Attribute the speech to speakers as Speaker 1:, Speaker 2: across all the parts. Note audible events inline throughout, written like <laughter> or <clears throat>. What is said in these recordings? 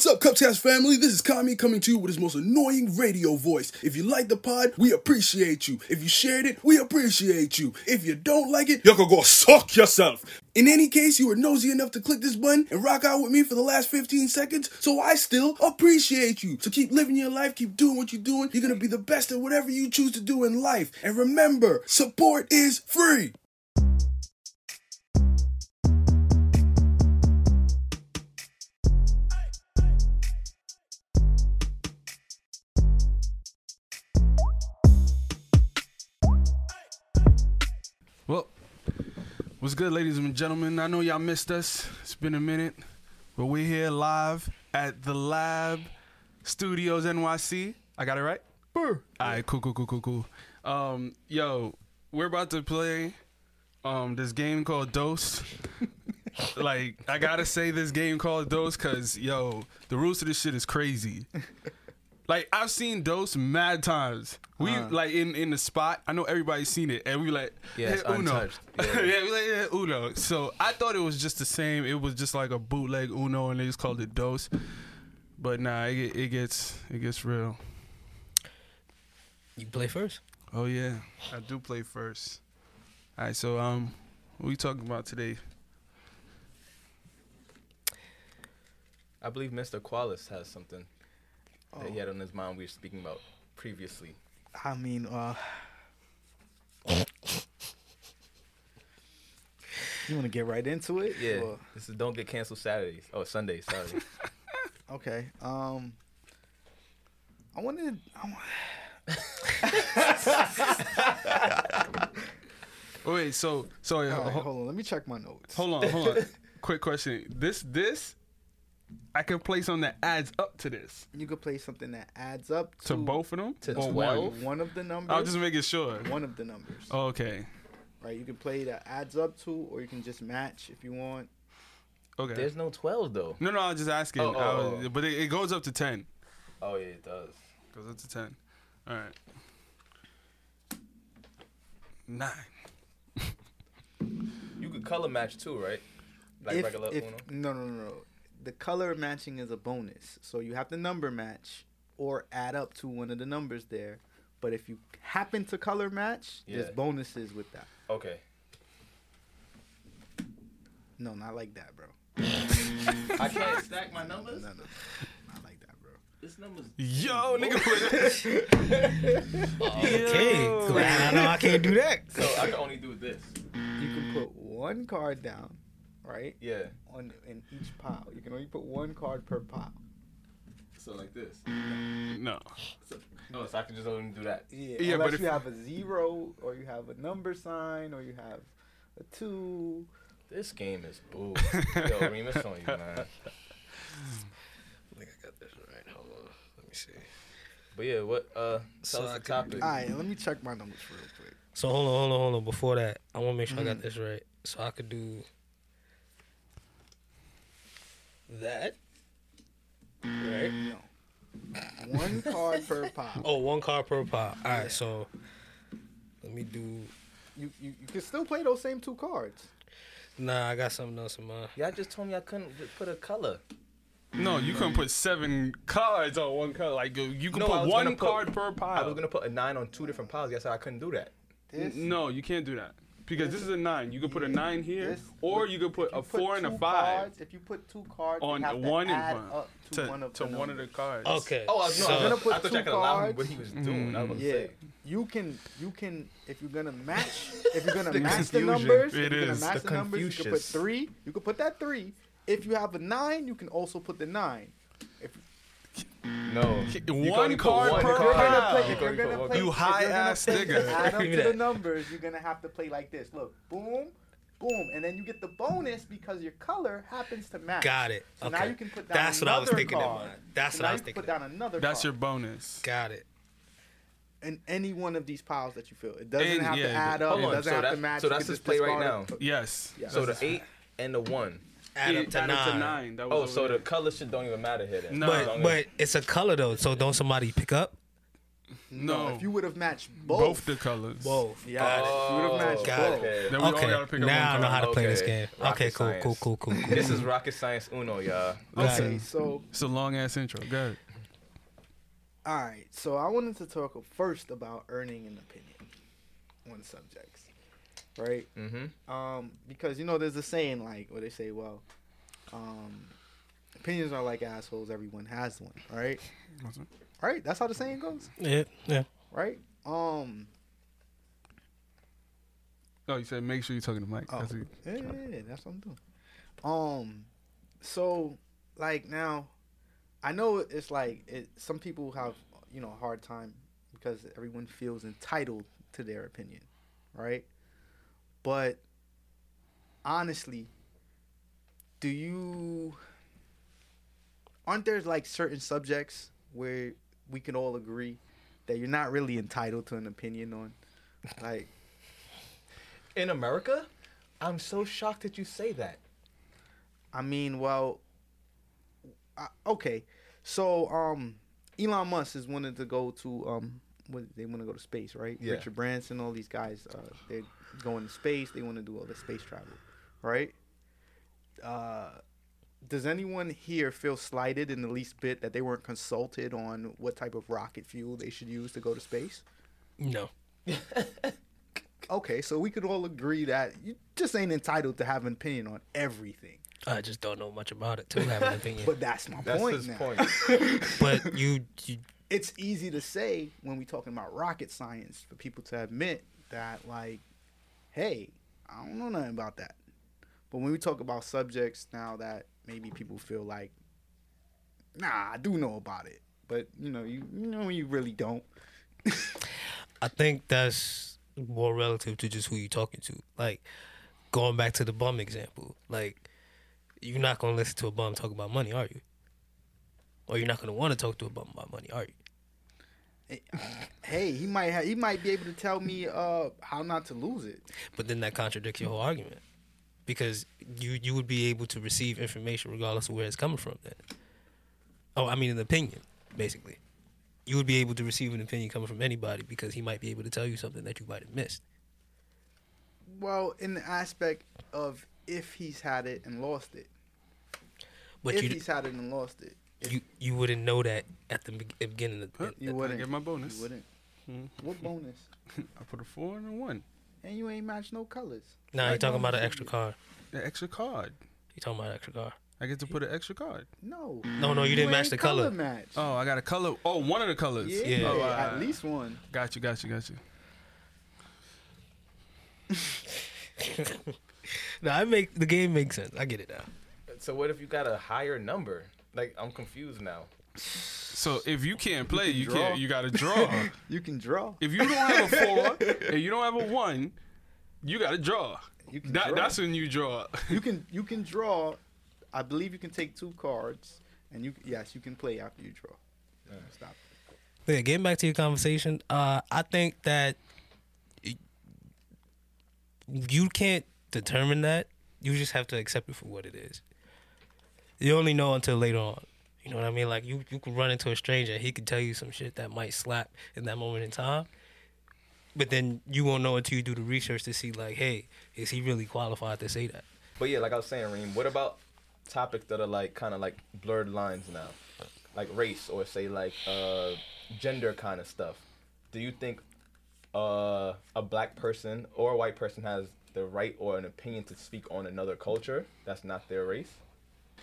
Speaker 1: Cupcast family, this is Kami coming to you with his most annoying radio voice. If you like the pod, we appreciate you. If you shared it, we appreciate you. If you don't like it, you're gonna go suck yourself. In any case, you were nosy enough to click this button and rock out with me for the last 15 seconds, so I still appreciate you. So keep living your life, keep doing what you're doing. You're gonna be the best at whatever you choose to do in life. And remember, support is free.
Speaker 2: Well, what's good, ladies and gentlemen? I know y'all missed us. It's been a minute, but we're here live at the Lab Studios NYC. I got it right? All right, cool, cool, cool, cool, cool. Um, yo, we're about to play um, this game called
Speaker 3: <laughs>
Speaker 2: Dose. like, I gotta say this game called Dose because, yo, the rules to this shit is
Speaker 3: <laughs>
Speaker 2: crazy. Like I've seen Dose mad times. We
Speaker 3: Uh-huh.
Speaker 2: like in in the spot. I know everybody's seen it, and we like
Speaker 3: Yeah, it's
Speaker 2: "Hey, Uno. <laughs>
Speaker 3: untouched.
Speaker 2: Yeah, we like yeah, Uno. So I thought it was just the same. It was just like a bootleg Uno, and they just called it Dose. But nah, it, get- it gets it gets real.
Speaker 3: You play first.
Speaker 2: Oh yeah, I do play first. All right, so um, what we talking about today?
Speaker 3: I believe Mr. Qualis has something that he had on his mind. We were speaking about previously.
Speaker 4: I mean, uh. you want to get right into it?
Speaker 3: Yeah,
Speaker 4: or-
Speaker 3: this is don't get canceled Saturdays. Oh, Sundays. <laughs> Sorry.
Speaker 4: okay. Um. I wanted. I wa-
Speaker 2: Oh wait, so so yeah,
Speaker 4: all right,
Speaker 2: ho-
Speaker 4: hold on. Let me check my notes.
Speaker 2: hold on, hold
Speaker 4: <laughs>
Speaker 2: on. Quick question. This this I can place on that adds up to this.
Speaker 4: You could play something that adds up to,
Speaker 2: To both of them?
Speaker 3: to
Speaker 2: Or
Speaker 3: 12?
Speaker 2: One?
Speaker 4: one of the numbers.
Speaker 2: I was just Oh. making sure.
Speaker 4: one of the numbers.
Speaker 2: Okay.
Speaker 4: Right. You can play that adds up to, or you can just match if you want.
Speaker 2: Okay.
Speaker 3: There's no 12 though.
Speaker 2: no, no, I was just asking.
Speaker 3: Oh, oh,
Speaker 2: I was-
Speaker 3: oh.
Speaker 2: But it, it goes up to 10.
Speaker 3: Oh yeah, it does.
Speaker 2: Goes up to 10. All right. Nine.
Speaker 3: You could color match too, right? Like
Speaker 4: if,
Speaker 3: regular
Speaker 4: if,
Speaker 3: Uno.
Speaker 4: No, no, no, no. The color matching is a bonus. So you have to number match or add up to one of the numbers there. But if you happen to color match,
Speaker 3: Yeah.
Speaker 4: there's bonuses with that.
Speaker 3: Okay.
Speaker 4: No, not like that, bro.
Speaker 3: I can't stack my numbers.
Speaker 4: No, no. Not like that, bro.
Speaker 3: This number's
Speaker 2: Yo, nigga.
Speaker 3: <laughs>
Speaker 2: put- <laughs>
Speaker 5: Okay,
Speaker 2: Yo.
Speaker 5: glad I know I can't do that.
Speaker 3: so I can only do this.
Speaker 4: You can put one card down, right?
Speaker 3: Yeah.
Speaker 4: On in each pile. You can only put one card per pile.
Speaker 3: So like this.
Speaker 2: No.
Speaker 3: So, oh, so I can just only do that.
Speaker 4: Yeah.
Speaker 2: Yeah, but
Speaker 4: unless
Speaker 2: if-
Speaker 4: you have a zero or you have a number sign or you have a two.
Speaker 3: This game is boo. Yo, Remus on you, man.
Speaker 5: I think I got this right. Hold on. Let me see.
Speaker 3: But yeah, what? Uh,
Speaker 5: So
Speaker 3: tell us
Speaker 5: I
Speaker 3: the
Speaker 5: can-
Speaker 3: topic.
Speaker 4: Alright, let me check my numbers real quick.
Speaker 5: So hold on, hold on, hold on. Before that, I want to make sure
Speaker 2: Mm.
Speaker 5: I got this right. So I could do that. Right.
Speaker 4: No. One card per pile.
Speaker 5: Oh, one card per pop. All right. So let me do.
Speaker 4: You, you you can still play those same two cards.
Speaker 5: Nah, I got something else in mind.
Speaker 3: Y'all just told me I couldn't put a color.
Speaker 2: No, you couldn't put seven cards on one card. Like, you- you can
Speaker 3: No, I
Speaker 2: put
Speaker 3: was
Speaker 2: one
Speaker 3: gonna put-
Speaker 2: card per
Speaker 3: I
Speaker 2: pile.
Speaker 3: was gonna put a nine on two different piles. Y'all said I couldn't do that.
Speaker 4: This
Speaker 2: no, you can't do that. Because this is a nine. You could put a nine here,
Speaker 4: This-
Speaker 2: or you could put
Speaker 4: you
Speaker 2: a four and a
Speaker 4: two
Speaker 2: five
Speaker 4: Cards, if you put two cards you
Speaker 2: on
Speaker 4: have to
Speaker 2: one
Speaker 4: add
Speaker 2: and
Speaker 4: up to,
Speaker 2: to,
Speaker 4: one of
Speaker 2: to
Speaker 4: the
Speaker 2: one of the
Speaker 4: numbers.
Speaker 2: cards.
Speaker 5: Okay.
Speaker 3: Oh, I, no,
Speaker 5: so,
Speaker 3: I, was
Speaker 4: gonna
Speaker 3: gonna
Speaker 4: put
Speaker 3: put I thought
Speaker 4: two
Speaker 3: y'all could allow him
Speaker 4: cards.
Speaker 3: what he was doing. I was
Speaker 4: Yeah,
Speaker 3: saying.
Speaker 4: you can you can if you're gonna match if you're gonna
Speaker 3: The
Speaker 4: match the
Speaker 3: confusion.
Speaker 4: numbers.
Speaker 2: It
Speaker 4: if you're
Speaker 2: is.
Speaker 4: gonna match
Speaker 3: The
Speaker 4: the, numbers. You can put
Speaker 3: Confucius.
Speaker 4: three. You can put that three. If you have a nine, you can also put the nine.
Speaker 3: No.
Speaker 2: K-
Speaker 3: You can
Speaker 2: one
Speaker 3: only put
Speaker 2: card
Speaker 3: one
Speaker 2: per
Speaker 4: If
Speaker 3: card.
Speaker 4: you're gonna
Speaker 2: pile.
Speaker 4: play, if
Speaker 3: You
Speaker 4: you're
Speaker 3: can only
Speaker 4: gonna
Speaker 3: put
Speaker 4: play,
Speaker 2: You
Speaker 4: if you're gonna
Speaker 2: high-ass
Speaker 4: play to
Speaker 2: nigga.
Speaker 5: <laughs>
Speaker 4: Add up
Speaker 5: Give
Speaker 4: to
Speaker 5: me
Speaker 4: the
Speaker 5: that.
Speaker 4: numbers. You're gonna have to play like this. Look, boom, boom, and then you get the bonus because your color happens to match.
Speaker 5: Got it.
Speaker 4: So
Speaker 5: okay.
Speaker 4: now you can put down
Speaker 5: That's what I was
Speaker 4: another
Speaker 5: thinking
Speaker 4: card.
Speaker 5: in mind. That's
Speaker 4: So
Speaker 5: what
Speaker 4: now
Speaker 5: I
Speaker 4: you
Speaker 5: was
Speaker 4: can
Speaker 5: thinking.
Speaker 4: Put down another.
Speaker 2: That's your
Speaker 4: card
Speaker 2: bonus.
Speaker 5: Got it.
Speaker 4: in any one of these piles that you fill. It doesn't
Speaker 2: And-
Speaker 4: have
Speaker 2: yeah,
Speaker 4: to add up.
Speaker 3: hold
Speaker 4: It
Speaker 3: on,
Speaker 4: doesn't
Speaker 3: so
Speaker 4: have
Speaker 3: that-
Speaker 4: to match.
Speaker 3: so
Speaker 4: You
Speaker 3: that's
Speaker 4: can
Speaker 3: his
Speaker 4: just
Speaker 3: play right
Speaker 4: discard it.
Speaker 2: Yes.
Speaker 4: Yeah.
Speaker 3: So the eight and the one.
Speaker 5: Add up
Speaker 2: It
Speaker 5: to
Speaker 2: added
Speaker 5: nine.
Speaker 2: That was
Speaker 3: Oh, so
Speaker 2: over
Speaker 3: the color shit don't even matter here then.
Speaker 2: No.
Speaker 3: As long
Speaker 5: But
Speaker 3: as-
Speaker 5: but it's a color though. So don't somebody pick up
Speaker 4: No,
Speaker 2: No.
Speaker 4: if you would have matched both,
Speaker 2: Both the colors.
Speaker 5: Both.
Speaker 4: yes, you
Speaker 3: Oh,
Speaker 4: would have matched
Speaker 5: Got
Speaker 4: both.
Speaker 3: okay.
Speaker 2: Then we all
Speaker 5: Okay.
Speaker 2: gotta pick up one
Speaker 5: Now I know
Speaker 2: color.
Speaker 5: how to play this
Speaker 3: Okay.
Speaker 5: game.
Speaker 3: Rocket
Speaker 5: Okay, cool,
Speaker 3: science.
Speaker 5: cool,
Speaker 2: <laughs>
Speaker 5: cool, cool, cool.
Speaker 3: This is rocket science uno, y'all.
Speaker 5: Got
Speaker 4: Okay,
Speaker 5: it.
Speaker 4: so
Speaker 2: It's a long ass intro. Go
Speaker 4: <laughs>
Speaker 2: ahead.
Speaker 4: all right, so I wanted to talk first about earning an opinion on subjects, right?
Speaker 3: Mm-hmm.
Speaker 4: Um, because you know, there's a saying like where they say, well, um, opinions are like assholes. Everyone has one, right? Right? That's how the saying goes,
Speaker 5: Yeah, yeah.
Speaker 4: right? Um,
Speaker 2: Oh, you said make sure you're talking to Mike.
Speaker 4: Oh.
Speaker 2: That's it.
Speaker 4: yeah, yeah, yeah, that's what I'm doing. Um, so like now, I know it's like it, some people have you know a hard time because everyone feels entitled to their opinion, right? But honestly, do you aren't there like certain subjects where we can all agree that you're not really entitled to an opinion on, like
Speaker 3: In America, I'm so shocked that you say that.
Speaker 4: I mean, well, I, okay. So, um, Elon Musk has wanted to go to um, what, they want to go to space, right?
Speaker 3: Yeah.
Speaker 4: Richard Branson, all these guys, uh, they're going to space. They want to do all the space travel, right? Uh, does anyone here feel slighted in the least bit that they weren't consulted on what type of rocket fuel they should use to go to space?
Speaker 5: No.
Speaker 4: <laughs> Okay, so we could all agree that you just ain't entitled to have an opinion on everything.
Speaker 5: I just don't know much about it to have an opinion.
Speaker 4: But that's my
Speaker 3: That's
Speaker 4: point.
Speaker 3: his
Speaker 4: now.
Speaker 3: point.
Speaker 5: but you, you
Speaker 4: it's easy to say when we're talking about rocket science for people to admit that like hey i don't know nothing about that but when we talk about subjects now that maybe people feel like nah i do know about it but you know you, you know you really don't
Speaker 5: I think that's more relative to just who you're talking to. Like going back to the bum example, like you're not gonna listen to a bum talk about money, are you? Or you're not gonna want to talk to a bum about money, are you?
Speaker 4: Eh, <laughs> hey he might ha- he might be able to tell me uh how not to lose it
Speaker 5: But then that contradicts your whole argument because you you would be able to receive information regardless of where it's coming from. Then, oh, I mean an opinion, basically. You would be able to receive an opinion coming from anybody because he might be able to tell you something that you might have missed.
Speaker 4: well in the aspect of if he's had it and lost it
Speaker 5: But
Speaker 4: if
Speaker 5: you
Speaker 4: he's had it and lost it
Speaker 5: you you wouldn't know that at the be- beginning of the,
Speaker 4: you
Speaker 2: I
Speaker 4: wouldn't
Speaker 2: get my bonus.
Speaker 4: you wouldn't what bonus
Speaker 2: I put a four and a one.
Speaker 4: and you ain't match no colors
Speaker 5: Nah, you're
Speaker 4: Like,
Speaker 5: talking
Speaker 4: no,
Speaker 5: about an
Speaker 4: you-
Speaker 5: extra car.
Speaker 2: An extra card.
Speaker 5: You're talking about an extra car.
Speaker 2: I get to put an extra card.
Speaker 4: No.
Speaker 5: No, no, you didn't match
Speaker 4: ain't
Speaker 5: the color.
Speaker 4: match.
Speaker 2: Oh, I got a color. Oh, one of the colors.
Speaker 4: yeah,
Speaker 5: yeah.
Speaker 2: Oh,
Speaker 4: at
Speaker 2: uh,
Speaker 4: least one.
Speaker 2: Got you, got you, got you.
Speaker 5: No, I make the game make sense. I get it now.
Speaker 3: <laughs> so what if you got a higher number? Like I'm confused now.
Speaker 2: So if you can't play, you,
Speaker 4: draw.
Speaker 2: can't. You got to draw.
Speaker 4: You can draw.
Speaker 2: if you don't have a four and you don't have a one, you got to draw.
Speaker 4: You can
Speaker 2: That,
Speaker 4: draw.
Speaker 2: that's when you draw.
Speaker 4: You can you can draw. I believe you can take two cards, and you yes you can play after you draw. Stop.
Speaker 5: Yeah, getting back to your conversation, uh, I think that y- you can't determine that. You just have to accept it for what it is. You only know until later on. You know what I mean? Like you, you could run into a stranger. He could tell you some shit that might slap in that moment in time. But then you won't know until you do the research to see, like, hey, is he really qualified to say that?
Speaker 3: But yeah, like I was saying, Reem, what about topics that are like kind of like blurred lines now, like race or say like uh, gender kind of stuff? Do you think uh, a black person or a white person has the right or an opinion to speak on another culture that's not their race?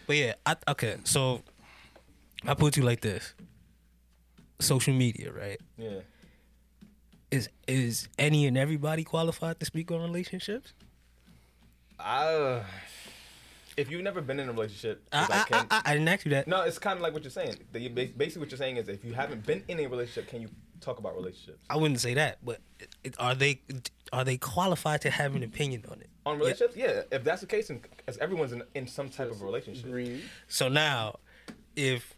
Speaker 5: But yeah, I, okay. So I put you like this: social media, right?
Speaker 3: Yeah.
Speaker 5: Is is any and everybody qualified to speak on relationships?
Speaker 3: I, if you've never been in a relationship, it's
Speaker 5: I
Speaker 3: like,
Speaker 5: I,
Speaker 3: can-
Speaker 5: I, I, didn't ask you that.
Speaker 3: no, it's kind of like what you're saying. The- you ba- Basically, what you're saying is if you haven't been in a relationship, can you talk about relationships?
Speaker 5: I wouldn't say that, but it, are they are they qualified to have an opinion on it?
Speaker 3: On relationships, yeah. If that's the case, then as everyone's in, in some type of relationship.
Speaker 5: So now, if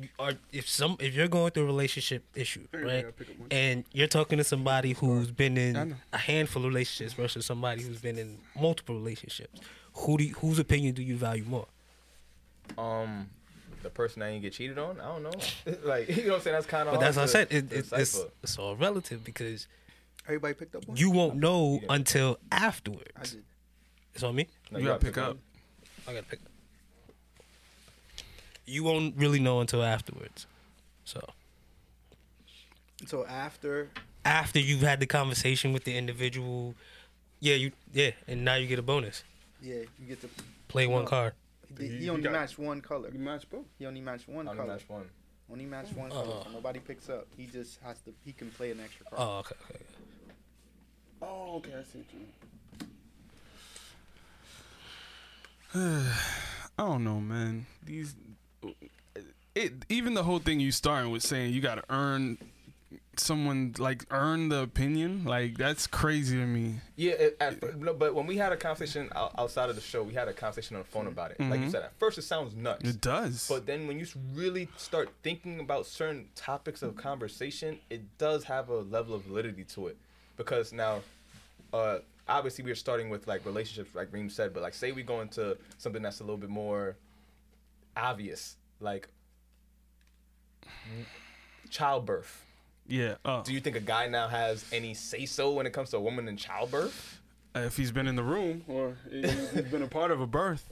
Speaker 5: you are if some if you're going through a relationship issue, right, and you're talking to somebody who's been in a handful of relationships versus somebody who's been in multiple relationships, who do you, whose opinion do you value more?
Speaker 3: Um, the person I didn't get cheated on. I don't know. <laughs> like you know what I'm saying? That's kind of.
Speaker 5: But Oh, that's what I said. It, it, it's,
Speaker 3: decipher.
Speaker 5: it's all relative because
Speaker 4: Everybody picked up one.
Speaker 5: you won't know
Speaker 3: Yeah.
Speaker 5: until
Speaker 4: I
Speaker 5: afterwards.
Speaker 4: did.
Speaker 5: It's on me.
Speaker 3: No,
Speaker 2: you gotta pick up.
Speaker 5: I gotta pick. You won't really know until afterwards. So
Speaker 4: So after
Speaker 5: after you've had the conversation with the individual, yeah, you yeah, and now you get a bonus.
Speaker 4: yeah, you get to
Speaker 5: Play one card.
Speaker 4: he,
Speaker 3: you-
Speaker 4: he
Speaker 3: you
Speaker 4: only
Speaker 3: got-
Speaker 4: matched one color.
Speaker 1: You match both.
Speaker 4: He only matched one
Speaker 3: I'm
Speaker 4: color.
Speaker 3: match one.
Speaker 4: Only match one color. So nobody picks up. He just has to. He can play an extra card.
Speaker 5: Oh, okay, okay. okay.
Speaker 1: Oh, okay, I see what you mean.
Speaker 2: I don't know, man. These it even the whole thing you starting with saying you gotta earn someone like earn the opinion like that's crazy to me
Speaker 3: Yeah, it, at, fir- no, but when we had a conversation out- outside of the show, we had a conversation on the phone about it. Like you said, at first it sounds nuts.
Speaker 2: it does
Speaker 3: But then when you s- really start thinking about certain topics of conversation, it does have a level of validity to it. Because now, uh, obviously, we're starting with like relationships, like Reem said, but like, say we go into something that's a little bit more obvious, like childbirth.
Speaker 2: yeah uh,
Speaker 3: Do you think a guy now has any say so when it comes to a woman in childbirth?
Speaker 2: uh, if he's been in the room or he's been a part of a birth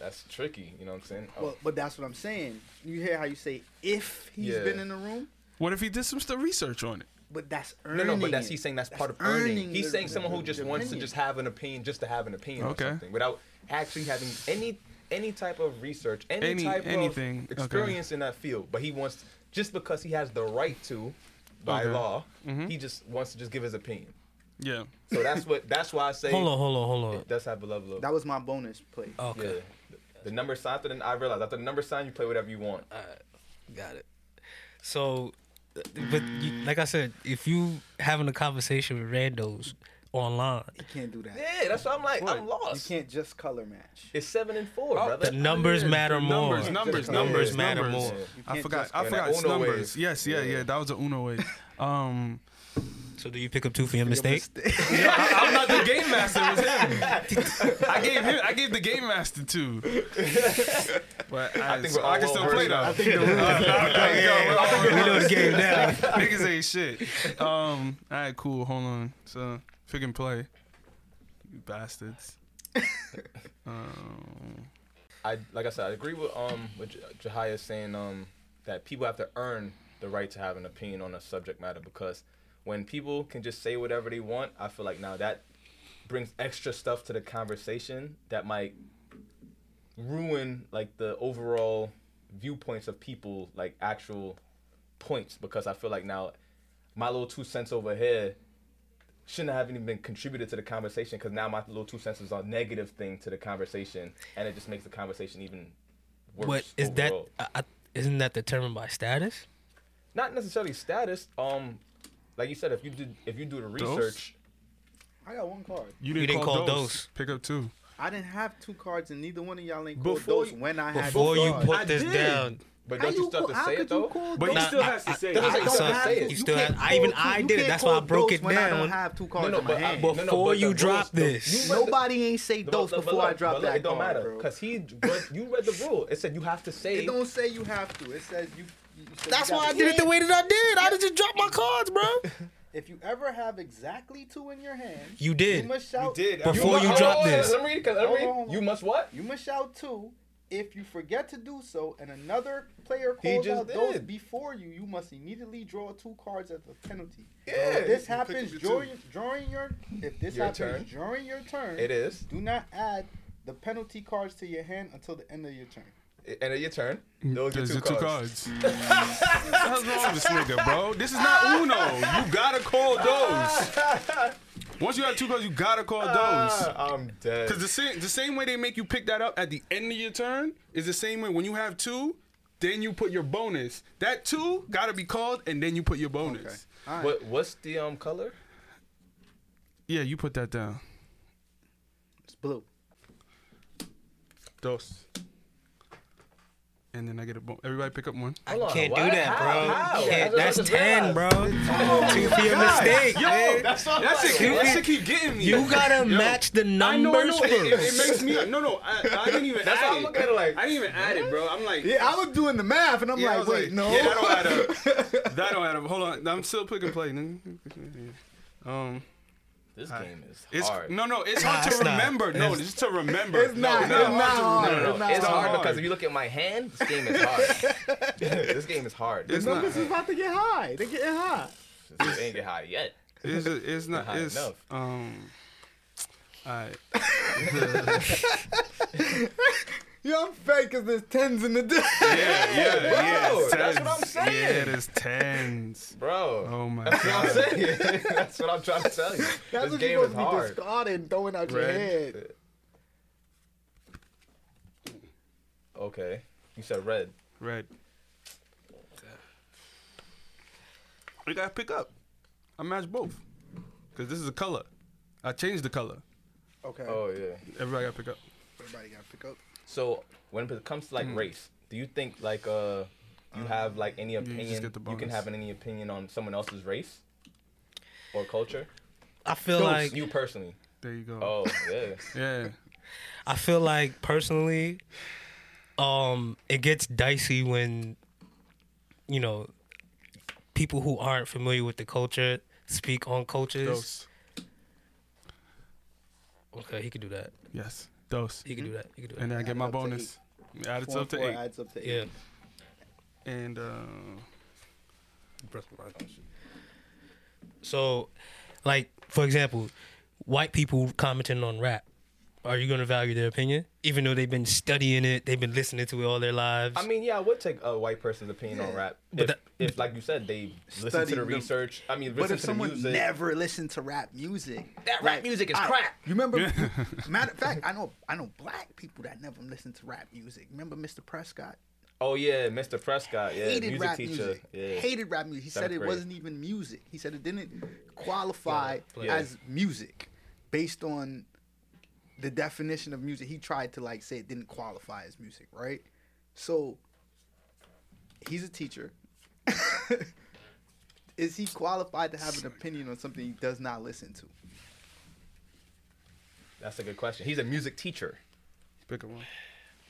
Speaker 3: That's tricky, you know what I'm saying? Oh,
Speaker 4: Well, but that's what I'm saying. You hear how you say if he's
Speaker 3: Yeah.
Speaker 4: been in the room,
Speaker 2: what if he did some st- research on it
Speaker 4: but that's
Speaker 3: no,
Speaker 4: earning.
Speaker 3: no, but that's
Speaker 4: it.
Speaker 3: he's saying that's, part of earning. he's
Speaker 4: the-
Speaker 3: saying someone who
Speaker 4: the-
Speaker 3: just
Speaker 4: the
Speaker 3: wants to
Speaker 4: opinion.
Speaker 3: just have an opinion, just to have an opinion
Speaker 2: Okay.
Speaker 3: or something, without actually having any any type of research, any,
Speaker 2: Any-
Speaker 3: type
Speaker 2: anything,
Speaker 3: of
Speaker 2: okay.
Speaker 3: experience in that field. But he wants just because he has the right to, by
Speaker 2: Okay.
Speaker 3: law, he just wants to just give his opinion.
Speaker 2: yeah
Speaker 3: So that's what that's why I say
Speaker 5: Hold on, hold on, hold on.
Speaker 3: it does have a level of
Speaker 4: That was my bonus play.
Speaker 5: Okay,
Speaker 3: yeah. The number sign after the I realized after the number sign you play whatever you want.
Speaker 5: Uh, got it. So, but you, like I said, if you having a conversation with randos online,
Speaker 4: You can't do that.
Speaker 3: Yeah, that's why I'm like I'm
Speaker 4: You
Speaker 3: lost.
Speaker 4: can't just color match.
Speaker 3: It's seven and four, brother.
Speaker 5: Oh, the numbers
Speaker 2: Yeah,
Speaker 3: <laughs>
Speaker 5: matter
Speaker 2: the
Speaker 5: more.
Speaker 2: numbers numbers
Speaker 4: Yeah.
Speaker 2: numbers
Speaker 5: Numbers matter
Speaker 2: numbers.
Speaker 5: more.
Speaker 4: You
Speaker 2: I
Speaker 4: can't
Speaker 2: forgot
Speaker 4: just-
Speaker 2: I
Speaker 3: Yeah,
Speaker 2: forgot
Speaker 3: that
Speaker 2: it's
Speaker 3: Uno
Speaker 2: numbers
Speaker 3: wave.
Speaker 2: yes yeah
Speaker 3: Yeah.
Speaker 2: yeah that was a Uno way um
Speaker 5: So do you pick up two for your mistake?
Speaker 3: <laughs>
Speaker 4: <laughs>
Speaker 2: I, am not the game master. It was him. I gave him. I gave the game master two. But I,
Speaker 3: I think we're all
Speaker 2: I can still
Speaker 3: well
Speaker 2: play
Speaker 3: versed.
Speaker 2: though.
Speaker 3: I
Speaker 2: think the
Speaker 5: <laughs> we know the game now.
Speaker 2: Niggas ain't shit. Um. All right. Cool. Hold on. So freaking play. You bastards. Um,
Speaker 3: I like I said, I agree with um with J- Jahia saying um that people have to earn the right to have an opinion on a subject matter because when people can just say whatever they want, I feel like now that brings extra stuff to the conversation that might ruin like the overall viewpoints of people like actual points because I feel like now my little two cents over here shouldn't have even been contributed to the conversation because now my little two cents is a negative thing to the conversation and it just makes the conversation even worse.
Speaker 5: But is that
Speaker 3: overall.
Speaker 5: I, I, isn't that determined by status?
Speaker 3: not necessarily status? Um, like you said, if you did if you do the
Speaker 2: Dose?
Speaker 3: research,
Speaker 4: I got one card.
Speaker 2: you
Speaker 5: We
Speaker 2: didn't,
Speaker 5: didn't
Speaker 2: call,
Speaker 5: call
Speaker 2: those.
Speaker 5: dose.
Speaker 2: Pick up two.
Speaker 4: I didn't have two cards, and neither one of y'all ain't called
Speaker 3: Before
Speaker 4: those
Speaker 3: you-
Speaker 4: when I had
Speaker 5: Before
Speaker 4: two
Speaker 5: you
Speaker 4: cards.
Speaker 5: put this down,
Speaker 3: but
Speaker 4: How
Speaker 3: don't you, still
Speaker 4: call-
Speaker 3: have
Speaker 4: how
Speaker 3: to say
Speaker 4: could
Speaker 3: it though?
Speaker 4: You call
Speaker 2: But he
Speaker 4: those-
Speaker 2: still has to say.
Speaker 3: That doesn't
Speaker 2: it.
Speaker 3: say you
Speaker 4: I
Speaker 3: still have
Speaker 4: don't
Speaker 3: to say
Speaker 4: have
Speaker 3: it.
Speaker 5: You still
Speaker 4: can't
Speaker 5: have- I even-
Speaker 4: call two-
Speaker 5: I
Speaker 4: you
Speaker 5: did it.
Speaker 4: can't
Speaker 5: That's why I
Speaker 4: call
Speaker 5: broke
Speaker 4: those
Speaker 5: it
Speaker 4: when I don't
Speaker 5: down.
Speaker 4: have two cards
Speaker 3: No, no,
Speaker 4: in my
Speaker 3: but I,
Speaker 4: hand.
Speaker 3: no, no,
Speaker 5: Before
Speaker 3: but
Speaker 5: you
Speaker 3: the
Speaker 5: drop
Speaker 3: rules- the-
Speaker 5: this.
Speaker 3: you read the-
Speaker 4: Nobody ain't say
Speaker 3: the-
Speaker 4: those
Speaker 3: the-
Speaker 4: before
Speaker 3: but
Speaker 4: I
Speaker 3: look,
Speaker 4: drop
Speaker 3: but look,
Speaker 4: that
Speaker 3: It don't
Speaker 4: card,
Speaker 3: matter
Speaker 4: bro.
Speaker 3: because he read, you read the rule. It said you have to say.
Speaker 4: It don't say you have to. It says you. you said
Speaker 5: that's
Speaker 4: you
Speaker 5: why I
Speaker 4: gotta-
Speaker 5: did it the way that I did. I just dropped my cards, bro.
Speaker 4: If you ever have exactly two in your hand,
Speaker 5: You did.
Speaker 4: You must shout.
Speaker 5: Before
Speaker 3: must-
Speaker 5: you
Speaker 3: hold on,
Speaker 5: drop
Speaker 3: hold on,
Speaker 5: this.
Speaker 3: Let me read. 'cause Let me
Speaker 4: Hold
Speaker 3: read.
Speaker 4: on, hold on.
Speaker 3: You must what?
Speaker 4: You must shout two. If you forget to do so and another player
Speaker 3: He
Speaker 4: calls
Speaker 3: just
Speaker 4: out those
Speaker 3: did.
Speaker 4: before you, you must immediately draw two cards as a penalty.
Speaker 3: Yeah.
Speaker 4: If this
Speaker 3: You
Speaker 4: happens
Speaker 1: your two.
Speaker 4: during during your if this
Speaker 3: Your
Speaker 4: happens
Speaker 3: turn.
Speaker 4: during your turn,
Speaker 3: It is.
Speaker 4: do not add the penalty cards to your hand until the end of your turn.
Speaker 3: And then your turn. Those are your
Speaker 2: Those
Speaker 3: two
Speaker 2: are two cards.
Speaker 3: cards.
Speaker 2: What the hell's wrong with this nigga, bro? This is not Uno. You gotta call those. Once you have two cards, you gotta call those.
Speaker 3: Ah, I'm dead.
Speaker 2: Because the same the same way they make you pick that up at the end of your turn is the same way when you have two, then you put your bonus. That two gotta be called, and then you put your bonus.
Speaker 4: All right.
Speaker 3: What what's the um color?
Speaker 2: Yeah, you put that down.
Speaker 4: It's blue.
Speaker 2: Dos. and then I get a bone. Everybody pick up one.
Speaker 5: I
Speaker 3: Hold on,
Speaker 5: can't
Speaker 3: why-
Speaker 5: do that,
Speaker 3: how-
Speaker 5: bro.
Speaker 3: how?
Speaker 5: You can't-
Speaker 3: Yeah,
Speaker 5: that's
Speaker 3: that's what I
Speaker 5: ten,
Speaker 3: just
Speaker 5: bro. Two for your <laughs> mistake, man.
Speaker 2: all. That's it.
Speaker 5: like.
Speaker 2: That shit keep getting me.
Speaker 5: You gotta match
Speaker 2: <laughs>
Speaker 5: the
Speaker 2: I know, I know.
Speaker 5: <laughs> numbers
Speaker 2: It, it, it
Speaker 5: first.
Speaker 2: makes me no, no. I, I didn't even.
Speaker 3: That's
Speaker 2: add
Speaker 3: why I'm looking at it like-
Speaker 2: I didn't even add it, bro. I'm like,
Speaker 4: Yeah, I was doing the math, and I'm
Speaker 2: Yeah, I
Speaker 4: like,
Speaker 2: was
Speaker 4: wait, no.
Speaker 2: Yeah, that don't add up. That don't add up. Hold on, I'm still picking play. nigga. <laughs> Um,
Speaker 3: This game is
Speaker 2: it's
Speaker 3: hard.
Speaker 2: no, no. It's
Speaker 5: Nah,
Speaker 2: hard
Speaker 5: it's
Speaker 2: to
Speaker 5: not.
Speaker 2: remember. No, just to remember.
Speaker 4: It's not.
Speaker 2: No,
Speaker 4: It's
Speaker 2: no, hard
Speaker 4: not
Speaker 2: to-
Speaker 4: hard.
Speaker 2: No, no, no.
Speaker 3: It's
Speaker 4: Nah.
Speaker 3: hard because if you look at my hand, this game is hard. <laughs>
Speaker 4: <laughs>
Speaker 3: this game is hard.
Speaker 2: It's
Speaker 3: This
Speaker 2: not.
Speaker 4: Numbers is about to get high. They getting high.
Speaker 3: game ain't get high yet.
Speaker 2: It's, it's not.
Speaker 3: High
Speaker 2: It's
Speaker 3: enough.
Speaker 2: um. Alright.
Speaker 4: Yo, I'm fake because there's tens in the <laughs>
Speaker 2: Yeah,
Speaker 4: day.
Speaker 2: yeah, yeah.
Speaker 3: Bro,
Speaker 2: it's
Speaker 3: that's what I'm
Speaker 2: tens. Yeah,
Speaker 3: saying.
Speaker 2: it is tens.
Speaker 3: Bro.
Speaker 2: Oh my
Speaker 3: That's what I'm
Speaker 2: god.
Speaker 3: saying. <laughs> That's
Speaker 4: <laughs>
Speaker 3: what I'm trying to tell you.
Speaker 4: That's
Speaker 3: this
Speaker 4: what you're
Speaker 3: game is
Speaker 4: supposed to be
Speaker 3: hard.
Speaker 4: discarding, throwing out your head.
Speaker 3: Red. Okay. You said red.
Speaker 2: Red. You gotta pick up. I match both. Cause this is a color. I changed the color.
Speaker 4: Okay.
Speaker 3: Oh yeah.
Speaker 2: Everybody gotta pick up.
Speaker 4: Everybody got to pick up.
Speaker 3: So when it comes to like
Speaker 2: Hmm.
Speaker 3: race, do you think like uh you have like any
Speaker 2: Um, just
Speaker 3: opinion
Speaker 2: get the
Speaker 3: you can
Speaker 2: bonus.
Speaker 3: have any opinion on someone else's race or culture?
Speaker 5: I feel like
Speaker 3: you personally.
Speaker 2: There you go.
Speaker 3: Oh yeah.
Speaker 2: <laughs> Yeah.
Speaker 5: I feel like personally, um, it gets dicey when, you know, people who aren't familiar with the culture speak on cultures.
Speaker 2: Dos.
Speaker 5: Okay, he could do that.
Speaker 2: Yes. Dos.
Speaker 5: He could do that. He could do that.
Speaker 2: And then I get my
Speaker 4: Add it up to
Speaker 2: bonus. Add it
Speaker 4: Four
Speaker 2: up
Speaker 4: and four
Speaker 2: to eight.
Speaker 4: Adds up to eight.
Speaker 5: yeah.
Speaker 2: And uh
Speaker 5: So, like for example, white people commenting on rap. Are you going to value their opinion, even though they've been studying it, they've been listening to it all their lives?
Speaker 3: I mean, yeah, I would take a white person's opinion on rap. if,
Speaker 5: that-
Speaker 3: if, like you said, they listen
Speaker 4: Study
Speaker 3: to the
Speaker 4: the-
Speaker 3: research. I mean,
Speaker 4: But
Speaker 3: listen
Speaker 4: if
Speaker 3: to the
Speaker 4: someone
Speaker 3: music.
Speaker 4: never listened to rap music,
Speaker 3: That rap music is
Speaker 4: I-
Speaker 3: crap.
Speaker 4: You remember?
Speaker 2: <laughs>
Speaker 4: matter of fact, I know I know black people that never listened to rap music. Remember Mr. Prescott?
Speaker 3: Oh yeah, Mr. Prescott, yeah,
Speaker 4: hated
Speaker 3: music
Speaker 4: rap
Speaker 3: teacher.
Speaker 4: music.
Speaker 3: Yeah.
Speaker 4: Hated rap music. He said
Speaker 3: Seventh
Speaker 4: it
Speaker 3: grade.
Speaker 4: wasn't even music. He said it didn't qualify
Speaker 3: Yeah.
Speaker 4: as music based on the definition of music. He tried to like say it didn't qualify as music, right? So he's a teacher. <laughs> Is he qualified to have an opinion on something he does not listen to?
Speaker 3: That's a good question. He's a music teacher
Speaker 2: pick up one.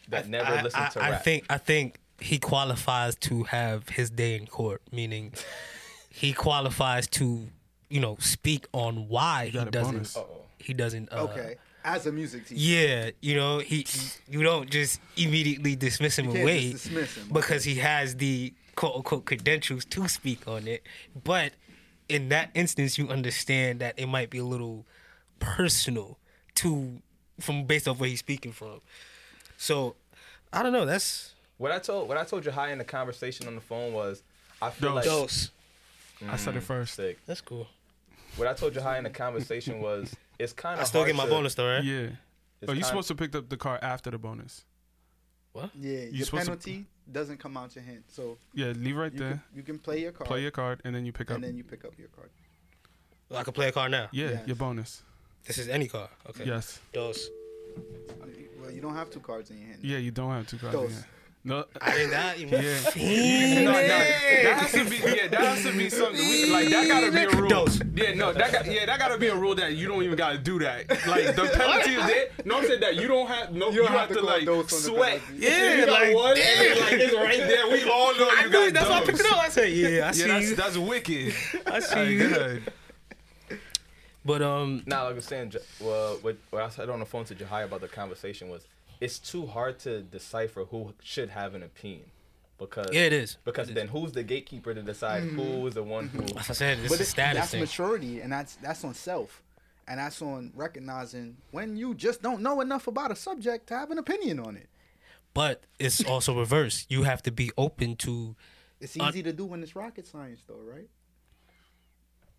Speaker 3: that never
Speaker 5: I,
Speaker 3: listened
Speaker 5: I-
Speaker 3: to
Speaker 5: I
Speaker 3: rap.
Speaker 5: think I think he qualifies to have his day in court,
Speaker 3: <laughs>
Speaker 5: meaning he qualifies to, you know, speak on why he
Speaker 2: got a
Speaker 5: doesn't.
Speaker 2: bonus.
Speaker 3: Uh-oh.
Speaker 5: He doesn't.
Speaker 3: Uh-huh.
Speaker 5: Uh,
Speaker 4: Okay, as a music teacher.
Speaker 5: Yeah, you know, he you don't just immediately dismiss him
Speaker 4: can't
Speaker 5: away
Speaker 4: just dismiss him,
Speaker 5: because he has the quote unquote credentials to speak on it. But in that instance, you understand that it might be a little personal to from based off where he's speaking from. So I don't know. That's
Speaker 3: What I told what I told Jahai in the conversation on the phone was, I feel
Speaker 2: Dose.
Speaker 3: like
Speaker 5: dose.
Speaker 2: I said it
Speaker 4: Mm.
Speaker 2: first.
Speaker 3: sick.
Speaker 5: That's cool.
Speaker 3: What I told Jahai in the conversation was, it's kind of.
Speaker 5: I still get my bonus though, right?
Speaker 2: Yeah.
Speaker 3: It's
Speaker 2: Oh, you
Speaker 3: kind-
Speaker 2: supposed to pick up the car after the bonus.
Speaker 4: Yeah, your
Speaker 2: supposed to-
Speaker 4: penalty doesn't come out your hand, so
Speaker 2: Yeah, leave right
Speaker 4: you,
Speaker 2: there.
Speaker 4: can, you can play your card
Speaker 2: Play your card and then you pick up.
Speaker 4: and then you pick up your card.
Speaker 5: I can play a card now.
Speaker 2: Yeah,
Speaker 4: Yes.
Speaker 2: your bonus.
Speaker 5: This is any card. Okay.
Speaker 2: Yes.
Speaker 5: Dose.
Speaker 4: Well, you don't have two cards in your hand.
Speaker 2: Yeah, you don't have two cards.
Speaker 4: Those.
Speaker 2: Yeah. No,
Speaker 5: I did not even.
Speaker 2: Yeah.
Speaker 5: Fiend
Speaker 2: No, no,
Speaker 5: it.
Speaker 2: that has to be yeah, that has to be something we, like that gotta be a rule.
Speaker 5: Dose.
Speaker 2: Yeah, no, that got, yeah, that gotta be a rule that you don't even gotta do that. Like
Speaker 5: <laughs>
Speaker 2: the penalty is there. No, I'm saying that you don't have no, you,
Speaker 4: don't
Speaker 2: have,
Speaker 4: have to
Speaker 2: to
Speaker 4: call
Speaker 2: like
Speaker 4: dose on the
Speaker 2: sweat.
Speaker 4: penalty.
Speaker 2: Yeah, you got
Speaker 5: like,
Speaker 2: one, and then, like it's right there. We all know you got
Speaker 5: Dude, that's why I
Speaker 2: dose.
Speaker 5: picked it up. I said, "Yeah, I
Speaker 2: Yeah,
Speaker 5: see
Speaker 2: that's
Speaker 5: you. <laughs>
Speaker 2: that's wicked.
Speaker 5: I see you."
Speaker 2: Good.
Speaker 5: But um,
Speaker 3: Nah, like I was saying, J- well, what, what I said on the phone to Jahai about the conversation was, it's too hard to decipher who should have an opinion, because
Speaker 5: Yeah, it is.
Speaker 3: Because then who's the gatekeeper to decide
Speaker 2: Mm-hmm.
Speaker 3: who is the one who?
Speaker 5: <laughs> as I said, it's
Speaker 4: but
Speaker 5: a
Speaker 4: it's,
Speaker 5: status
Speaker 4: that's
Speaker 5: thing.
Speaker 4: maturity, and that's that's on self, and that's on recognizing when you just don't know enough about a subject to have an opinion on it.
Speaker 5: But it's also reversed. You have to be open to
Speaker 4: It's
Speaker 5: Uh,
Speaker 4: easy to do when it's rocket science, though, right?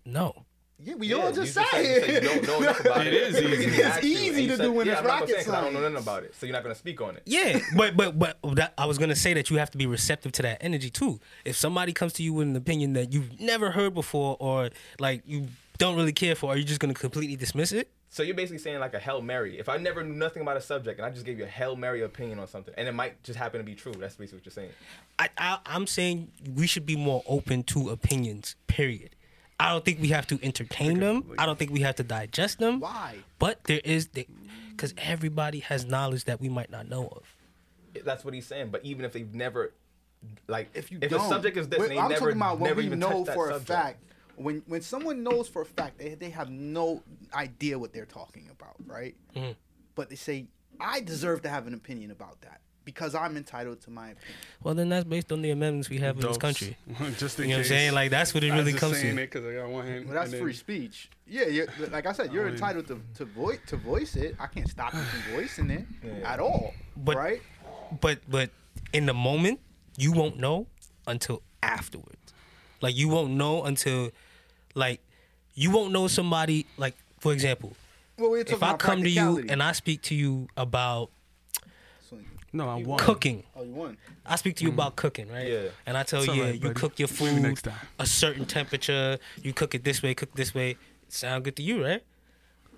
Speaker 5: no.
Speaker 4: Yeah, we
Speaker 3: Yeah,
Speaker 4: all
Speaker 3: you
Speaker 4: just
Speaker 3: said-
Speaker 4: sat
Speaker 3: you
Speaker 4: here.
Speaker 3: said you don't know enough about
Speaker 2: It
Speaker 3: it.
Speaker 2: is easy.
Speaker 3: <laughs> You
Speaker 2: It's
Speaker 3: asked you,
Speaker 4: easy
Speaker 3: and you
Speaker 4: to
Speaker 3: said,
Speaker 4: do when
Speaker 3: yeah,
Speaker 4: it's
Speaker 3: I'm not gonna
Speaker 4: rocket
Speaker 3: say it 'cause I don't know
Speaker 4: science.
Speaker 3: nothing about it, so you're not gonna speak on it.
Speaker 5: Yeah, <laughs> but but but that, I was gonna say that you have to be receptive to that energy too. If somebody comes to you with an opinion that you've never heard before, or like you don't really care for, are you just gonna completely dismiss it?
Speaker 3: So you're basically saying like a hail mary. If I never knew nothing about a subject and I just gave you a hail mary opinion on something, and it might just happen to be true. That's basically what you're saying.
Speaker 5: I, I I'm saying we should be more open to opinions. Period. I don't think we have to entertain them. I don't think we have to digest them.
Speaker 4: Why?
Speaker 5: But there is because everybody has knowledge that we might not know of.
Speaker 3: It- That's what he's saying. But even if they've never, like,
Speaker 4: <laughs> if you
Speaker 3: if
Speaker 4: don't,
Speaker 3: the subject is this,
Speaker 4: Wait,
Speaker 3: and they
Speaker 4: I'm
Speaker 3: never,
Speaker 4: talking about when
Speaker 3: never
Speaker 4: we
Speaker 3: even
Speaker 4: know
Speaker 3: touched that
Speaker 4: for a
Speaker 3: subject.
Speaker 4: fact. When when someone knows for a fact, they they have no idea what they're talking about, right?
Speaker 5: Hmm.
Speaker 4: But they say, "I deserve to have an opinion about that because I'm entitled to my opinion."
Speaker 5: Well, then that's based on the amendments we have in
Speaker 2: Dopes.
Speaker 5: this
Speaker 2: <laughs>
Speaker 5: country.
Speaker 2: just in
Speaker 5: You know what I'm
Speaker 2: case.
Speaker 5: saying? Like that's what it
Speaker 2: I was
Speaker 5: really
Speaker 2: just
Speaker 5: comes
Speaker 2: saying
Speaker 5: to.
Speaker 2: it 'cause I got one hand.
Speaker 4: Well, that's
Speaker 2: and then-
Speaker 4: free speech. Yeah, you're, like I said, you're
Speaker 2: wouldn't-
Speaker 4: entitled to to voice to voice it. I can't stop you from
Speaker 3: <laughs>
Speaker 4: voicing it at all,
Speaker 5: But-
Speaker 4: right?
Speaker 5: But but in the moment, you won't know until afterwards. Like you won't know until like you won't know somebody like for example,
Speaker 4: Well, we're
Speaker 5: if I come to you and I speak to you about
Speaker 2: No, I won.
Speaker 5: cooking.
Speaker 4: oh, you won.
Speaker 5: I speak to you about cooking, right?
Speaker 3: Mm-hmm. Yeah.
Speaker 5: And I tell
Speaker 2: It's all
Speaker 5: you,
Speaker 2: right,
Speaker 5: you
Speaker 2: buddy.
Speaker 5: cook your
Speaker 2: Maybe
Speaker 5: food
Speaker 2: next time.
Speaker 5: a certain temperature. You cook it this way, cook this way. Sound good to you, right?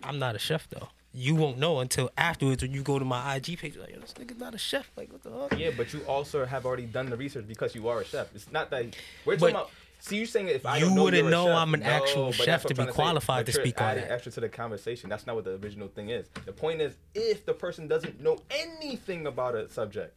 Speaker 5: I'm not a chef though. You won't know until afterwards when you go to my IG page. Like, yo, this nigga's not a chef. Like, what the fuck?
Speaker 3: Yeah, but you also have already done the research because you are a chef. It's not that we're
Speaker 5: But
Speaker 3: talking about. See, you saying if I
Speaker 5: you
Speaker 3: don't know
Speaker 5: wouldn't
Speaker 3: you're a
Speaker 5: know
Speaker 3: chef.
Speaker 5: I'm an
Speaker 3: No,
Speaker 5: actual
Speaker 3: but that's
Speaker 5: chef
Speaker 3: what I'm
Speaker 5: to be
Speaker 3: trying say.
Speaker 5: qualified
Speaker 3: But
Speaker 5: to
Speaker 3: you're
Speaker 5: speak on
Speaker 3: adding
Speaker 5: that.
Speaker 3: Extra to the conversation. That's not what the original thing is. The point is, if the person doesn't know anything about a subject,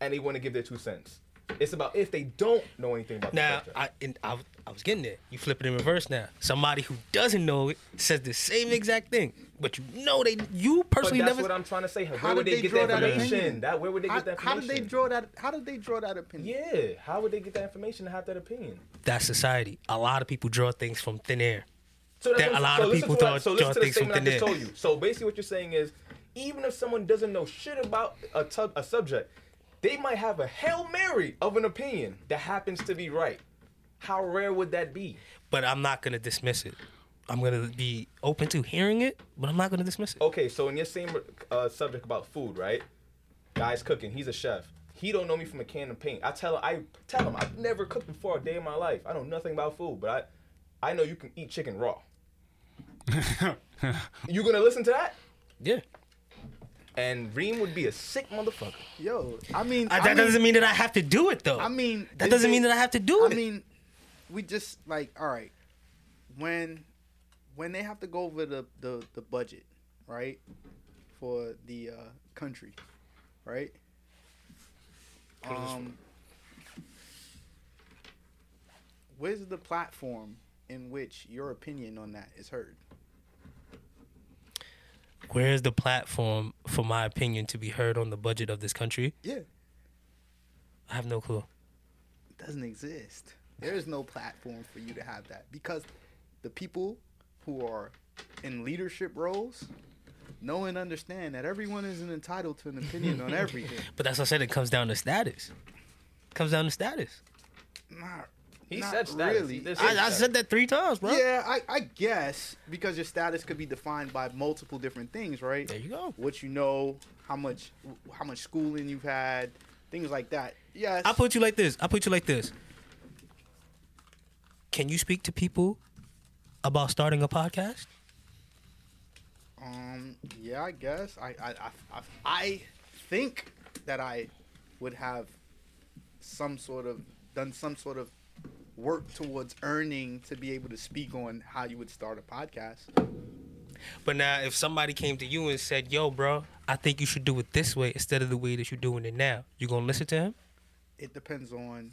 Speaker 3: and they want to give their two cents, it's about if they don't know anything about the
Speaker 5: Now,
Speaker 3: subject.
Speaker 5: I, and I I was getting there. You flip it in reverse now. Somebody who doesn't know it says the same exact thing, but you know they you
Speaker 3: but
Speaker 5: personally
Speaker 3: that's
Speaker 5: never.
Speaker 3: what I'm trying to say. Where
Speaker 4: How
Speaker 3: would
Speaker 4: did
Speaker 3: they,
Speaker 4: they
Speaker 3: get
Speaker 4: draw
Speaker 3: that
Speaker 4: that
Speaker 3: information?
Speaker 4: opinion?
Speaker 3: That where would they
Speaker 4: How,
Speaker 3: get that
Speaker 4: how
Speaker 3: information?
Speaker 4: did they draw that? How did they draw that opinion?
Speaker 3: Yeah, how would they get that information and have that opinion?
Speaker 5: that's society. A lot of people draw things from thin air.
Speaker 3: So that's
Speaker 5: That
Speaker 3: what-
Speaker 5: a lot
Speaker 3: so
Speaker 5: of
Speaker 3: listen
Speaker 5: people
Speaker 3: to what-
Speaker 5: thought John
Speaker 3: So listen to the
Speaker 5: thinks from
Speaker 3: statement I just
Speaker 5: thin air.
Speaker 3: told you. So basically, what you're saying is, even if someone doesn't know shit about a tub, a subject, they might have a hail mary of an opinion that happens to be right. How rare would that be?
Speaker 5: but I'm not gonna dismiss it. I'm gonna be open to hearing it, but I'm not gonna dismiss it.
Speaker 3: Okay, so in your same uh, subject about food, right? Guy's cooking. He's a chef. He don't know me from a can of paint. I tell him. I tell him I've never cooked before a day in my life. I know nothing about food, but I, I know you can eat chicken
Speaker 5: <laughs>
Speaker 3: raw. you gonna listen to that?
Speaker 5: Yeah.
Speaker 3: And Reem would be a sick motherfucker.
Speaker 4: Yo, I mean,
Speaker 5: I,
Speaker 4: I
Speaker 5: that
Speaker 4: mean-
Speaker 5: doesn't mean that I have to do it though.
Speaker 4: I mean,
Speaker 5: that
Speaker 4: did
Speaker 5: doesn't
Speaker 4: they-
Speaker 5: mean that I have to do
Speaker 4: I
Speaker 5: it.
Speaker 4: mean, we just like all right when when they have to go over the the, the budget, right, for the uh, country, right. Um, where's the platform in which your opinion on that is heard?
Speaker 5: Where's the platform for my opinion to be heard on the budget of this country?
Speaker 4: Yeah,
Speaker 5: I have no clue.
Speaker 4: doesn't exist. There is no platform for you to have that because the people who are in leadership roles know and understand that everyone isn't entitled to an opinion
Speaker 5: <laughs>
Speaker 4: on everything.
Speaker 5: But that's what I said. It comes down to status. comes down to status.
Speaker 4: Not,
Speaker 3: He
Speaker 4: not
Speaker 3: said status.
Speaker 4: really.
Speaker 3: He did
Speaker 5: I,
Speaker 3: say
Speaker 5: I
Speaker 3: status.
Speaker 5: said that three times, bro.
Speaker 4: yeah, I, I guess because your status could be defined by multiple different things, right?
Speaker 5: There you go.
Speaker 4: What you know, how much, how much schooling you've had, things like that. Yes.
Speaker 5: I put you like this. I put you like this. Can you speak to people about starting a podcast?
Speaker 4: Um. Yeah, I guess I I, I, I I think that I would have some sort of done some sort of work towards earning to be able to speak on how you would start a podcast.
Speaker 5: But now, if somebody came to you and said, "Yo, bro, I think you should do it this way instead of the way that you're doing it now," you gonna listen to him?
Speaker 4: It depends on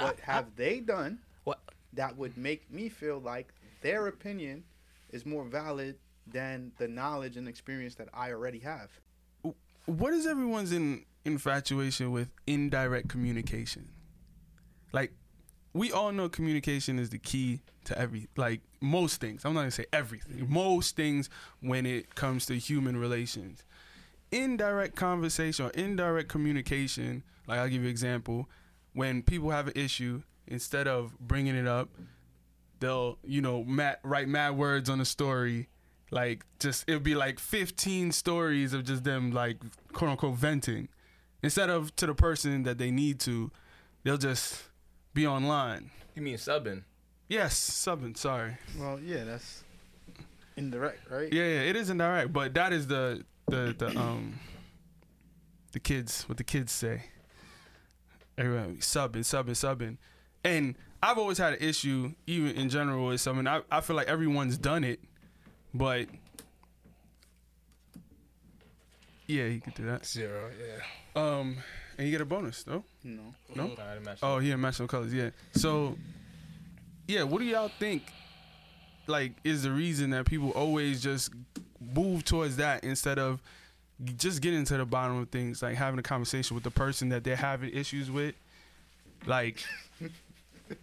Speaker 4: what have they done
Speaker 5: What?
Speaker 4: that would make me feel like their opinion is more valid than the knowledge and experience that I already have.
Speaker 2: What is everyone's in, infatuation with indirect communication? Like, we all know communication is the key to every, like, most things. I'm not gonna say everything. Most things when it comes to human relations. Indirect conversation or indirect communication, like, I'll give you an example. When people have an issue, instead of bringing it up, they'll you know mad, write mad words on a story like just it'll be like 15 stories of just them like quote unquote venting instead of to the person that they need to they'll just be online
Speaker 3: You mean subbing?
Speaker 2: yes subbing sorry
Speaker 4: Well, yeah, that's indirect, right?
Speaker 2: Yeah, yeah, it is indirect, but that is the the the um the kids what the kids say. Everyone subbing, subbing, subbing, and I've always had an issue, even in general, with something. I I feel like everyone's done it, but yeah, you can do that.
Speaker 5: Zero, yeah.
Speaker 2: Um, and you get a bonus though.
Speaker 4: You know,
Speaker 2: No.
Speaker 3: Nah, I didn't match
Speaker 2: Oh, yeah, matching colors. Yeah. So, yeah, what do y'all think? Like, is the reason that people always just move towards that instead of just getting to the bottom of things, like having a conversation with the person that they're having issues with? Like,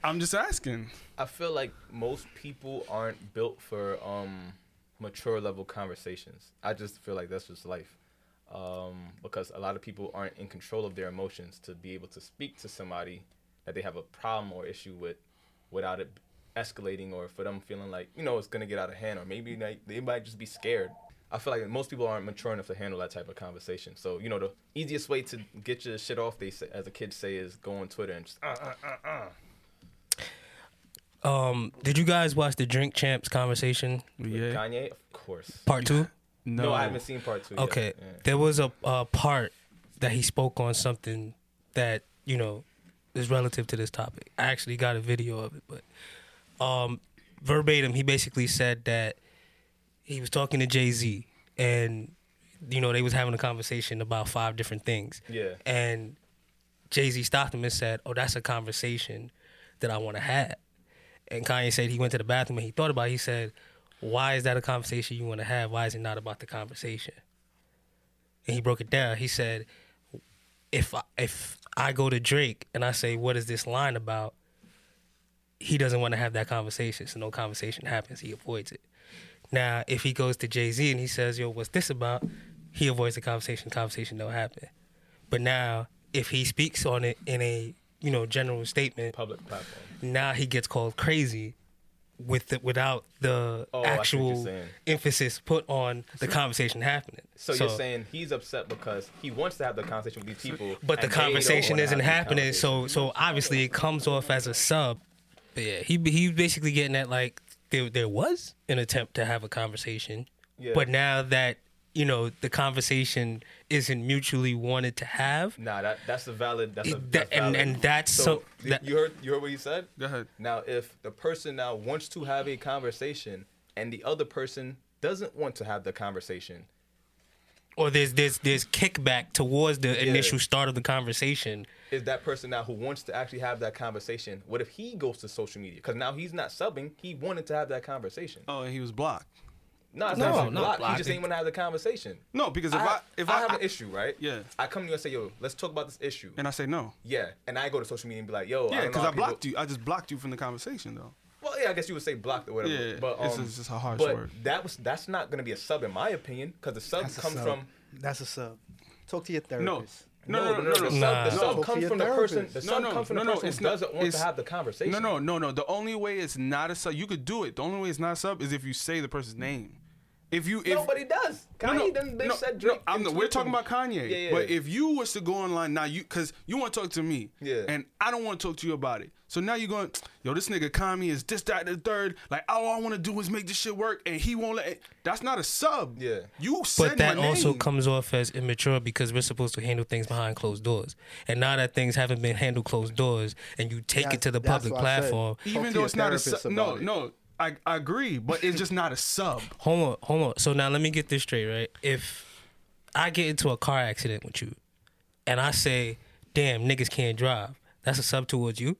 Speaker 2: I'm just asking.
Speaker 3: I feel like most people aren't built for um, mature level conversations. I just feel like that's just life. Um, because a lot of people aren't in control of their emotions to be able to speak to somebody that they have a problem or issue with without it escalating or for them feeling like, you know, it's going to get out of hand or maybe like, they might just be scared. I feel like most people aren't mature enough to handle that type of conversation. So, you know, the easiest way to get your shit off, they say, as the kids say, is go on Twitter and just, uh, uh, uh, uh.
Speaker 5: Um, did you guys watch the Drink Champs conversation
Speaker 2: Yeah.
Speaker 3: Kanye, of course.
Speaker 5: part two?
Speaker 3: No, I haven't seen part two. yet.
Speaker 5: Okay,
Speaker 3: Yeah.
Speaker 5: there was a, a part that he spoke on something that you know is relative to this topic. I actually got a video of it, but um, verbatim, he basically said that he was talking to Jay Z, and you know they was having a conversation about five different things.
Speaker 3: Yeah.
Speaker 5: and Jay Z stopped him and said, "Oh, that's a conversation that I want to have." And Kanye said he went to the bathroom and he thought about. it. He said, "Why is that a conversation you want to have? Why is it not about the conversation?" And he broke it down. He said, "If I, if I go to Drake and I say, what is this line about?" He doesn't want to have that conversation, so no conversation happens. He avoids it. Now, if he goes to Jay Z and he says, "Yo, what's this about?" He avoids the conversation. Conversation don't happen. But now, if he speaks on it in a you know general statement,
Speaker 3: Public platform.
Speaker 5: now he gets called crazy with the, without the
Speaker 3: Oh, I see what you're
Speaker 5: actual
Speaker 3: saying.
Speaker 5: emphasis put on the conversation happening.
Speaker 3: So, you're saying he's upset because he wants to have the conversation with these people,
Speaker 5: but
Speaker 3: and
Speaker 5: the
Speaker 3: they don't
Speaker 5: conversation
Speaker 3: wanna have
Speaker 5: isn't
Speaker 3: the
Speaker 5: happening.
Speaker 3: conversation.
Speaker 5: So so obviously it comes off as a sub. But yeah, he he's basically getting at like there there was an attempt to have a conversation,
Speaker 3: Yeah.
Speaker 5: but now that you know the conversation isn't mutually wanted to have.
Speaker 3: nah, that, that's a valid. That's a
Speaker 5: It-
Speaker 3: that's
Speaker 5: that- and-
Speaker 3: valid.
Speaker 5: and that's so-
Speaker 3: you-
Speaker 5: that-
Speaker 3: you heard you heard what you said.
Speaker 2: Go ahead.
Speaker 3: Now, if the person now wants to have a conversation and the other person doesn't want to have the conversation,
Speaker 5: or there's there's there's kickback towards the initial start of the conversation.
Speaker 3: is that person now who wants to actually have that conversation? What if he goes to social media? Because now he's not subbing. He wanted to have that conversation.
Speaker 2: Oh, and he was blocked.
Speaker 3: No, it's
Speaker 5: No,
Speaker 3: not
Speaker 5: not
Speaker 3: blocked. He
Speaker 5: blocked.
Speaker 3: just ain't want to have the conversation.
Speaker 2: No, because if I,
Speaker 3: I, have-
Speaker 2: if
Speaker 3: I,
Speaker 2: I,
Speaker 3: have an issue, right?
Speaker 2: Yeah.
Speaker 3: I come to you and say, yo, let's talk about this issue.
Speaker 2: and I say no.
Speaker 3: yeah. And I go to social media and be like,
Speaker 2: Yeah,
Speaker 3: yo, don't know
Speaker 2: because
Speaker 3: how
Speaker 2: I blocked
Speaker 3: people-
Speaker 2: you. I just blocked you from the conversation though.
Speaker 3: Well, yeah, I guess you would say blocked or whatever.
Speaker 2: Yeah,
Speaker 3: but um,
Speaker 2: it's- it's just a harsh
Speaker 3: but
Speaker 2: word.
Speaker 3: that was that's not gonna be a sub in my opinion, because the sub
Speaker 4: that's a
Speaker 3: comes
Speaker 4: sub.
Speaker 3: from
Speaker 4: That's a sub. Talk to your
Speaker 2: No.
Speaker 4: therapist.
Speaker 2: No, no, no, no,
Speaker 3: The
Speaker 2: no.
Speaker 3: sub,
Speaker 5: Nah.
Speaker 3: the sub
Speaker 4: No.
Speaker 3: comes
Speaker 4: Your
Speaker 3: from the person.
Speaker 4: therapist.
Speaker 3: The
Speaker 2: No,
Speaker 3: sub
Speaker 2: no,
Speaker 3: comes from
Speaker 2: no,
Speaker 3: the
Speaker 2: no,
Speaker 3: person
Speaker 2: it's
Speaker 3: who
Speaker 2: not-
Speaker 3: doesn't want to
Speaker 2: it's-
Speaker 3: have the conversation.
Speaker 2: No, no, no, no. The only way it's not a sub, you could do it. The only way it's not a sub is if you say the person's name. If you, if
Speaker 3: nobody does. Kanye done they said Drake.
Speaker 2: I'm
Speaker 3: and
Speaker 2: not- we're
Speaker 3: Twitter.
Speaker 2: talking about Kanye.
Speaker 3: Yeah, yeah.
Speaker 2: But if you was to go online now, you because you want to talk to me,
Speaker 3: Yeah.
Speaker 2: and I don't want to talk to you about it. So now you're going, yo, this nigga Kanye is this, that, and the third. Like all I want to do is make this shit work, and he won't let. It. That's not a sub.
Speaker 3: Yeah.
Speaker 2: you said
Speaker 5: But that
Speaker 2: my
Speaker 5: also
Speaker 2: name.
Speaker 5: comes off as immature because we're supposed to handle things behind closed doors. And now that things haven't been handled closed doors and you take it
Speaker 4: That's-
Speaker 5: to the
Speaker 4: that's
Speaker 5: public
Speaker 4: what I said.
Speaker 5: platform.
Speaker 4: Talk
Speaker 2: even
Speaker 4: to
Speaker 2: though
Speaker 4: your
Speaker 2: it's not a
Speaker 4: therapist
Speaker 2: sub. No,
Speaker 4: about it.
Speaker 2: no, I, I agree, but it's just not a sub.
Speaker 5: Hold on, hold on. So now let me get this straight, right? If I get into a car accident with you and I say, damn, niggas can't drive, that's a sub towards you?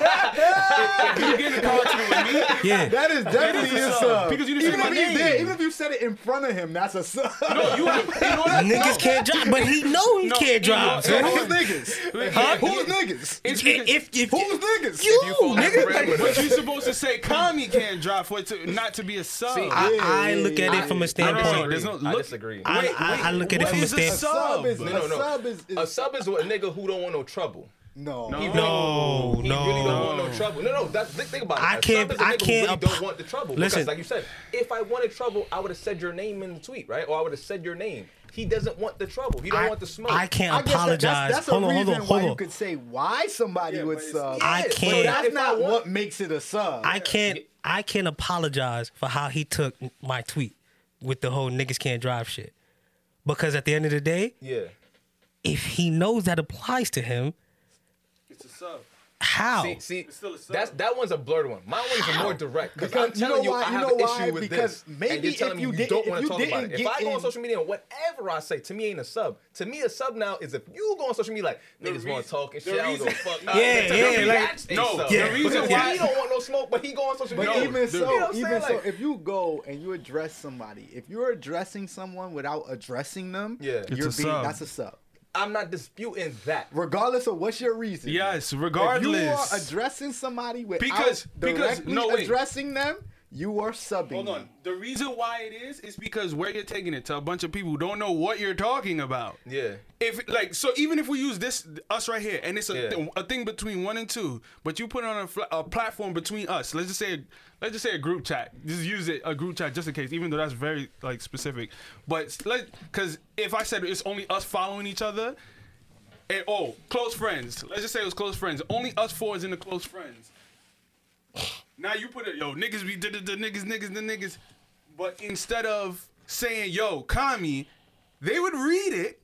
Speaker 2: you get in a car accident with me,
Speaker 5: Yeah.
Speaker 4: That is definitely
Speaker 2: a
Speaker 4: a
Speaker 2: sub,
Speaker 4: sub.
Speaker 2: because you didn't say
Speaker 4: even
Speaker 2: my
Speaker 4: if you
Speaker 2: name.
Speaker 4: did, even if you said it in front of him, that's a sub.
Speaker 2: you have, you know what?
Speaker 5: Niggas can't drive, but he know he
Speaker 2: No,
Speaker 5: can't
Speaker 2: you know-
Speaker 5: drive. so
Speaker 2: yeah,
Speaker 4: Who's niggas?
Speaker 2: Huh?
Speaker 4: Who's niggas?
Speaker 2: It's because-
Speaker 5: if, if, if
Speaker 4: Who's niggas?
Speaker 5: you, nigga,
Speaker 2: But you're supposed to say Kanye can't drive for it to not to be a sub.
Speaker 3: See,
Speaker 5: I,
Speaker 4: Yeah,
Speaker 5: I
Speaker 4: yeah,
Speaker 5: look at it
Speaker 2: I
Speaker 5: from a
Speaker 2: don't
Speaker 5: standpoint.
Speaker 2: know. There's no
Speaker 3: I
Speaker 2: look.
Speaker 3: disagree.
Speaker 5: I,
Speaker 2: Wait,
Speaker 5: I, I
Speaker 2: wait,
Speaker 5: look at it
Speaker 2: what
Speaker 5: from a
Speaker 2: is a
Speaker 5: standpoint.
Speaker 2: sub?
Speaker 4: sub is,
Speaker 3: No, no,
Speaker 4: a
Speaker 3: no.
Speaker 4: sub is, is
Speaker 3: A sub is a nigga who don't want no trouble.
Speaker 4: no.
Speaker 3: He really
Speaker 5: No,
Speaker 3: don't- he
Speaker 5: Oh, no.
Speaker 3: really don't want no trouble. No, no, that's think, think about it.
Speaker 5: I
Speaker 3: A
Speaker 5: can't-
Speaker 3: sub is a
Speaker 5: I
Speaker 3: nigga who
Speaker 5: can't
Speaker 3: Really don't
Speaker 5: ap-
Speaker 3: want the trouble.
Speaker 5: Listen.
Speaker 3: because, like you said, if I wanted trouble, I would have said your name in the tweet, right? Or I would have said your name. He doesn't want the trouble. He don't
Speaker 5: I-
Speaker 3: want the smoke.
Speaker 5: I can't
Speaker 4: I guess that-
Speaker 5: apologize.
Speaker 4: That's, that's
Speaker 5: hold
Speaker 4: a
Speaker 5: on,
Speaker 4: reason
Speaker 5: hold on, hold
Speaker 4: why
Speaker 5: on.
Speaker 4: you could say why somebody
Speaker 1: Yeah,
Speaker 4: would
Speaker 1: but it's-
Speaker 4: sub.
Speaker 5: I
Speaker 3: but
Speaker 5: can't-
Speaker 3: that's
Speaker 4: That's not
Speaker 3: what-
Speaker 4: what makes it a sub.
Speaker 5: I can't I can't apologize for how he took my tweet with the whole niggas can't drive shit. Because at the end of the day,
Speaker 3: Yeah.
Speaker 5: if he knows that applies to him,
Speaker 2: It's a sub.
Speaker 5: how?
Speaker 3: See, see,
Speaker 2: still a sub.
Speaker 3: that's that one's a blurred one. My one's a more direct. Because I'm
Speaker 4: Because you know
Speaker 3: telling you, I
Speaker 4: why- you
Speaker 3: have
Speaker 4: know
Speaker 3: an
Speaker 4: why?
Speaker 3: issue with
Speaker 4: Because
Speaker 3: this. and
Speaker 4: maybe
Speaker 3: you're
Speaker 4: if
Speaker 3: telling me
Speaker 4: you
Speaker 3: you
Speaker 4: didn't-
Speaker 3: don't
Speaker 4: if
Speaker 3: want
Speaker 4: you
Speaker 3: to talk about
Speaker 4: didn't
Speaker 3: it. If
Speaker 4: get
Speaker 3: I go on
Speaker 4: in-
Speaker 3: social media and whatever I say, to me ain't a sub. To me, a sub now is if you go on social media like niggas want to
Speaker 2: reason-
Speaker 3: talk and
Speaker 2: the
Speaker 3: shit. I don't give a
Speaker 2: reason-
Speaker 3: fuck.
Speaker 5: Yeah,
Speaker 3: To
Speaker 5: yeah,
Speaker 3: me,
Speaker 5: like-
Speaker 3: that's a
Speaker 2: No,
Speaker 3: sub.
Speaker 5: the reason
Speaker 3: Because
Speaker 5: why-
Speaker 3: he don't want no smoke, but he go on social
Speaker 4: But
Speaker 3: media.
Speaker 4: even
Speaker 3: You know what
Speaker 4: so,
Speaker 3: I'm
Speaker 4: even
Speaker 3: saying?
Speaker 4: so,
Speaker 3: Like,
Speaker 4: if you go and you address somebody, if you're addressing someone without addressing them,
Speaker 3: Yeah. It's
Speaker 4: you're
Speaker 2: a
Speaker 4: being
Speaker 2: sub.
Speaker 4: that's a sub.
Speaker 3: I'm not disputing that.
Speaker 4: Regardless of what's your reason.
Speaker 2: Yes,
Speaker 4: If you are
Speaker 2: regardless.
Speaker 4: addressing somebody without
Speaker 2: Because- because-
Speaker 4: directly
Speaker 2: no, wait.
Speaker 4: addressing them, you are subbing.
Speaker 2: Hold on.
Speaker 4: them.
Speaker 2: The reason why it is is because where you're taking it to a bunch of people who don't know what you're talking about.
Speaker 3: Yeah.
Speaker 2: If like so, even if we use this us right here, and it's a,
Speaker 3: Yeah.
Speaker 2: a thing between one and two, but you put it on a, fl- a platform between us. Let's just say, let's just say a group chat. Just use it a group chat just in case, even though that's very like specific. But let because if I said it's only us following each other, and oh, close friends. Let's just say it was close friends. Only us four is in the close friends. Now you put it, yo, niggas be the niggas, niggas, the niggas. But instead of saying, yo, Kami, they would read it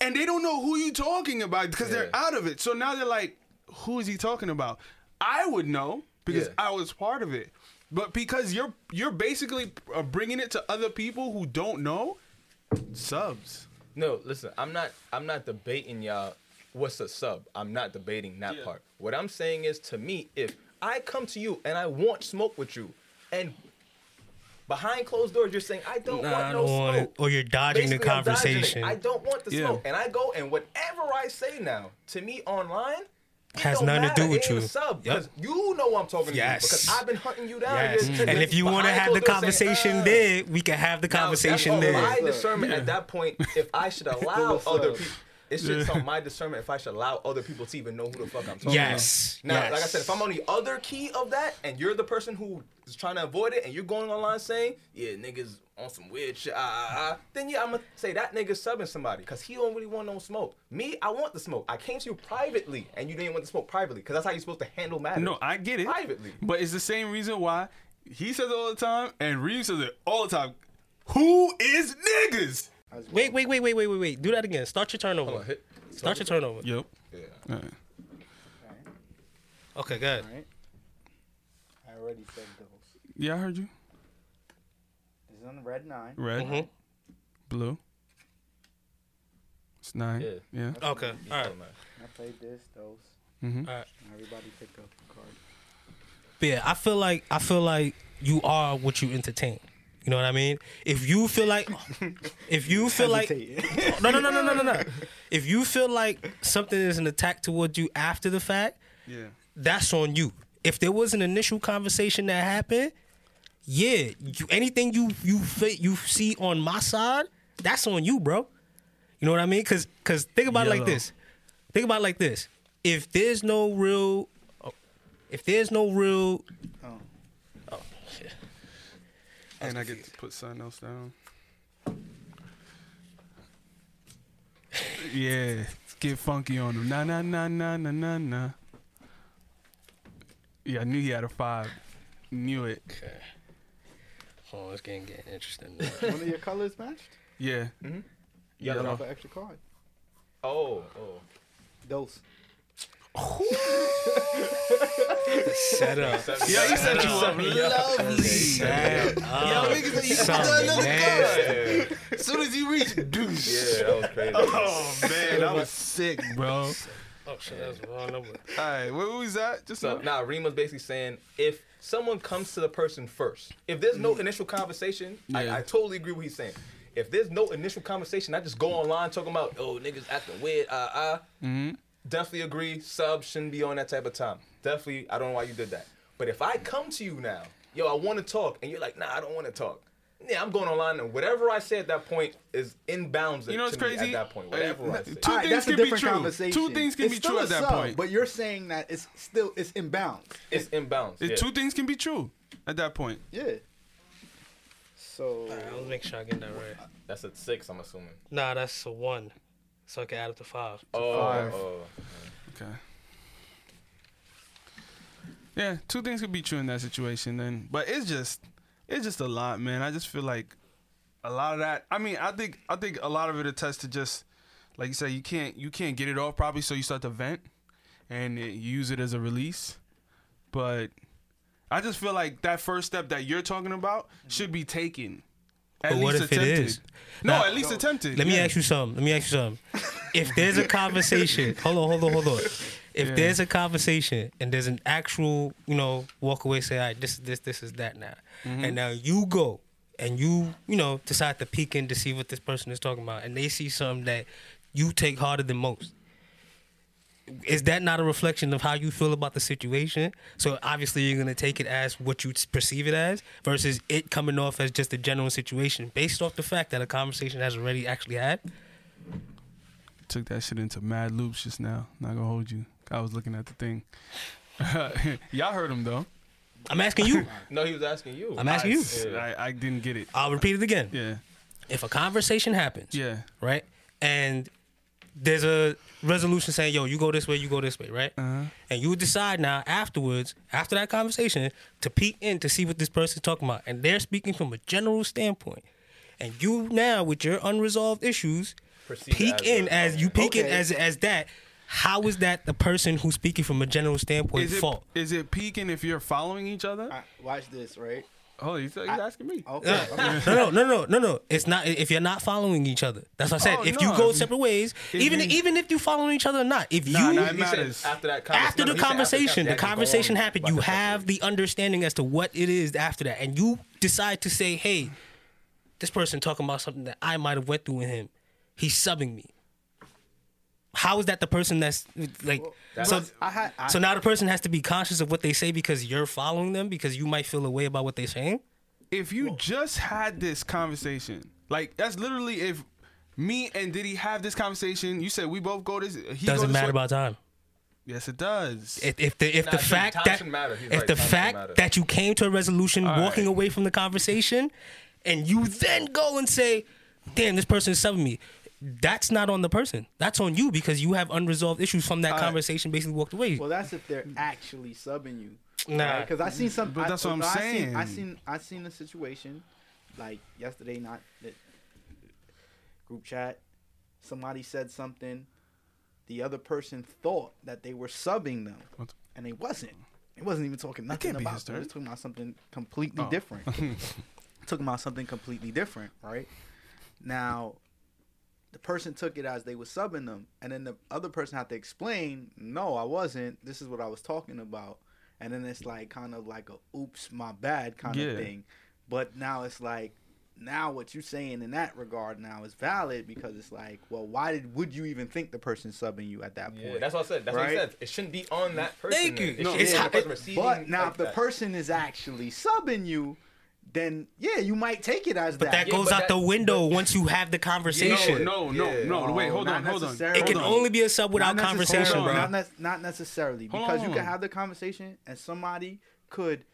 Speaker 2: and they don't know who you talking about because they're
Speaker 3: Yeah.
Speaker 2: out of it. So now they're like, who is he talking about? I would know because
Speaker 3: Yeah.
Speaker 2: I was part of it. But because you're you're basically uh, bringing it to other people who don't know, subs.
Speaker 3: No, listen, I'm not I'm not debating y'all what's a sub. I'm not debating that
Speaker 2: Yeah.
Speaker 3: part. What I'm saying is to me, if I come to you and I want smoke with you and behind closed doors you're saying I don't
Speaker 5: Nah,
Speaker 3: want
Speaker 5: I
Speaker 3: no
Speaker 5: don't want it.
Speaker 3: smoke.
Speaker 5: Or you're dodging the
Speaker 3: Basically, I'm dodging it.
Speaker 5: conversation.
Speaker 3: I don't want the
Speaker 2: Yeah.
Speaker 3: smoke. And I go and whatever I say now to me online it
Speaker 5: Has
Speaker 3: don't
Speaker 5: nothing to
Speaker 3: matter.
Speaker 5: do with
Speaker 3: It ain't a
Speaker 5: you.
Speaker 3: sub
Speaker 5: Yep.
Speaker 3: because you know I'm talking
Speaker 5: Yes.
Speaker 3: to you because I've been hunting you down.
Speaker 5: Yes.
Speaker 3: You're-
Speaker 5: And if you want to
Speaker 3: behind
Speaker 5: have the
Speaker 3: closed doors saying,
Speaker 5: conversation
Speaker 3: "Uh,
Speaker 5: there, we can have the
Speaker 3: now,
Speaker 5: conversation
Speaker 3: that's
Speaker 5: there.
Speaker 3: on My
Speaker 4: Yeah.
Speaker 3: discernment at that point, if
Speaker 2: <laughs>
Speaker 3: I should allow
Speaker 4: What's up?
Speaker 3: other people, it's just on my discernment if I should allow other people to even know who the fuck I'm talking
Speaker 5: Yes,
Speaker 3: about. Now, like I
Speaker 5: yes.
Speaker 3: said, if I'm on the other key of that, and you're the person who is trying to avoid it, and you're going online saying, "Yeah, niggas on some weird shit," ah, ah, ah, then yeah, I'm gonna say that nigga's subbing somebody because he don't really want no smoke. Me, I want the smoke. I came to you privately, and you didn't want the smoke privately because that's how you're supposed to handle matters.
Speaker 2: No, I get it.
Speaker 3: privately.
Speaker 2: But it's the same reason why he says it all the time and Reeves says it all the time. Who is niggas?
Speaker 5: Wait, wait, wait, wait, wait, wait, wait. Do that again. Start your turnover.
Speaker 3: on, hit-
Speaker 5: Start your turnover.
Speaker 2: Yep.
Speaker 3: Yeah.
Speaker 2: Uh,
Speaker 5: Okay, good.
Speaker 4: Alright. I already said those.
Speaker 2: Yeah, I heard you.
Speaker 4: This is on the red nine.
Speaker 2: Red,
Speaker 3: Mm-hmm.
Speaker 5: Mhm.
Speaker 2: blue. It's nine.
Speaker 3: Yeah.
Speaker 2: Yeah.
Speaker 5: Okay. All right.
Speaker 3: Oh, man.
Speaker 4: I played this, those.
Speaker 5: All right.
Speaker 4: and Everybody picked up
Speaker 2: <laughs>
Speaker 4: a card.
Speaker 5: But yeah, I feel like I feel like you are what you entertain. You know what I mean? If you feel like, if you feel like,
Speaker 4: Hesitating.
Speaker 5: no, no, no, no, no, no, no. If you feel like something is an attack towards you after the fact,
Speaker 2: Yeah.
Speaker 5: that's on you. If there was an initial conversation that happened, yeah, you, anything you you fit you see on my side, that's on you, bro. You know what I mean? Cause cause think about it like
Speaker 2: Yellow.
Speaker 5: this. Think about it like this. If there's no real, if there's no real,
Speaker 4: Oh.
Speaker 5: oh shit.
Speaker 2: And I get to put something else <laughs> down. yeah. Get funky on him. Nah, nah, nah, nah, nah, nah, nah. Yeah, I knew he had a five. Knew it.
Speaker 5: Oh, it's getting getting interesting.
Speaker 4: One
Speaker 2: <laughs>
Speaker 4: of your colors matched?
Speaker 2: Yeah.
Speaker 3: Mm-hmm.
Speaker 4: Drop
Speaker 2: Yellow.
Speaker 4: an extra card.
Speaker 3: Oh, oh.
Speaker 4: Those.
Speaker 5: Set up.
Speaker 2: <laughs> Yeah, you said you
Speaker 5: Set
Speaker 2: were lovely.
Speaker 5: Set up.
Speaker 2: niggas, you
Speaker 5: Son,
Speaker 2: got another
Speaker 5: man.
Speaker 3: Yeah.
Speaker 2: As soon as you reach douche.
Speaker 3: Yeah, that was crazy.
Speaker 2: <laughs> Oh man, that was sick, <laughs> bro.
Speaker 5: Oh shit, that was the wrong number.
Speaker 2: Alright, where was that? Just
Speaker 3: So now Rima's basically saying if someone comes to the person first, if there's no initial conversation,
Speaker 2: Mm-hmm. Yeah.
Speaker 3: I, I totally agree with what he's saying. If there's no initial conversation, I just go online talking about oh niggas acting weird, uh uh.
Speaker 2: Mm-hmm.
Speaker 3: Definitely agree. Sub shouldn't be on that type of time. Definitely, I don't know why you did that. But if I come to you now, yo, I want to talk, and you're like, nah, I don't want to talk. Yeah, I'm going online, and whatever I say at that point is inbounds.
Speaker 2: You know what's
Speaker 3: to me
Speaker 2: crazy?
Speaker 3: At that point,
Speaker 2: Uh,
Speaker 3: whatever I
Speaker 2: n-
Speaker 3: say.
Speaker 2: two-
Speaker 4: Alright,
Speaker 2: things
Speaker 4: that's a
Speaker 2: can be
Speaker 4: different
Speaker 2: true.
Speaker 4: conversation.
Speaker 2: Two things can
Speaker 4: It's
Speaker 2: be true
Speaker 4: still
Speaker 2: at
Speaker 4: a
Speaker 2: that
Speaker 4: sub,
Speaker 2: point.
Speaker 4: But you're saying that it's still it's inbound.
Speaker 3: it's inbounds. yeah.
Speaker 2: Two things can be true at that point.
Speaker 4: Yeah. So
Speaker 5: All right, I'll make sure I get that right.
Speaker 3: That's at six, I'm assuming.
Speaker 5: Nah, that's a one. So I can add up to five.
Speaker 3: Oh,
Speaker 4: five.
Speaker 3: oh.
Speaker 2: Okay. Yeah, two things could be true in that situation then. But it's just it's just a lot, man. I just feel like a lot of that I mean, I think I think a lot of it attests to just like you said, you can't you can't get it off probably, so you start to vent and it, you use it as a release. But I just feel like that first step that you're talking about should be taken. At
Speaker 5: Mm-hmm. But what if it is?
Speaker 2: No,
Speaker 5: Now-
Speaker 2: at least attempted.
Speaker 5: Let me
Speaker 2: yeah.
Speaker 5: ask you something. Let me ask you something. If there's a <laughs> conversation, hold on, hold on, hold on. If there's a conversation and there's an actual, you know, walk away say, all right, this, this, this is that now, and now you go and you, you know, decide to peek in to see what this person is talking about, and they see something that you take harder than most. Is that not a reflection of how you feel about the situation? So obviously you're gonna take it as what you perceive it as, versus it coming off as just a general situation based off the fact that a conversation has already actually had.
Speaker 2: took that shit into mad loops just now. Not gonna hold you. I was looking at the thing. <laughs> Y'all heard him though.
Speaker 5: I'm
Speaker 2: <laughs>
Speaker 5: asking you.
Speaker 3: No, he was asking you.
Speaker 5: I'm asking you.
Speaker 3: Yeah.
Speaker 2: I, I didn't get it.
Speaker 5: I'll repeat it again.
Speaker 2: Yeah,
Speaker 5: If a conversation happens,
Speaker 2: yeah,
Speaker 5: right, and there's a resolution saying, "Yo, you go this way, you go this way," right,
Speaker 2: Uh-huh.
Speaker 5: and you decide now afterwards, after that conversation, to peek in to see what this person's talking about, and they're speaking from a general standpoint, and you now with your unresolved issues,
Speaker 3: Perceive
Speaker 5: peek
Speaker 3: as
Speaker 5: in
Speaker 3: a-
Speaker 5: as you peek in
Speaker 4: Okay.
Speaker 5: as as that. How is that the person who's speaking from a general standpoint
Speaker 2: Is it
Speaker 5: fault?
Speaker 2: is it peaking if you're following each other?
Speaker 4: I, watch this, right?
Speaker 2: oh, he's, he's asking me.
Speaker 4: Okay. okay.
Speaker 5: no, no, no, no, no, no. It's not if you're not following each other. That's what I said.
Speaker 2: Oh,
Speaker 5: if
Speaker 2: no.
Speaker 5: you go separate ways,
Speaker 2: If
Speaker 5: even
Speaker 2: you-
Speaker 5: even if you following each other or not, if
Speaker 2: Nah,
Speaker 5: you
Speaker 2: nah, it
Speaker 3: He said
Speaker 2: matters.
Speaker 3: after that conversation.
Speaker 5: after the conversation, the conversation happened, you have the understanding as to what it is after that, and you decide to say, "Hey, this person talking about something that I might have went through with him. He's subbing me." How is that the person that's like? so,
Speaker 4: I had. I,
Speaker 5: so now the person has to be conscious of what they say because you're following them because you might feel a way about what they're saying.
Speaker 2: If you just had this conversation, like that's literally if me and Diddy have this conversation. You said we both go this. He go
Speaker 5: Doesn't
Speaker 2: this
Speaker 5: matter
Speaker 2: way.
Speaker 5: about time.
Speaker 2: Yes, it does.
Speaker 5: if, if the if
Speaker 3: Nah,
Speaker 5: the
Speaker 3: see,
Speaker 5: fact
Speaker 3: time
Speaker 5: that
Speaker 3: shouldn't matter. He's
Speaker 5: if
Speaker 3: right,
Speaker 5: the
Speaker 3: time shouldn't matter.
Speaker 5: fact that you came to a resolution
Speaker 2: All
Speaker 5: walking
Speaker 2: right.
Speaker 5: away from the conversation and you then go and say damn this person is subbing me that's not on the person that's on you because you have unresolved issues from that
Speaker 2: right.
Speaker 5: conversation basically walked away
Speaker 4: well, that's if they're actually subbing you.
Speaker 5: Nah.
Speaker 4: Because I seen some.
Speaker 2: But
Speaker 4: I-
Speaker 2: that's what I'm
Speaker 4: I
Speaker 2: saying.
Speaker 4: Seen, I seen. I seen a situation, like yesterday, not that group chat. Somebody said something. The other person thought that they were subbing them,
Speaker 2: What?
Speaker 4: and they wasn't. It wasn't even talking nothing
Speaker 2: can't be
Speaker 4: about
Speaker 2: his
Speaker 4: them.
Speaker 2: turn.
Speaker 4: It was talking about something completely
Speaker 2: Oh. <laughs>
Speaker 4: different. talking about something completely different, right? Now, the person took it as they were subbing them, and then the other person had to explain, "No, I wasn't. This is what I was talking about." And then it's like kind of like a "Oops, my bad" kind
Speaker 2: Yeah.
Speaker 4: of thing. But now it's like, now what you're saying in that regard now is valid because it's like, well, why did would you even think the person subbing you at that
Speaker 3: Yeah,
Speaker 4: point?
Speaker 3: that's what I said. That's what he
Speaker 4: Right?
Speaker 3: said. It shouldn't be on that person.
Speaker 5: Thank
Speaker 3: then.
Speaker 5: you.
Speaker 3: It
Speaker 5: No,
Speaker 3: should be
Speaker 5: it's
Speaker 3: on
Speaker 5: how-
Speaker 3: the person receiving
Speaker 4: But now,
Speaker 3: like
Speaker 4: if the
Speaker 3: that.
Speaker 4: person is actually subbing you, then yeah, you might take it as
Speaker 5: but that
Speaker 3: yeah,
Speaker 5: goes
Speaker 3: but
Speaker 5: out the
Speaker 3: that-
Speaker 5: window once you have the
Speaker 2: no,
Speaker 5: conversation
Speaker 2: no, no,
Speaker 3: Yeah.
Speaker 2: no, Wait, hold
Speaker 4: No,
Speaker 2: on,
Speaker 4: not
Speaker 2: hold on.
Speaker 4: necessarily.
Speaker 5: it
Speaker 2: hold
Speaker 5: can
Speaker 2: on.
Speaker 5: only be a sub without
Speaker 4: Not necess-
Speaker 5: conversation
Speaker 2: Hold on,
Speaker 5: bro
Speaker 4: Not, nec- not necessarily
Speaker 2: Hold
Speaker 4: because you
Speaker 2: on.
Speaker 4: can have the conversation and somebody could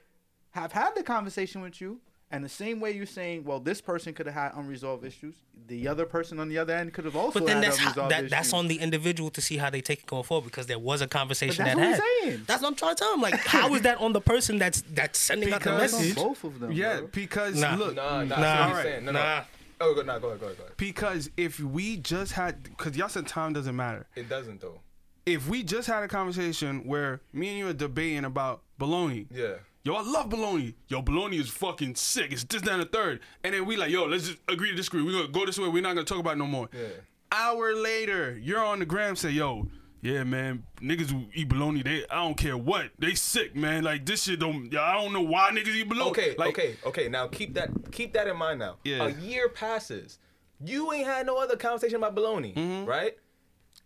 Speaker 4: have had the conversation with you. And the same way you're saying, well, this person could have had unresolved issues. The other person on the other end could have also
Speaker 5: But then
Speaker 4: had
Speaker 5: that's
Speaker 4: unresolved
Speaker 5: how, that,
Speaker 4: issues.
Speaker 5: that's on the individual to see how they take it going forward because there was a conversation
Speaker 4: But that's
Speaker 5: that
Speaker 4: what I'm
Speaker 5: happened.
Speaker 4: saying.
Speaker 5: That's what I'm trying to tell him. Like, how is that on the person that's that's sending out the
Speaker 2: Because-
Speaker 4: That's on
Speaker 5: message?
Speaker 4: both of them.
Speaker 2: Yeah,
Speaker 4: bro.
Speaker 2: because
Speaker 5: Nah.
Speaker 2: look,
Speaker 3: Nah, nah,
Speaker 5: Nah.
Speaker 3: nah,
Speaker 2: All right.
Speaker 3: saying. No,
Speaker 5: Nah.
Speaker 3: no. Oh, go, nah, go ahead, go ahead, go ahead.
Speaker 2: because if we just had, because y'all said time doesn't matter.
Speaker 3: It doesn't though.
Speaker 2: if we just had a conversation where me and you are debating about bologna,
Speaker 3: Yeah.
Speaker 2: yo, I love bologna. Yo, bologna is fucking sick. It's this, that, and the third. And then we like, yo, let's just agree to disagree. We're gonna go this way. We're not gonna talk about it no more.
Speaker 3: Yeah.
Speaker 2: Hour later, you're on the gram say, yo, yeah, man, niggas who eat bologna, they I don't care what. They sick, man. Like this shit don't yeah, I don't know why niggas eat
Speaker 5: Oh,
Speaker 2: bologna.
Speaker 3: Okay,
Speaker 2: like,
Speaker 3: okay, okay. Now keep that keep that in mind. Now,
Speaker 2: Yeah.
Speaker 3: a year passes. You ain't had no other conversation about baloney, right?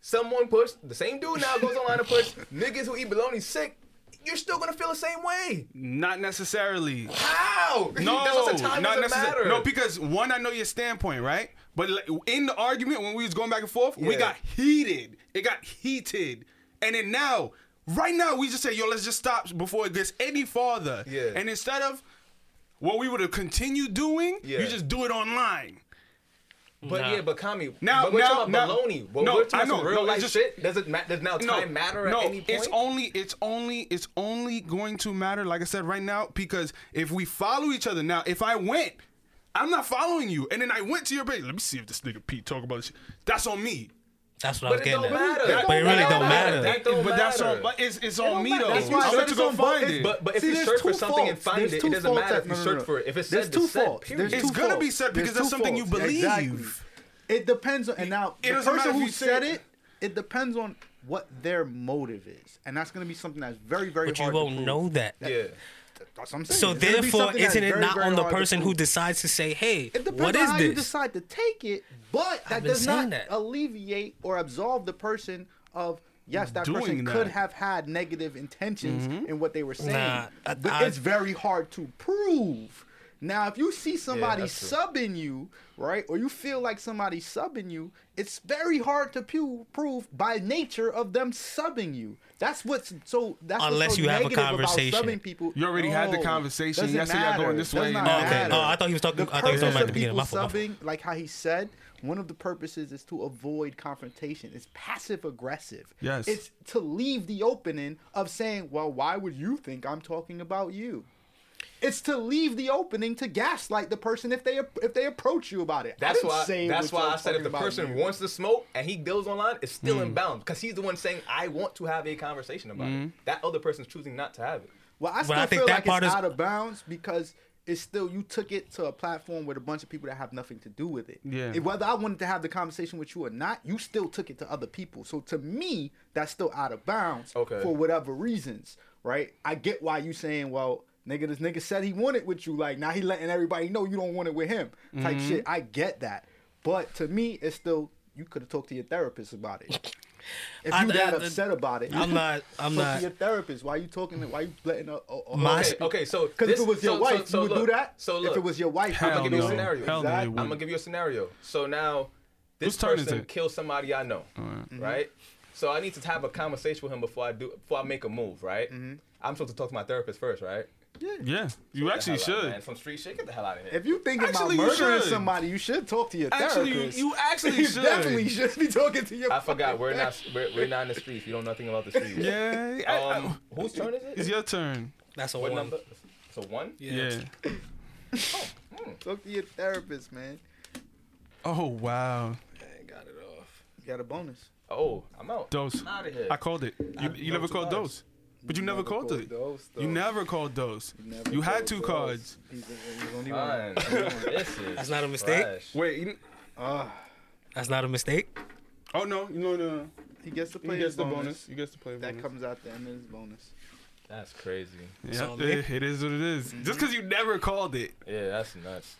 Speaker 3: Someone puts the same dude now goes online and puts <laughs> niggas who eat baloney sick. You're still gonna feel the same way.
Speaker 2: Not necessarily.
Speaker 3: How?
Speaker 2: No,
Speaker 3: <laughs> That's what I said, time
Speaker 2: not
Speaker 3: doesn't
Speaker 2: necessarily.
Speaker 3: matter.
Speaker 2: No, because one, I know your standpoint, right? But like, in the argument when we was going back and forth, we
Speaker 3: Yeah.
Speaker 2: got heated. It got heated, and then now, right now, we just say, "Yo, let's just stop before it gets any farther."
Speaker 3: Yeah.
Speaker 2: And instead of What we would have continued doing,
Speaker 3: Yeah.
Speaker 2: you just do it online.
Speaker 3: But
Speaker 5: Nah.
Speaker 3: yeah, but Kami,
Speaker 2: Now-
Speaker 3: but we're
Speaker 2: now-
Speaker 3: talking
Speaker 2: now-
Speaker 3: about baloney. But
Speaker 2: no,
Speaker 3: we're talking
Speaker 2: I
Speaker 3: about some
Speaker 2: know,
Speaker 3: real
Speaker 2: no, it's
Speaker 3: life
Speaker 2: just-
Speaker 3: shit. Does it ma- does now time matter at
Speaker 2: no,
Speaker 3: any point?
Speaker 2: It's only it's only it's only going to matter, like I said right now, because if we follow each other now, if I went, I'm not following you. And then I went to your page. Let me see if this nigga Pete talk about this shit. That's on me.
Speaker 5: That's what I
Speaker 3: but
Speaker 5: was
Speaker 3: it
Speaker 5: getting
Speaker 3: don't
Speaker 5: at.
Speaker 3: matter.
Speaker 5: But it really don't matter.
Speaker 3: That don't
Speaker 2: but that's
Speaker 3: matter.
Speaker 2: on but it's it's
Speaker 3: don't
Speaker 2: on me
Speaker 3: matter.
Speaker 2: though.
Speaker 3: That's
Speaker 4: why I
Speaker 2: I
Speaker 4: said
Speaker 2: went to
Speaker 4: it's
Speaker 2: go
Speaker 4: on both-
Speaker 2: find
Speaker 4: it's-
Speaker 2: it.
Speaker 3: But but if
Speaker 4: See,
Speaker 3: you
Speaker 4: there's
Speaker 3: search for
Speaker 4: two
Speaker 3: something and
Speaker 4: faults.
Speaker 3: find
Speaker 4: There's
Speaker 3: it,
Speaker 4: two
Speaker 3: it doesn't matter
Speaker 4: faults.
Speaker 3: if you
Speaker 4: No, no,
Speaker 3: search
Speaker 4: no.
Speaker 3: for it. If it's
Speaker 4: There's
Speaker 3: said,
Speaker 4: two
Speaker 3: it's said.
Speaker 4: faults.
Speaker 3: Period.
Speaker 2: It's
Speaker 4: There's two
Speaker 2: gonna be
Speaker 4: faults.
Speaker 2: said because that's
Speaker 4: There's two
Speaker 2: something you
Speaker 4: faults.
Speaker 2: believe.
Speaker 4: Exactly. It depends on and now
Speaker 2: It
Speaker 4: the
Speaker 2: doesn't matter
Speaker 4: person
Speaker 2: if
Speaker 4: who
Speaker 2: you say
Speaker 4: said
Speaker 2: it.
Speaker 4: it. It depends on what their motive is, and that's going to be something that's very, very
Speaker 5: But you
Speaker 4: hard. to
Speaker 5: won't
Speaker 4: prove.
Speaker 5: know that.
Speaker 3: Yeah.
Speaker 4: That's what I'm saying.
Speaker 5: So
Speaker 4: It's gonna be
Speaker 5: therefore,
Speaker 4: something that's
Speaker 5: isn't it
Speaker 4: very,
Speaker 5: not
Speaker 4: very
Speaker 5: on the
Speaker 4: hard to
Speaker 5: person who
Speaker 4: prove.
Speaker 5: decides to say, "Hey,
Speaker 4: It depends
Speaker 5: what
Speaker 4: on
Speaker 5: is
Speaker 4: how you
Speaker 5: this?"
Speaker 4: decide to take it, but that
Speaker 5: been
Speaker 4: does
Speaker 5: saying
Speaker 4: not
Speaker 5: that.
Speaker 4: alleviate or absolve the person of yes, that
Speaker 2: Doing
Speaker 4: person
Speaker 2: that.
Speaker 4: could have had negative intentions in what they were saying.
Speaker 5: Mm-hmm. Nah, I-
Speaker 4: but
Speaker 5: I-
Speaker 4: it's very hard to prove. Now, if you see somebody
Speaker 3: that's true.
Speaker 4: subbing you, right, or you feel like somebody subbing you, it's very hard to pu- prove by nature of them subbing you. That's what's so. That's what's
Speaker 5: Unless
Speaker 4: so
Speaker 5: you have a
Speaker 4: negative about
Speaker 5: conversation.
Speaker 4: subbing people.
Speaker 2: You already had the
Speaker 4: No,
Speaker 2: conversation.
Speaker 4: doesn't
Speaker 2: Yes, so y'all
Speaker 4: matter.
Speaker 2: going this
Speaker 4: Does
Speaker 2: way.
Speaker 4: not
Speaker 2: Oh, okay.
Speaker 4: matter.
Speaker 5: Oh, I thought he was talking-
Speaker 4: The
Speaker 5: I thought he was talking
Speaker 4: purpose
Speaker 5: about the
Speaker 4: of
Speaker 5: beginning. My
Speaker 4: people
Speaker 5: fault, my fault.
Speaker 4: subbing, like how he said, one of the purposes is to avoid confrontation. It's passive aggressive.
Speaker 2: Yes.
Speaker 4: It's to leave the opening of saying, "Well, why would you think I'm talking about you?" It's to leave the opening to gaslight the person if they if they approach you about it. I
Speaker 3: That's
Speaker 4: didn't
Speaker 3: why.
Speaker 4: say it
Speaker 3: That's
Speaker 4: was
Speaker 3: why
Speaker 4: all
Speaker 3: I said if
Speaker 4: talking
Speaker 3: the
Speaker 4: about
Speaker 3: person
Speaker 4: you.
Speaker 3: wants to smoke and he goes online, it's still in bounds because he's the one saying I want to have a conversation about it. That other person's choosing not to have it.
Speaker 4: Well, I still
Speaker 5: I think
Speaker 4: feel
Speaker 5: that
Speaker 4: like
Speaker 5: part
Speaker 4: it's
Speaker 5: is-
Speaker 4: out of bounds because it's still you took it to a platform with a bunch of people that have nothing to do with it.
Speaker 2: Yeah.
Speaker 4: And whether I wanted to have the conversation with you or not, you still took it to other people. So to me, that's still out of bounds.
Speaker 3: Okay.
Speaker 4: For whatever reasons, right? I get why you saying, well, nigga, this nigga said he wanted with you. Like now he letting everybody know you don't want it with him. Type shit. I get that. But to me, it's still you could have talked to your therapist about it. If
Speaker 5: I-
Speaker 4: you that
Speaker 5: I-
Speaker 4: upset about it,
Speaker 5: I'm not- I'm
Speaker 4: Talk to
Speaker 5: not-
Speaker 4: your therapist. Why you talking? Why you letting a, a, a
Speaker 5: My-
Speaker 3: Okay. Okay. So
Speaker 4: because if
Speaker 3: this-
Speaker 4: it was your
Speaker 3: so- so-
Speaker 4: wife,
Speaker 3: so
Speaker 4: you would
Speaker 3: look,
Speaker 4: do that.
Speaker 3: So look,
Speaker 4: if it was your wife,
Speaker 2: Hell
Speaker 4: you would
Speaker 3: no.
Speaker 4: do it.
Speaker 3: Scenario.
Speaker 2: Hell no, they
Speaker 4: Exactly.
Speaker 2: wouldn't.
Speaker 3: I'm gonna give you a scenario. So now, this
Speaker 2: Whose turn is
Speaker 3: person
Speaker 2: it?
Speaker 3: kills somebody I know, right? So I need to have a conversation with him before I do before I make a move, right? I'm supposed to talk to my therapist first, right?
Speaker 2: Yeah, you
Speaker 3: Get the
Speaker 2: actually
Speaker 3: hell out,
Speaker 2: should.
Speaker 3: man. Some street shit. Get the hell out of here.
Speaker 4: If you thinking
Speaker 2: Actually, you
Speaker 4: about murdering
Speaker 2: should.
Speaker 4: somebody, you should talk to your
Speaker 2: Actually, you-
Speaker 4: therapist.
Speaker 2: you
Speaker 4: <laughs>
Speaker 2: actually should.
Speaker 4: definitely should be talking to your.
Speaker 3: I forgot.
Speaker 4: fucking
Speaker 3: We're not
Speaker 4: therapist.
Speaker 3: we're, we're not in the streets. You don't know nothing
Speaker 2: <laughs>
Speaker 3: about the streets.
Speaker 2: Yeah, I- I-
Speaker 3: Um, whose turn is it?
Speaker 2: it's your turn.
Speaker 5: That's a
Speaker 3: What
Speaker 5: one.
Speaker 3: number? So one.
Speaker 2: Yeah.
Speaker 4: Talk to your therapist, man.
Speaker 2: Oh wow,
Speaker 5: I got it off.
Speaker 4: You got a bonus.
Speaker 3: Oh, I'm out.
Speaker 2: those.
Speaker 3: I'm out of here.
Speaker 2: I called it. You, you never
Speaker 3: two
Speaker 2: called
Speaker 3: cards.
Speaker 2: those, but you never called
Speaker 4: called
Speaker 2: it.
Speaker 4: those,
Speaker 2: You
Speaker 4: though.
Speaker 2: never called those.
Speaker 4: never
Speaker 2: You had
Speaker 4: called
Speaker 2: two
Speaker 4: those.
Speaker 2: cards.
Speaker 4: He's, he's only
Speaker 3: Fine.
Speaker 4: one.
Speaker 3: This is
Speaker 5: That's not a mistake?
Speaker 3: trash.
Speaker 2: Wait. You,
Speaker 4: Ah,
Speaker 5: That's not a mistake.
Speaker 2: oh no, no, no, no.
Speaker 4: He gets to
Speaker 2: You
Speaker 4: play
Speaker 2: get
Speaker 4: his
Speaker 2: the
Speaker 4: bonus.
Speaker 2: bonus. You get to play
Speaker 4: That
Speaker 2: bonus.
Speaker 4: comes out the end of his bonus.
Speaker 3: That's crazy.
Speaker 2: Yeah,
Speaker 5: on me.
Speaker 2: it, it is what it is. Just because you never called it.
Speaker 3: Yeah, that's nuts.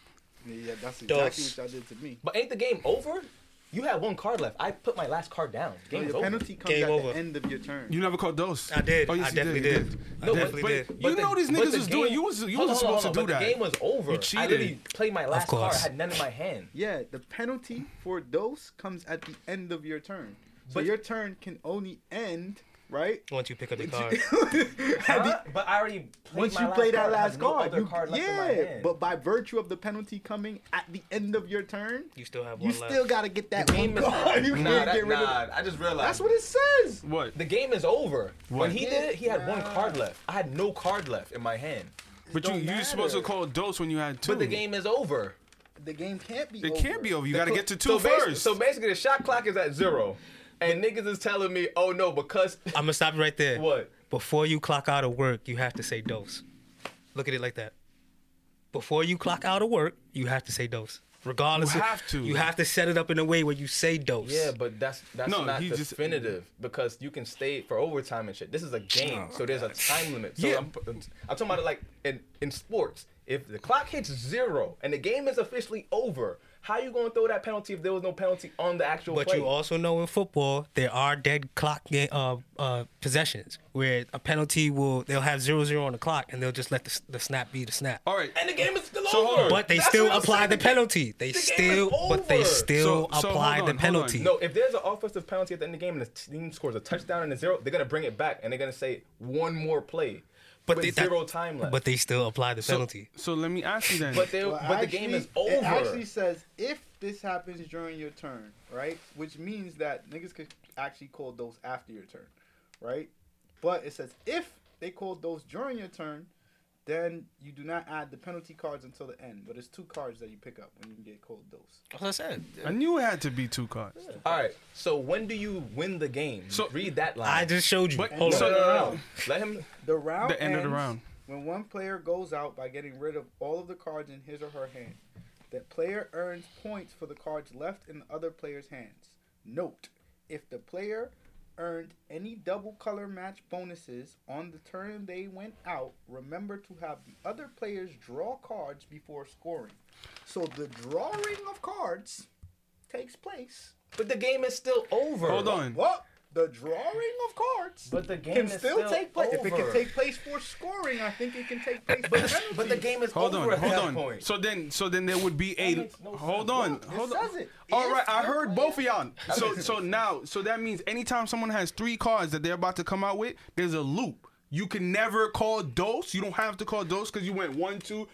Speaker 4: Yeah, that's exactly what
Speaker 5: Dos.
Speaker 4: y'all did to me.
Speaker 3: But ain't the game over? You have one card left. I put my last card down.
Speaker 4: No,
Speaker 3: Game's
Speaker 4: your
Speaker 3: over.
Speaker 4: penalty comes
Speaker 5: Game
Speaker 4: at
Speaker 5: over.
Speaker 4: the end of your turn.
Speaker 2: You never called those.
Speaker 5: I did.
Speaker 2: yes,
Speaker 5: I
Speaker 2: you
Speaker 5: definitely
Speaker 2: you
Speaker 5: did. I
Speaker 3: No,
Speaker 5: definitely
Speaker 2: but-
Speaker 5: did.
Speaker 2: You know these
Speaker 3: but
Speaker 2: niggas
Speaker 3: the
Speaker 2: was doing- you was- you wasn't
Speaker 3: hold on,
Speaker 2: supposed to
Speaker 3: hold on,
Speaker 2: do
Speaker 3: but
Speaker 2: that.
Speaker 3: The game was over.
Speaker 2: You
Speaker 3: I
Speaker 2: cheated.
Speaker 3: literally played my last card. I
Speaker 5: course.
Speaker 3: had none in
Speaker 2: <laughs>
Speaker 3: my hand.
Speaker 4: Yeah, the penalty for dose comes at the end of your turn. So
Speaker 3: But-
Speaker 4: your turn can only end, right?
Speaker 5: Once you pick up the card,
Speaker 4: At the-
Speaker 3: Huh? But I already played
Speaker 4: once
Speaker 3: my
Speaker 4: you play that
Speaker 3: card. I have
Speaker 4: last
Speaker 3: no
Speaker 4: card,
Speaker 3: other
Speaker 4: you-
Speaker 3: card left in my
Speaker 4: yeah.
Speaker 3: hand.
Speaker 4: But by virtue of the penalty coming at the end of your turn,
Speaker 5: you still have
Speaker 4: you
Speaker 5: one
Speaker 4: still
Speaker 5: left.
Speaker 4: gotta get that
Speaker 3: The
Speaker 2: <laughs>
Speaker 4: one
Speaker 3: game is
Speaker 4: card. <laughs>
Speaker 3: nah,
Speaker 4: You can't
Speaker 3: that,
Speaker 4: get rid
Speaker 3: nah,
Speaker 4: of.
Speaker 3: I just realized.
Speaker 4: That's what it says.
Speaker 2: What?
Speaker 3: The game is over.
Speaker 2: What?
Speaker 3: When he did it, he had one card left. I had no card left in my hand.
Speaker 2: but you
Speaker 4: don't
Speaker 2: you supposed to
Speaker 4: matter.
Speaker 2: call dose when you had two.
Speaker 3: But the game is over.
Speaker 4: The game can't be.
Speaker 2: It
Speaker 4: over.
Speaker 2: can't be over. You got to get to two
Speaker 3: so basi-
Speaker 2: first.
Speaker 3: so basically, the shot clock is at zero, and niggas is telling me, "Oh no, because
Speaker 5: I'm gonna stop you right there.
Speaker 3: What?
Speaker 5: Before you clock out of work, you have to say dose. Look at it like that. Before you clock out of work, you have to say dose. Regardless,
Speaker 2: You
Speaker 5: of-
Speaker 2: have to.
Speaker 5: You have to set it up in a way where you say dose.
Speaker 3: Yeah, but that's that's
Speaker 2: No,
Speaker 3: not
Speaker 2: he just-
Speaker 3: definitive because you can stay for overtime and shit. This is a game, so there's a time limit. So
Speaker 2: Yeah.
Speaker 3: I'm, I'm talking about it like in in sports. If the clock hits zero and the game is officially over, how you gonna throw that penalty if there was no penalty on the actual
Speaker 5: But
Speaker 3: play?
Speaker 5: you also know in football there are dead clock ga- uh, uh, possessions where a penalty will they'll have zero zero on the clock and they'll just let the, s- the snap be the snap.
Speaker 2: All right.
Speaker 3: and the game is still
Speaker 2: So hold
Speaker 3: over.
Speaker 2: on.
Speaker 5: But they
Speaker 3: That's
Speaker 5: still
Speaker 3: what I'm
Speaker 5: apply
Speaker 3: saying.
Speaker 5: the penalty. They
Speaker 3: The game is
Speaker 5: still, but they
Speaker 3: over.
Speaker 5: still
Speaker 2: So- so
Speaker 5: apply
Speaker 2: hold
Speaker 5: the
Speaker 2: on, hold on.
Speaker 5: penalty.
Speaker 3: No, if there's an offensive penalty at the end of the game and the team scores a touchdown and a zero, they're gonna bring it back and they're gonna say one more play.
Speaker 5: But
Speaker 3: with
Speaker 5: they- that-
Speaker 3: zero time left.
Speaker 5: But they still apply the
Speaker 2: So,
Speaker 5: penalty.
Speaker 2: so let me ask you then.
Speaker 3: But they,
Speaker 4: Well,
Speaker 3: but the game is
Speaker 4: actually-
Speaker 3: over.
Speaker 4: It actually says if this happens during your turn, right? Which means that niggas could actually call those after your turn, right? But it says if they call those during your turn, then you do not add the penalty cards until the end. But it's two cards that you pick up when you get called those.
Speaker 5: That's what I said.
Speaker 2: I knew it had to be two cards.
Speaker 3: All right. So when do you win the game?
Speaker 2: So-
Speaker 3: read that line.
Speaker 5: I just showed you.
Speaker 2: But-
Speaker 5: Hold
Speaker 3: no,
Speaker 5: on.
Speaker 3: no, no, no. Let him.
Speaker 4: The round
Speaker 2: The end of the
Speaker 4: ends
Speaker 2: round.
Speaker 4: when one player goes out by getting rid of all of the cards in his or her hand. That player earns points for the cards left in the other player's hands. Note: If the player earned any double color match bonuses on the turn they went out, remember to have the other players draw cards before scoring. So the drawing of cards takes place.
Speaker 3: But the game is still over.
Speaker 2: Hold on.
Speaker 4: Well, the drawing of cards
Speaker 3: But the game
Speaker 4: can
Speaker 3: is
Speaker 4: still,
Speaker 3: still
Speaker 4: take place. If it
Speaker 3: over.
Speaker 4: can take place for scoring, I think it can take place for penalties.
Speaker 3: But the game is
Speaker 2: Hold
Speaker 3: over
Speaker 2: on,
Speaker 3: at
Speaker 2: hold
Speaker 3: that
Speaker 2: on.
Speaker 3: point.
Speaker 2: So then, so then there would be
Speaker 3: That
Speaker 2: a.
Speaker 3: makes no
Speaker 2: Hold
Speaker 3: sense.
Speaker 2: on,
Speaker 4: Look, it
Speaker 2: hold
Speaker 4: says
Speaker 2: on.
Speaker 4: it.
Speaker 2: All
Speaker 4: If
Speaker 2: right, I
Speaker 4: the
Speaker 2: heard
Speaker 4: player-
Speaker 2: both of y'all. So, so now, so that means anytime someone has three cards that they're about to come out with, there's a loop. You can never call dose. You don't have to call dose because you went one, two.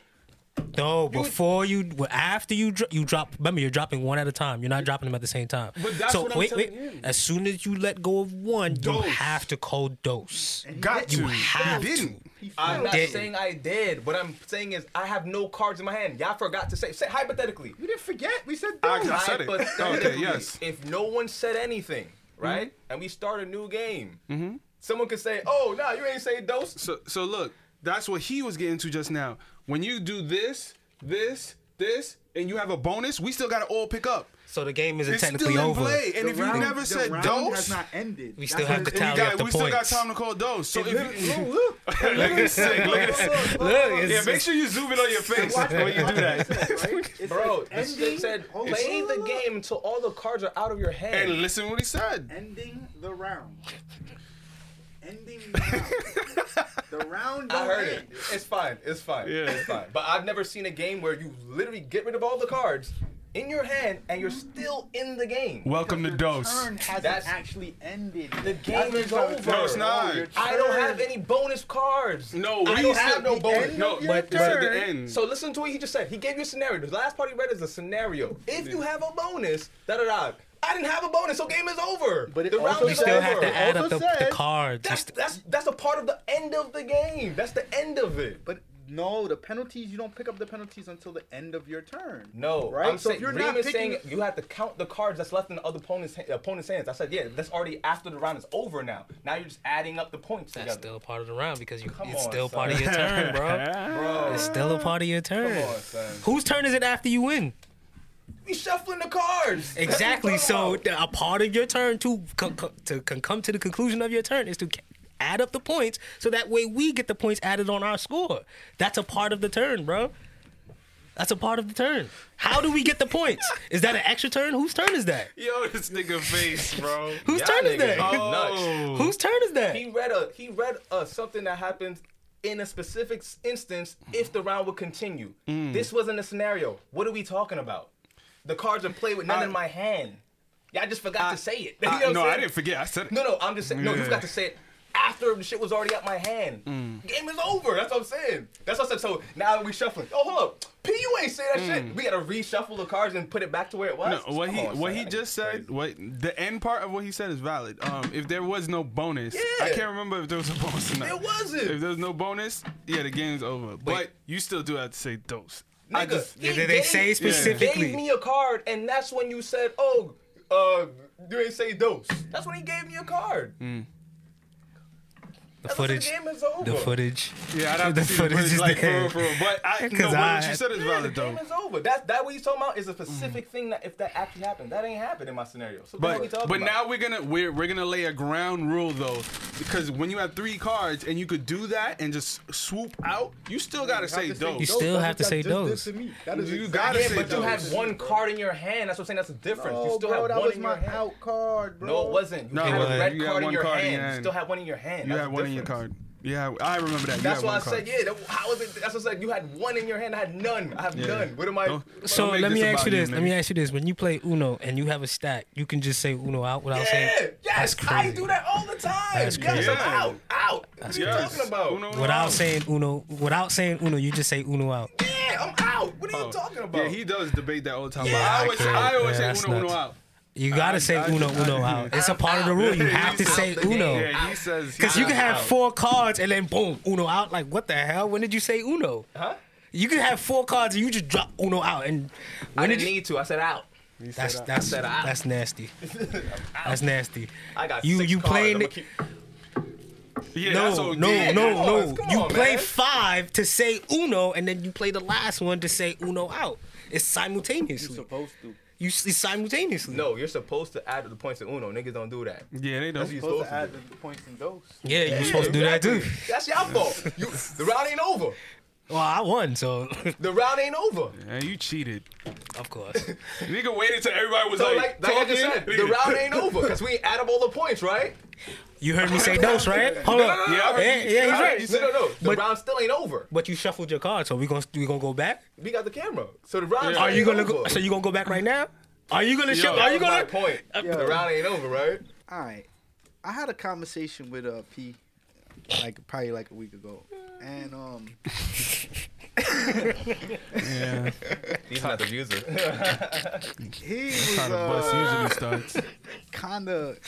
Speaker 5: No, before you, well, after you, dro- you drop. Remember, you're dropping one at a time. You're not dropping them at the same time.
Speaker 2: But that's what I'm telling you.
Speaker 5: As soon as you let go of one,
Speaker 2: Dose.
Speaker 5: you have to call dose.
Speaker 2: Got
Speaker 5: You
Speaker 2: to.
Speaker 5: have
Speaker 2: you
Speaker 5: to.
Speaker 2: didn't.
Speaker 3: I'm not
Speaker 5: didn't.
Speaker 3: saying I did. What I'm saying is I have no cards in my hand. Y'all forgot to say. Say hypothetically.
Speaker 4: We didn't forget. We said
Speaker 2: I
Speaker 4: those.
Speaker 2: got- said it.
Speaker 3: Hypothetically,
Speaker 2: Okay, yes. Mm-hmm.
Speaker 3: If no one said anything, right, and we start a new game, someone could say, "Oh, nah, you ain't say those."
Speaker 2: So, so look, that's what he was getting to just now. When you do this, this, this, and you have a bonus, we still got to all pick up.
Speaker 5: So the game isn't
Speaker 2: It's
Speaker 5: technically
Speaker 2: still in
Speaker 5: over.
Speaker 2: play, and
Speaker 4: The
Speaker 2: if you
Speaker 4: round-
Speaker 2: never
Speaker 4: the
Speaker 2: said
Speaker 4: round has
Speaker 2: dose,
Speaker 4: not ended.
Speaker 5: We
Speaker 4: That's
Speaker 5: still
Speaker 4: what
Speaker 5: have
Speaker 4: it
Speaker 5: to
Speaker 4: is.
Speaker 5: tally
Speaker 2: got-
Speaker 5: up the
Speaker 2: we still got
Speaker 5: points.
Speaker 2: time to call dose. So if you,
Speaker 4: Look, look, look.
Speaker 2: look at sick, look at sick.
Speaker 3: <laughs>
Speaker 4: Look,
Speaker 5: Look,
Speaker 2: Yeah,
Speaker 5: it's-
Speaker 2: make sure you zoom it on your face
Speaker 4: Watch
Speaker 2: when
Speaker 4: what-
Speaker 2: you <laughs>
Speaker 4: watch
Speaker 2: do
Speaker 4: what it
Speaker 2: that.
Speaker 4: says, right? It
Speaker 3: Bro,
Speaker 4: says
Speaker 3: this shit said
Speaker 4: hold on,
Speaker 3: play
Speaker 4: look,
Speaker 3: the
Speaker 4: look, look.
Speaker 3: game until all the cards are out of your hand.
Speaker 2: And listen what he said.
Speaker 4: Ending the round. Ending the round. the round.
Speaker 3: I
Speaker 4: don't
Speaker 3: heard it.
Speaker 4: end.
Speaker 3: It's fine. It's fine.
Speaker 2: Yeah.
Speaker 3: It's fine. But I've never seen a game where you literally get rid of all the cards in your hand and you're still in the game.
Speaker 2: Welcome to
Speaker 4: Your
Speaker 2: Dose.
Speaker 4: Turn hasn't
Speaker 3: That's-
Speaker 4: actually ended.
Speaker 3: The game
Speaker 4: That's
Speaker 3: is
Speaker 4: what I'm
Speaker 3: over.
Speaker 4: telling
Speaker 2: No, it's
Speaker 4: you.
Speaker 2: not.
Speaker 4: Your
Speaker 3: I don't
Speaker 4: turn-
Speaker 3: have any bonus cards.
Speaker 2: No, we
Speaker 3: I don't
Speaker 2: said
Speaker 3: have no
Speaker 2: the
Speaker 3: bonus.
Speaker 4: end
Speaker 2: No,
Speaker 4: of your
Speaker 2: but, but the
Speaker 4: turn.
Speaker 2: end.
Speaker 3: So listen to what he just said. He gave you a scenario. The last part he read is a scenario. If you have a bonus, da da da. I didn't have a bonus, so game is over.
Speaker 4: But it
Speaker 3: the round
Speaker 4: also
Speaker 5: You
Speaker 3: is
Speaker 5: still
Speaker 3: over.
Speaker 5: have to add up
Speaker 4: Also
Speaker 5: the, the
Speaker 4: says-
Speaker 5: cards. You
Speaker 3: That's
Speaker 5: st-
Speaker 3: that's that's a part of the end of the game. That's the end of it.
Speaker 4: But no, the penalties. You don't pick up the penalties until the end of your turn.
Speaker 3: No,
Speaker 4: right?
Speaker 3: I'm
Speaker 4: so
Speaker 3: saying,
Speaker 4: if you're
Speaker 3: Reem
Speaker 4: not
Speaker 3: is
Speaker 4: picking,
Speaker 3: saying you have to count the cards that's left in the other opponent's ha- opponent's hands. I said, yeah, that's already after the round is over. Now, now you're just adding up the points
Speaker 5: That's
Speaker 3: together.
Speaker 5: still a part of the round because you,
Speaker 3: Come
Speaker 5: it's
Speaker 3: on,
Speaker 5: still
Speaker 3: son.
Speaker 5: part of your
Speaker 3: <laughs>
Speaker 5: turn, bro.
Speaker 3: Bro,
Speaker 5: It's still a part of your turn.
Speaker 3: Come on, son.
Speaker 5: Whose turn is it after you win?
Speaker 3: we shuffling the cards. <laughs>
Speaker 5: <laughs> Exactly.
Speaker 3: That's what I'm
Speaker 5: So
Speaker 3: talking
Speaker 5: the- a part of your turn to con- con- to con- come to the conclusion of your turn is to ca- add up the points, so that way we get the points added on our score. That's a part of the turn, bro. That's a part of the turn. How do we get the points? Is that an extra turn? Whose turn
Speaker 3: <laughs>
Speaker 5: is that?
Speaker 2: Yo, this nigga face, bro.
Speaker 5: Whose
Speaker 3: about.
Speaker 5: turn
Speaker 3: Y'all
Speaker 5: is
Speaker 3: niggas
Speaker 5: that?
Speaker 3: is nuts.
Speaker 2: Oh.
Speaker 5: Whose turn is that?
Speaker 3: He read a he read a something that happens in a specific s- instance if the round would continue.
Speaker 5: Mm.
Speaker 3: This wasn't a scenario. What are we talking about? The cards are played with none
Speaker 2: I-
Speaker 3: in my hand. Y'all just forgot to say it. <laughs> You know
Speaker 2: I-
Speaker 3: what I'm
Speaker 2: no, I
Speaker 3: saying?
Speaker 2: didn't forget. I said it.
Speaker 3: No, no, I'm just saying. No, you
Speaker 2: Yeah. Mm.
Speaker 3: got to say it after the shit was already at my hand. Game is over. That's what I'm saying. That's what I said. So now we shuffling. Oh, hold up. P, you ain't say that shit. We gotta reshuffle the cards and put it back to where it was.
Speaker 2: Mm. No, what
Speaker 3: Come
Speaker 2: he
Speaker 3: on,
Speaker 2: what
Speaker 3: son.
Speaker 2: he
Speaker 3: That
Speaker 2: just
Speaker 3: nigga's
Speaker 2: said,
Speaker 3: crazy.
Speaker 2: what the end part of what he said is valid. Um, if there was no bonus, I
Speaker 3: Yeah.
Speaker 2: can't remember if there was a bonus or not.
Speaker 3: There wasn't.
Speaker 2: If there was no bonus, yeah, the game's over. But
Speaker 5: Wait.
Speaker 2: you still do have to say dose. I
Speaker 3: Nigga,
Speaker 2: just
Speaker 3: he
Speaker 5: They- they
Speaker 3: gave-
Speaker 5: say
Speaker 3: He
Speaker 5: specifically.
Speaker 3: gave me a card, and that's when you said, "Oh, uh, you ain't say dose." That's when he gave me a card.
Speaker 2: Mm.
Speaker 5: The
Speaker 3: That's when the
Speaker 5: footage.
Speaker 3: game is over.
Speaker 5: The footage.
Speaker 2: yeah, I'd have to
Speaker 5: The
Speaker 2: see the
Speaker 5: footage
Speaker 2: footage
Speaker 5: is
Speaker 2: like for
Speaker 5: there.
Speaker 2: real, for real. But I no,
Speaker 5: 'Cause
Speaker 2: what
Speaker 5: I-
Speaker 2: you said is
Speaker 3: Yeah, the
Speaker 2: valid though.
Speaker 3: game is over. That's that what he's talking about is a
Speaker 2: Mm.
Speaker 3: specific thing that if that actually happened, that ain't happened in my scenario. So what are we
Speaker 2: But
Speaker 3: talking
Speaker 2: but
Speaker 3: about?
Speaker 2: now we're gonna we're we're gonna lay a ground rule though, because when you have three cards and you could do that and just swoop out, you still gotta say
Speaker 4: to say
Speaker 2: dope.
Speaker 5: You
Speaker 4: Those-
Speaker 5: still
Speaker 4: that's
Speaker 5: have to
Speaker 4: what
Speaker 5: say
Speaker 4: y'all just did
Speaker 5: those.
Speaker 4: to me. That is
Speaker 2: You
Speaker 4: exactly
Speaker 2: gotta
Speaker 3: Yeah,
Speaker 2: say
Speaker 3: but you
Speaker 2: those.
Speaker 3: have one card in your hand. That's what I'm saying. That's the difference. you
Speaker 4: Oh,
Speaker 3: still
Speaker 4: bro,
Speaker 3: have
Speaker 4: that
Speaker 3: one
Speaker 4: was
Speaker 3: in
Speaker 4: my
Speaker 3: your hand.
Speaker 4: out card, bro.
Speaker 3: No, it wasn't. You
Speaker 2: No,
Speaker 3: had
Speaker 5: it
Speaker 3: a
Speaker 5: wasn't.
Speaker 3: red
Speaker 2: You had
Speaker 3: card in
Speaker 2: one
Speaker 3: your
Speaker 2: card in your
Speaker 3: hand. You
Speaker 2: hand.
Speaker 3: still had one in your hand.
Speaker 2: You
Speaker 3: That's
Speaker 2: had
Speaker 3: the
Speaker 2: one in your
Speaker 3: difference.
Speaker 2: card. Yeah, I remember that. You
Speaker 3: That's
Speaker 2: had
Speaker 3: why I
Speaker 2: one card.
Speaker 3: said, yeah. That, how is it? That's what I said. You had one in your hand. I had none. I have none. What am I?
Speaker 2: Don't-
Speaker 3: what
Speaker 5: So
Speaker 2: make
Speaker 5: let
Speaker 2: this
Speaker 5: me ask
Speaker 2: about
Speaker 5: you
Speaker 2: you,
Speaker 5: this. let me
Speaker 2: nigga.
Speaker 5: ask you this. When you play Uno and you have a stack, you can just say Uno out without
Speaker 3: am I-
Speaker 5: saying.
Speaker 3: yeah. Yes.
Speaker 5: That's crazy.
Speaker 3: I do that all the time.
Speaker 5: That's
Speaker 3: yes.
Speaker 5: crazy.
Speaker 3: I'm out. Out. out. What are you
Speaker 2: Yes.
Speaker 3: talking about?
Speaker 2: Uno
Speaker 5: Without
Speaker 2: out.
Speaker 5: saying uno, without saying uno, you just say uno out.
Speaker 3: Yeah, I'm out. What are you talking about?
Speaker 2: Oh. Yeah, he does debate that all the time.
Speaker 3: Yeah,
Speaker 2: but I
Speaker 3: I
Speaker 2: always,
Speaker 3: can't.
Speaker 2: I always
Speaker 5: Yeah,
Speaker 2: say
Speaker 5: that's
Speaker 2: uno, uno
Speaker 5: nuts.
Speaker 2: out.
Speaker 5: You gotta say
Speaker 2: I-
Speaker 5: uno,
Speaker 2: I-
Speaker 5: uno out. It's a part of the rule. You have to say uno.
Speaker 2: Yeah, he says
Speaker 5: Cause you can have
Speaker 3: Out.
Speaker 5: four cards and then boom, uno out. Like what the hell? When did you say uno?
Speaker 3: huh?
Speaker 5: You can have four cards and you just drop uno out. And
Speaker 3: I
Speaker 5: when did
Speaker 3: didn't
Speaker 5: you?
Speaker 3: need to. I said out.
Speaker 5: That's that's
Speaker 3: said out. <laughs>
Speaker 5: that's nasty. That's nasty.
Speaker 3: I got
Speaker 5: You
Speaker 3: six
Speaker 5: you
Speaker 3: cards.
Speaker 5: playing
Speaker 3: I'ma
Speaker 5: it?
Speaker 3: keep-
Speaker 2: Yeah, that's
Speaker 5: No,
Speaker 2: all
Speaker 5: no,
Speaker 2: good.
Speaker 3: come
Speaker 5: no,
Speaker 3: on,
Speaker 5: no.
Speaker 3: come
Speaker 5: You
Speaker 3: on,
Speaker 5: play
Speaker 3: man.
Speaker 5: five to say uno, and then you play the last one to say uno out. It's
Speaker 4: You're
Speaker 5: simultaneously.
Speaker 4: supposed to.
Speaker 5: You s- it's simultaneously.
Speaker 3: No, you're supposed to add the points to Uno. Niggas don't do that.
Speaker 2: Yeah, they
Speaker 3: That's
Speaker 2: don't.
Speaker 3: what you're
Speaker 4: Supposed
Speaker 3: supposed
Speaker 4: to add
Speaker 3: to
Speaker 4: the points and those.
Speaker 5: Yeah, you're supposed to do that too.
Speaker 3: do. That's your fault. You, the round ain't over.
Speaker 5: Well, I won, so <laughs>
Speaker 3: The round ain't over.
Speaker 2: Yeah, you cheated.
Speaker 5: of course.
Speaker 2: Nigga waited till everybody was
Speaker 3: So
Speaker 2: like,
Speaker 3: like, like I just
Speaker 2: talking.
Speaker 3: said, the round ain't over because we add up all the points, right?
Speaker 5: You
Speaker 3: <laughs>
Speaker 5: heard me say dose, right? Hold on.
Speaker 3: no, no,
Speaker 2: no, I heard
Speaker 5: yeah,
Speaker 2: you.
Speaker 5: yeah, he's
Speaker 2: I heard
Speaker 5: right.
Speaker 2: you.
Speaker 3: No, no, no. The
Speaker 5: But-
Speaker 3: round still ain't over.
Speaker 5: But you shuffled your card, so we gonna we gonna go back.
Speaker 3: We got the camera, so the round.
Speaker 5: Are you
Speaker 3: ain't
Speaker 5: gonna
Speaker 3: over.
Speaker 5: go? So you gonna go back right now? Are you gonna shuffle?
Speaker 2: that
Speaker 5: Are you
Speaker 3: That's
Speaker 5: gonna?
Speaker 3: my point? The round ain't over, right?
Speaker 4: All right. I had a conversation with uh P like probably like a week ago. And um
Speaker 2: Yeah,
Speaker 3: He's not the <laughs> user.
Speaker 5: <laughs>
Speaker 4: he was
Speaker 2: how the bus
Speaker 4: uh,
Speaker 2: usually <laughs> starts.
Speaker 4: kind of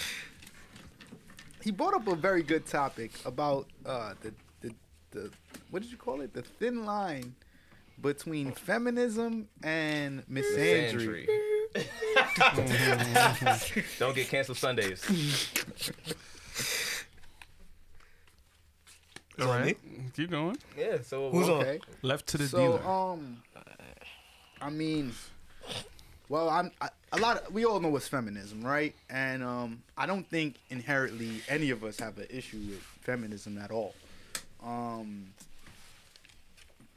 Speaker 4: he brought up a very good topic about uh the, the the what did you call it? The thin line between feminism and misandry.
Speaker 3: Sandry. <laughs> Don't get canceled Sundays.
Speaker 2: All right, keep going.
Speaker 3: Yeah. So
Speaker 5: Who's on?
Speaker 4: Okay.
Speaker 2: Left to the
Speaker 4: so
Speaker 2: dealer.
Speaker 4: um i mean well i'm I, a lot of, we all know what's feminism right and um i don't think inherently any of us have an issue with feminism at all um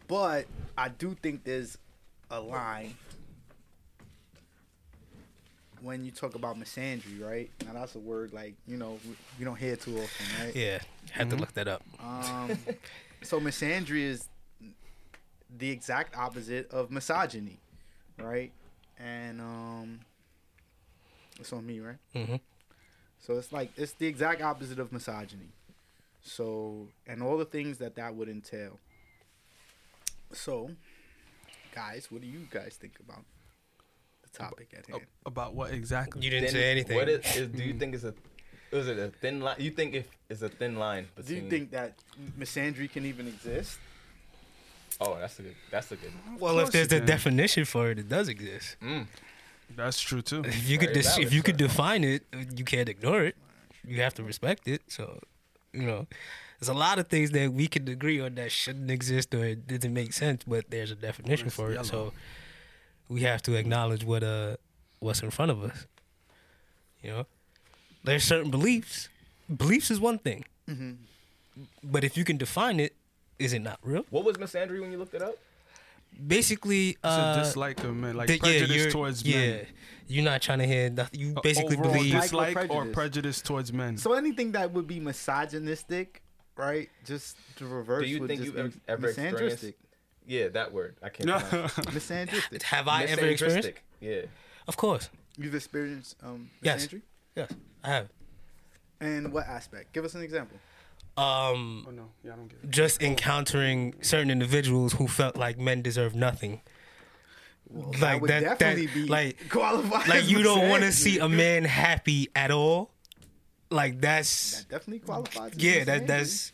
Speaker 4: but i do think there's a line when you talk about misandry right now that's a word like you know we, we don't hear too often right
Speaker 5: Yeah, had
Speaker 3: Mm-hmm.
Speaker 5: to look that up.
Speaker 4: um, so misandry is the exact opposite of misogyny, right? And um, it's on me, right?
Speaker 5: Mhm.
Speaker 4: So it's like it's the exact opposite of misogyny. So and all the things that that would entail. So, guys, what do you guys think about the topic at hand?
Speaker 2: About what exactly?
Speaker 5: You didn't
Speaker 3: Thin-
Speaker 5: say anything.
Speaker 3: What is, is- do you think is a is it a thin line? You think if it's a thin line
Speaker 4: Do
Speaker 3: between?
Speaker 4: you think that misandry can even exist?
Speaker 3: Oh, that's a good. That's a good.
Speaker 5: well, if
Speaker 2: course
Speaker 5: there's
Speaker 2: you
Speaker 5: the
Speaker 2: can.
Speaker 5: definition for it, it does exist.
Speaker 2: That's true too.
Speaker 5: If you could
Speaker 3: Very
Speaker 5: dis- if
Speaker 3: valid,
Speaker 5: you could
Speaker 3: sir.
Speaker 5: define it, you can't ignore it. You have to respect it. So, you know, there's a lot of things that we can agree on that shouldn't exist or it doesn't make sense, but there's a definition
Speaker 2: It's
Speaker 5: for it.
Speaker 2: yellow.
Speaker 5: So, we have to acknowledge what uh what's in front of us. You know, there's certain beliefs. Beliefs is one thing,
Speaker 2: Mm-hmm.
Speaker 5: but if you can define it, is it not real?
Speaker 3: What was Miss Andrew when you looked it up?
Speaker 5: Basically,
Speaker 2: It's a
Speaker 5: uh,
Speaker 2: dislike of men, like
Speaker 5: that- yeah,
Speaker 2: prejudice
Speaker 5: you're-
Speaker 2: towards
Speaker 5: yeah,
Speaker 2: men. Uh,
Speaker 5: you're not trying to hear nothing. You basically
Speaker 2: Overall
Speaker 5: believe
Speaker 2: dislike
Speaker 4: Like
Speaker 2: or
Speaker 4: or prejudice.
Speaker 2: prejudice towards men.
Speaker 4: So anything that would be misogynistic, right? Just the reverse.
Speaker 3: Do you
Speaker 4: would
Speaker 3: think
Speaker 4: just
Speaker 3: you ever,
Speaker 4: be
Speaker 3: ever experienced?
Speaker 4: misandristic.
Speaker 3: Yeah, that word. I
Speaker 2: <laughs>
Speaker 3: can't. pronounce it.
Speaker 5: <laughs>
Speaker 2: That's
Speaker 4: Misandristic.
Speaker 5: Have I ever experienced?
Speaker 3: Misandristic. Yeah.
Speaker 5: Of course.
Speaker 4: You've experienced um,
Speaker 5: Yes.
Speaker 4: misandry?
Speaker 5: Yes, I have.
Speaker 4: And what aspect? Give us an example.
Speaker 5: Um,
Speaker 2: Oh no, yeah, I don't get it.
Speaker 5: just encountering certain individuals who felt like men deserve nothing.
Speaker 4: That
Speaker 5: Like
Speaker 4: would
Speaker 5: that- that-
Speaker 4: definitely be <laughs>
Speaker 5: like-
Speaker 4: qualified.
Speaker 5: Like
Speaker 4: as
Speaker 5: you don't want to
Speaker 4: misandry.
Speaker 5: see a man happy at all. Like that's
Speaker 4: That definitely qualifies. as
Speaker 5: yeah, that
Speaker 4: misandry.
Speaker 5: that's.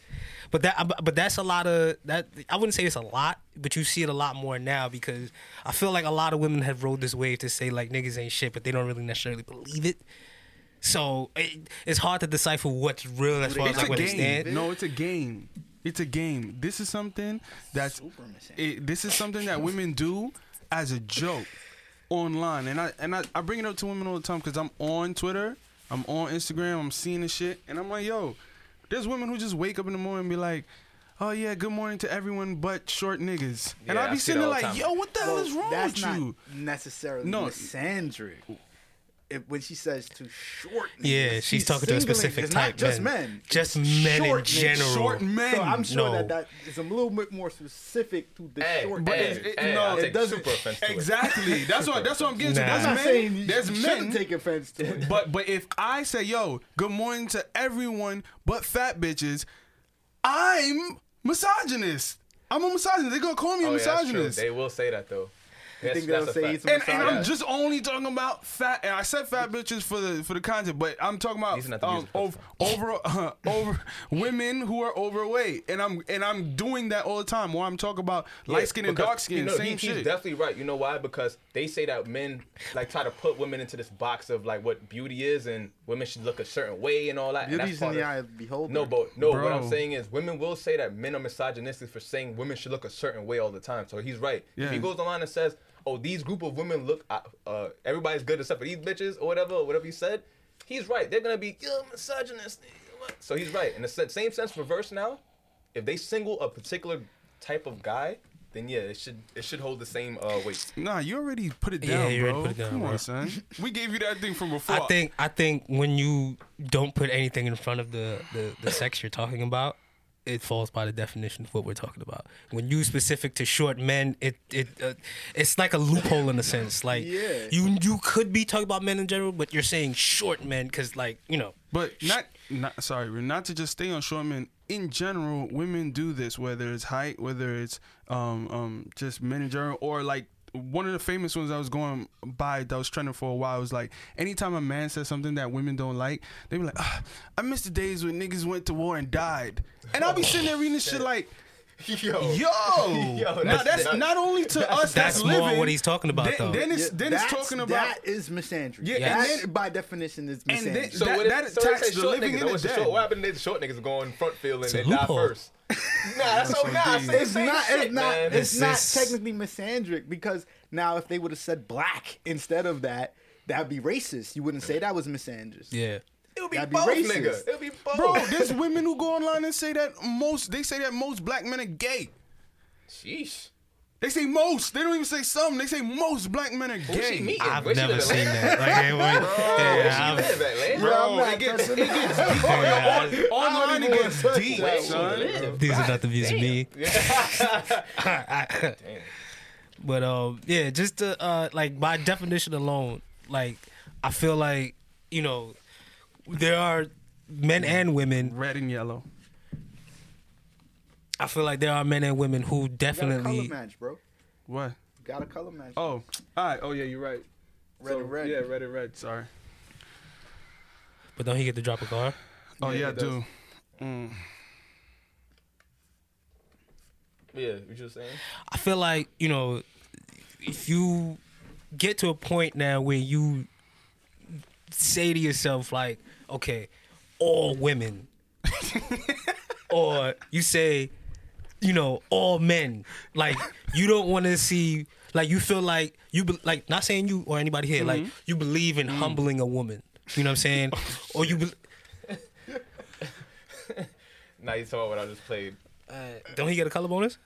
Speaker 5: But that but that's a lot of that. I wouldn't say it's a lot, but you see it a lot more now because I feel like a lot of women have rode this wave to say like niggas ain't shit, but they don't really necessarily believe it. So it, it's hard to decipher what's real as far as
Speaker 2: It's
Speaker 5: like
Speaker 2: a
Speaker 5: what they
Speaker 2: game.
Speaker 5: stand.
Speaker 2: No, it's a game. It's a game. This is something that's
Speaker 4: Super misandry.
Speaker 2: it, this is something that women do as a joke online, and I and I, I bring it up to women all the time because I'm on Twitter, I'm on Instagram, I'm seeing this shit, and I'm like, yo, there's women who just wake up in the morning and be like. Oh yeah, good morning to everyone but short niggas. and
Speaker 3: Yeah,
Speaker 2: I'll
Speaker 3: I
Speaker 2: be
Speaker 3: see
Speaker 2: sitting there
Speaker 3: that all the
Speaker 2: like,
Speaker 3: time.
Speaker 2: yo, what the hell
Speaker 4: Well,
Speaker 2: is wrong
Speaker 4: that's
Speaker 2: with
Speaker 4: not <laughs>
Speaker 2: you?
Speaker 4: necessarily
Speaker 2: No.
Speaker 4: misandry. If, when she says to short,
Speaker 5: Yeah,
Speaker 4: niggas,
Speaker 5: she's talking to a
Speaker 4: singling-
Speaker 5: specific
Speaker 4: it's
Speaker 5: type.
Speaker 4: Not just
Speaker 5: man.
Speaker 4: men,
Speaker 5: Just
Speaker 4: It's
Speaker 5: men in
Speaker 4: short niggas.
Speaker 5: general.
Speaker 2: Short men.
Speaker 4: So I'm sure that
Speaker 5: No.
Speaker 4: that is a little bit more specific to the
Speaker 3: Hey,
Speaker 4: short.
Speaker 3: hey,
Speaker 4: niggas.
Speaker 2: it's- it-
Speaker 3: hey,
Speaker 2: no,
Speaker 3: I'll
Speaker 2: it
Speaker 3: take
Speaker 4: doesn't-
Speaker 3: super offense to it.
Speaker 2: Exactly. That's what that's what I'm getting
Speaker 5: Nah.
Speaker 2: to. There's
Speaker 4: I'm not
Speaker 2: men.
Speaker 4: saying you
Speaker 2: there's
Speaker 4: shouldn't
Speaker 2: men.
Speaker 4: take offense to it.
Speaker 2: But but if I say, yo, good morning to everyone but fat bitches, I'm misogynist. I'm a misogynist. They're gonna call me a
Speaker 3: Oh, yeah, that's true.
Speaker 2: misogynist.
Speaker 3: They will say that though. You
Speaker 4: think they'll say he's a
Speaker 2: and, and
Speaker 4: Sorry.
Speaker 2: I'm just only talking about fat. And I said fat bitches for the for the content, but I'm talking
Speaker 3: These are
Speaker 2: about
Speaker 3: not the
Speaker 2: um,
Speaker 3: music
Speaker 2: over
Speaker 3: <laughs>
Speaker 2: over uh, over women who are overweight, and I'm and I'm doing that all the time. Where I'm talking about light skin and
Speaker 3: because,
Speaker 2: dark skin,
Speaker 3: you know, he-
Speaker 2: same
Speaker 3: he's
Speaker 2: shit.
Speaker 3: definitely right. You know why? Because they say that men like try to put women into this box of like what beauty is and women should look a certain way and all that. and
Speaker 4: Beauty's in
Speaker 3: part
Speaker 4: the
Speaker 3: of-
Speaker 4: eye of beholder.
Speaker 3: No, but no. What I'm
Speaker 2: Bro.
Speaker 3: saying is, women will say that men are misogynistic for saying women should look a certain way all the time. So he's right. If
Speaker 2: Yeah.
Speaker 3: he goes online and says, "Oh, these group of women look, uh, uh, everybody's good except for these bitches," or whatever, or whatever he said, he's right. They're gonna be yeah, misogynistic. So he's right. In the se- same sense, reverse now. If they single a particular type of guy, then yeah, it should it should hold the same uh, weight.
Speaker 2: Nah, you already put it
Speaker 5: Yeah,
Speaker 2: down,
Speaker 5: you
Speaker 2: bro.
Speaker 5: already put it down,
Speaker 2: Come
Speaker 5: bro.
Speaker 2: on, son. We gave you that thing from before.
Speaker 5: I think I think when you don't put anything in front of the, the, the sex you're talking about, it falls by the definition of what we're talking about. When you specific to short men, it it uh, it's like a loophole in a sense. Like
Speaker 4: Yeah.
Speaker 5: you you could be talking about men in general, but you're saying short men because like you know
Speaker 2: But not, not sorry, we're not to just stay on short men. In general, women do this, whether it's height, whether it's um, um, just men in general, or like one of the famous ones I was going by that was trending for a while was like, anytime a man says something that women don't like, they be like, "Ah, I miss the days when niggas went to war and died. And I'll be sitting there reading this shit
Speaker 5: <laughs>
Speaker 2: like,
Speaker 3: Yo,
Speaker 2: Yo, now
Speaker 3: Yo,
Speaker 2: that's
Speaker 3: that's-
Speaker 2: not only to us that's,
Speaker 5: that's more
Speaker 2: living,
Speaker 5: what he's talking about,
Speaker 2: Then,
Speaker 5: though.
Speaker 2: then it's
Speaker 4: Yeah,
Speaker 2: then it's
Speaker 4: that's-
Speaker 2: talking about
Speaker 4: that is misandry.
Speaker 2: Yeah,
Speaker 4: Yeah,
Speaker 2: and
Speaker 4: that
Speaker 2: then-
Speaker 4: by definition is
Speaker 2: and then-
Speaker 4: misandry.
Speaker 3: So
Speaker 2: That-
Speaker 3: what if,
Speaker 2: that
Speaker 3: so if
Speaker 2: attacks
Speaker 3: they
Speaker 2: the
Speaker 3: short
Speaker 2: living
Speaker 3: niggas,
Speaker 2: and
Speaker 3: though,
Speaker 2: the
Speaker 3: what's the
Speaker 2: dead.
Speaker 3: short- What happened if the short niggas go in front field and
Speaker 5: a
Speaker 3: they die
Speaker 5: loophole.
Speaker 3: first? <laughs> Nah, that's so nah. I
Speaker 2: indeed.
Speaker 3: say the
Speaker 4: it's
Speaker 3: same
Speaker 4: not.
Speaker 3: shit,
Speaker 4: it's not.
Speaker 3: man.
Speaker 4: It's,
Speaker 5: It's
Speaker 4: not
Speaker 5: just-
Speaker 4: technically misandric because now if they would have said black instead of that, that'd be racist. You wouldn't say that was misandrous.
Speaker 5: yeah.
Speaker 3: It'll be
Speaker 4: That'd be
Speaker 3: both,
Speaker 4: racist.
Speaker 3: nigga. It'll be both.
Speaker 2: Bro,
Speaker 3: <laughs>
Speaker 2: there's women who go online and say that most they say that most black men are gay.
Speaker 3: Sheesh.
Speaker 2: They say most. They don't even say some. They say most black men are
Speaker 3: Who's she
Speaker 2: gay.
Speaker 3: meeting?
Speaker 5: I've
Speaker 3: Where she
Speaker 5: never
Speaker 3: live,
Speaker 5: seen
Speaker 3: Atlanta? Oh,
Speaker 5: that. Like, it went-
Speaker 3: <laughs> Where
Speaker 5: yeah,
Speaker 3: she
Speaker 5: I've-
Speaker 3: live, Atlanta?
Speaker 4: Bro,
Speaker 2: Bro,
Speaker 4: I'm
Speaker 2: it
Speaker 4: not
Speaker 2: gets, it <laughs>
Speaker 4: touching that.
Speaker 2: gets deep.
Speaker 5: yeah, I-
Speaker 2: Online it gets
Speaker 4: even
Speaker 2: deep,
Speaker 4: touch that.
Speaker 2: son.
Speaker 5: these are not the views of me.
Speaker 3: Damn.
Speaker 5: <laughs> But um, yeah, just to, uh, like by definition alone, like I feel like you know there are men and women.
Speaker 2: Red and yellow.
Speaker 5: I feel like there are men and women who
Speaker 4: You got a color
Speaker 5: definitely
Speaker 4: match, bro.
Speaker 2: What?
Speaker 4: You got a color match.
Speaker 2: Oh, all right. Oh yeah, you're right.
Speaker 4: Red
Speaker 2: So,
Speaker 4: and red.
Speaker 2: Yeah, red and red. Sorry.
Speaker 5: But don't he get to drop a car?
Speaker 2: Oh
Speaker 3: Yeah,
Speaker 2: yeah,
Speaker 3: it
Speaker 2: I do.
Speaker 3: Yeah, you just saying?
Speaker 5: I feel like you know if you get to a point now where you say to yourself like, okay, all
Speaker 2: <laughs>
Speaker 5: women, or you say, you know, all men. Like you don't want to see. Like you feel like you be, like not saying you or anybody here. Like
Speaker 2: Mm-hmm.
Speaker 5: you believe
Speaker 2: Mm.
Speaker 5: in humbling a woman. You know what
Speaker 2: <laughs>
Speaker 5: I'm saying? or you. Be,
Speaker 3: Nah, you talking about what I just played.
Speaker 5: don't he get a color bonus?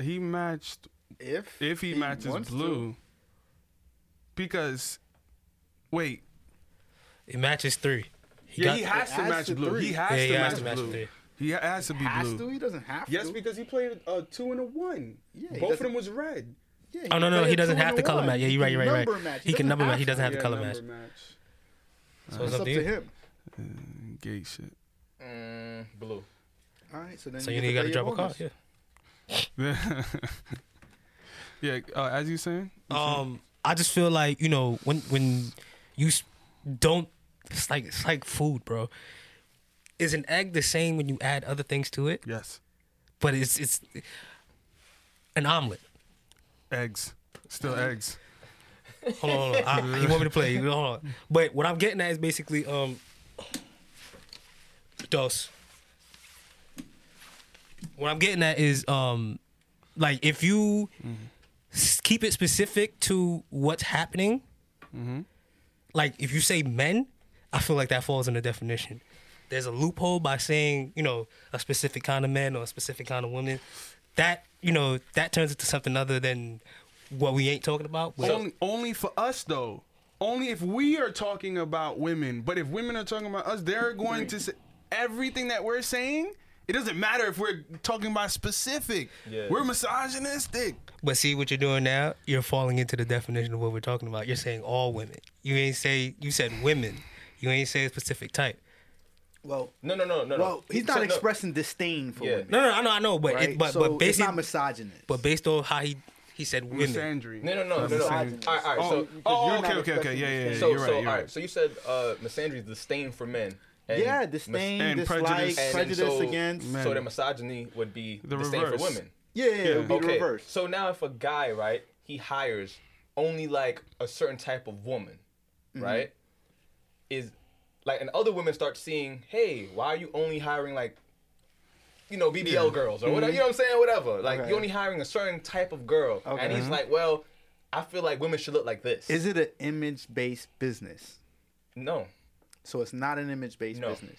Speaker 2: He matched
Speaker 4: if
Speaker 2: if he, matches
Speaker 4: wants to.
Speaker 2: blue. Because, wait.
Speaker 5: It matches three. He
Speaker 2: Yeah,
Speaker 5: got-
Speaker 2: he has to
Speaker 4: has
Speaker 2: match
Speaker 4: to
Speaker 2: blue.
Speaker 4: three.
Speaker 2: He has
Speaker 5: Yeah, he
Speaker 2: to
Speaker 5: has
Speaker 2: match
Speaker 5: to match
Speaker 2: blue.
Speaker 5: three.
Speaker 2: He has to be
Speaker 4: has
Speaker 2: blue.
Speaker 4: to, he doesn't have
Speaker 2: Yes,
Speaker 4: to.
Speaker 2: because he played a two and a one.
Speaker 4: Yeah,
Speaker 2: both
Speaker 4: he
Speaker 2: of
Speaker 4: doesn't-
Speaker 2: them was red.
Speaker 4: Yeah,
Speaker 5: Oh no
Speaker 4: can
Speaker 5: no,
Speaker 4: play
Speaker 5: he
Speaker 4: a
Speaker 5: doesn't
Speaker 4: two
Speaker 5: have
Speaker 4: and
Speaker 5: to
Speaker 4: a
Speaker 5: color
Speaker 4: one.
Speaker 5: match. Yeah,
Speaker 4: He
Speaker 5: you're right,
Speaker 4: can
Speaker 5: you're right,
Speaker 4: number
Speaker 5: right.
Speaker 4: match.
Speaker 5: He can number match. He doesn't have
Speaker 2: Yeah,
Speaker 5: to color match.
Speaker 2: number
Speaker 5: So
Speaker 4: It's
Speaker 5: it's up to you.
Speaker 4: him.
Speaker 2: Gay shit.
Speaker 3: Mm, blue.
Speaker 4: All right, so then
Speaker 5: So you need got to
Speaker 4: play your
Speaker 5: drop a car.
Speaker 4: bonus.
Speaker 5: Yeah.
Speaker 2: <laughs> yeah, uh, as you saying.
Speaker 5: Um, I just feel like you know when when you s- don't, it's like it's like food, bro. Is an egg the same when you add other things to it?
Speaker 2: Yes.
Speaker 5: But it's it's an omelet.
Speaker 2: Eggs. Still eggs.
Speaker 5: Hold on, hold on. I, you want me to play? Hold on. But what I'm getting at is basically um, dos. What I'm getting at is um, like if you s- keep it specific to what's happening, like if you say men, I feel like that falls in the definition. There's a loophole by saying you know a specific kind of man or a specific kind of woman. That you know that turns into something other than what we ain't talking about. which-
Speaker 2: only, only for us though. Only if we are talking about women. But if women are talking about us, they're going to say everything that we're saying. It doesn't matter if we're talking about specific.
Speaker 3: Yeah.
Speaker 2: We're misogynistic.
Speaker 5: But see what you're doing now, you're falling into the definition of what we're talking about. You're saying all women. You ain't say you said women. You ain't say a specific type.
Speaker 4: Well,
Speaker 3: No, no, no, no, no.
Speaker 4: well, he's not
Speaker 3: So, no.
Speaker 4: expressing disdain for
Speaker 3: Yeah.
Speaker 4: women,
Speaker 5: No, no, I know, I know, but
Speaker 4: right?
Speaker 5: it, but
Speaker 4: so
Speaker 5: but based
Speaker 4: it's not misogynist.
Speaker 5: but based on how he he said women,
Speaker 2: Misandry.
Speaker 3: No, no, no, no,
Speaker 2: That's
Speaker 3: no. All
Speaker 2: misandry.
Speaker 3: right, all right.
Speaker 2: Oh,
Speaker 3: So, oh,
Speaker 2: you're
Speaker 3: okay,
Speaker 2: okay, okay, okay.
Speaker 4: expecting
Speaker 2: Yeah, yeah, yeah.
Speaker 3: So,
Speaker 2: you're
Speaker 3: so
Speaker 2: right.
Speaker 3: all
Speaker 2: You're
Speaker 3: right.
Speaker 2: right.
Speaker 3: So you said uh, misandry is disdain for men. And
Speaker 4: yeah,
Speaker 3: mis-
Speaker 4: disdain,
Speaker 2: and
Speaker 4: dislike,
Speaker 2: prejudice.
Speaker 4: prejudice,
Speaker 2: And
Speaker 3: so,
Speaker 4: against.
Speaker 2: Man.
Speaker 3: So the misogyny would be
Speaker 2: The
Speaker 3: disdain
Speaker 2: reverse.
Speaker 3: for women.
Speaker 4: Yeah, yeah, it would be the
Speaker 3: Okay.
Speaker 4: reverse.
Speaker 3: So now if a guy, right, he hires only like a certain type of woman,
Speaker 4: Mm-hmm.
Speaker 3: right? Is like and other women start seeing, hey, why are you only hiring like you know, BBL girls or whatever you know what I'm saying, whatever. Like
Speaker 4: Mm-hmm. Okay.
Speaker 3: you're only hiring a certain type of girl. And he's like, Well, I feel like women should look like this.
Speaker 4: Is it an image-based business?
Speaker 3: no.
Speaker 4: So it's not an image-based
Speaker 3: No.
Speaker 4: business.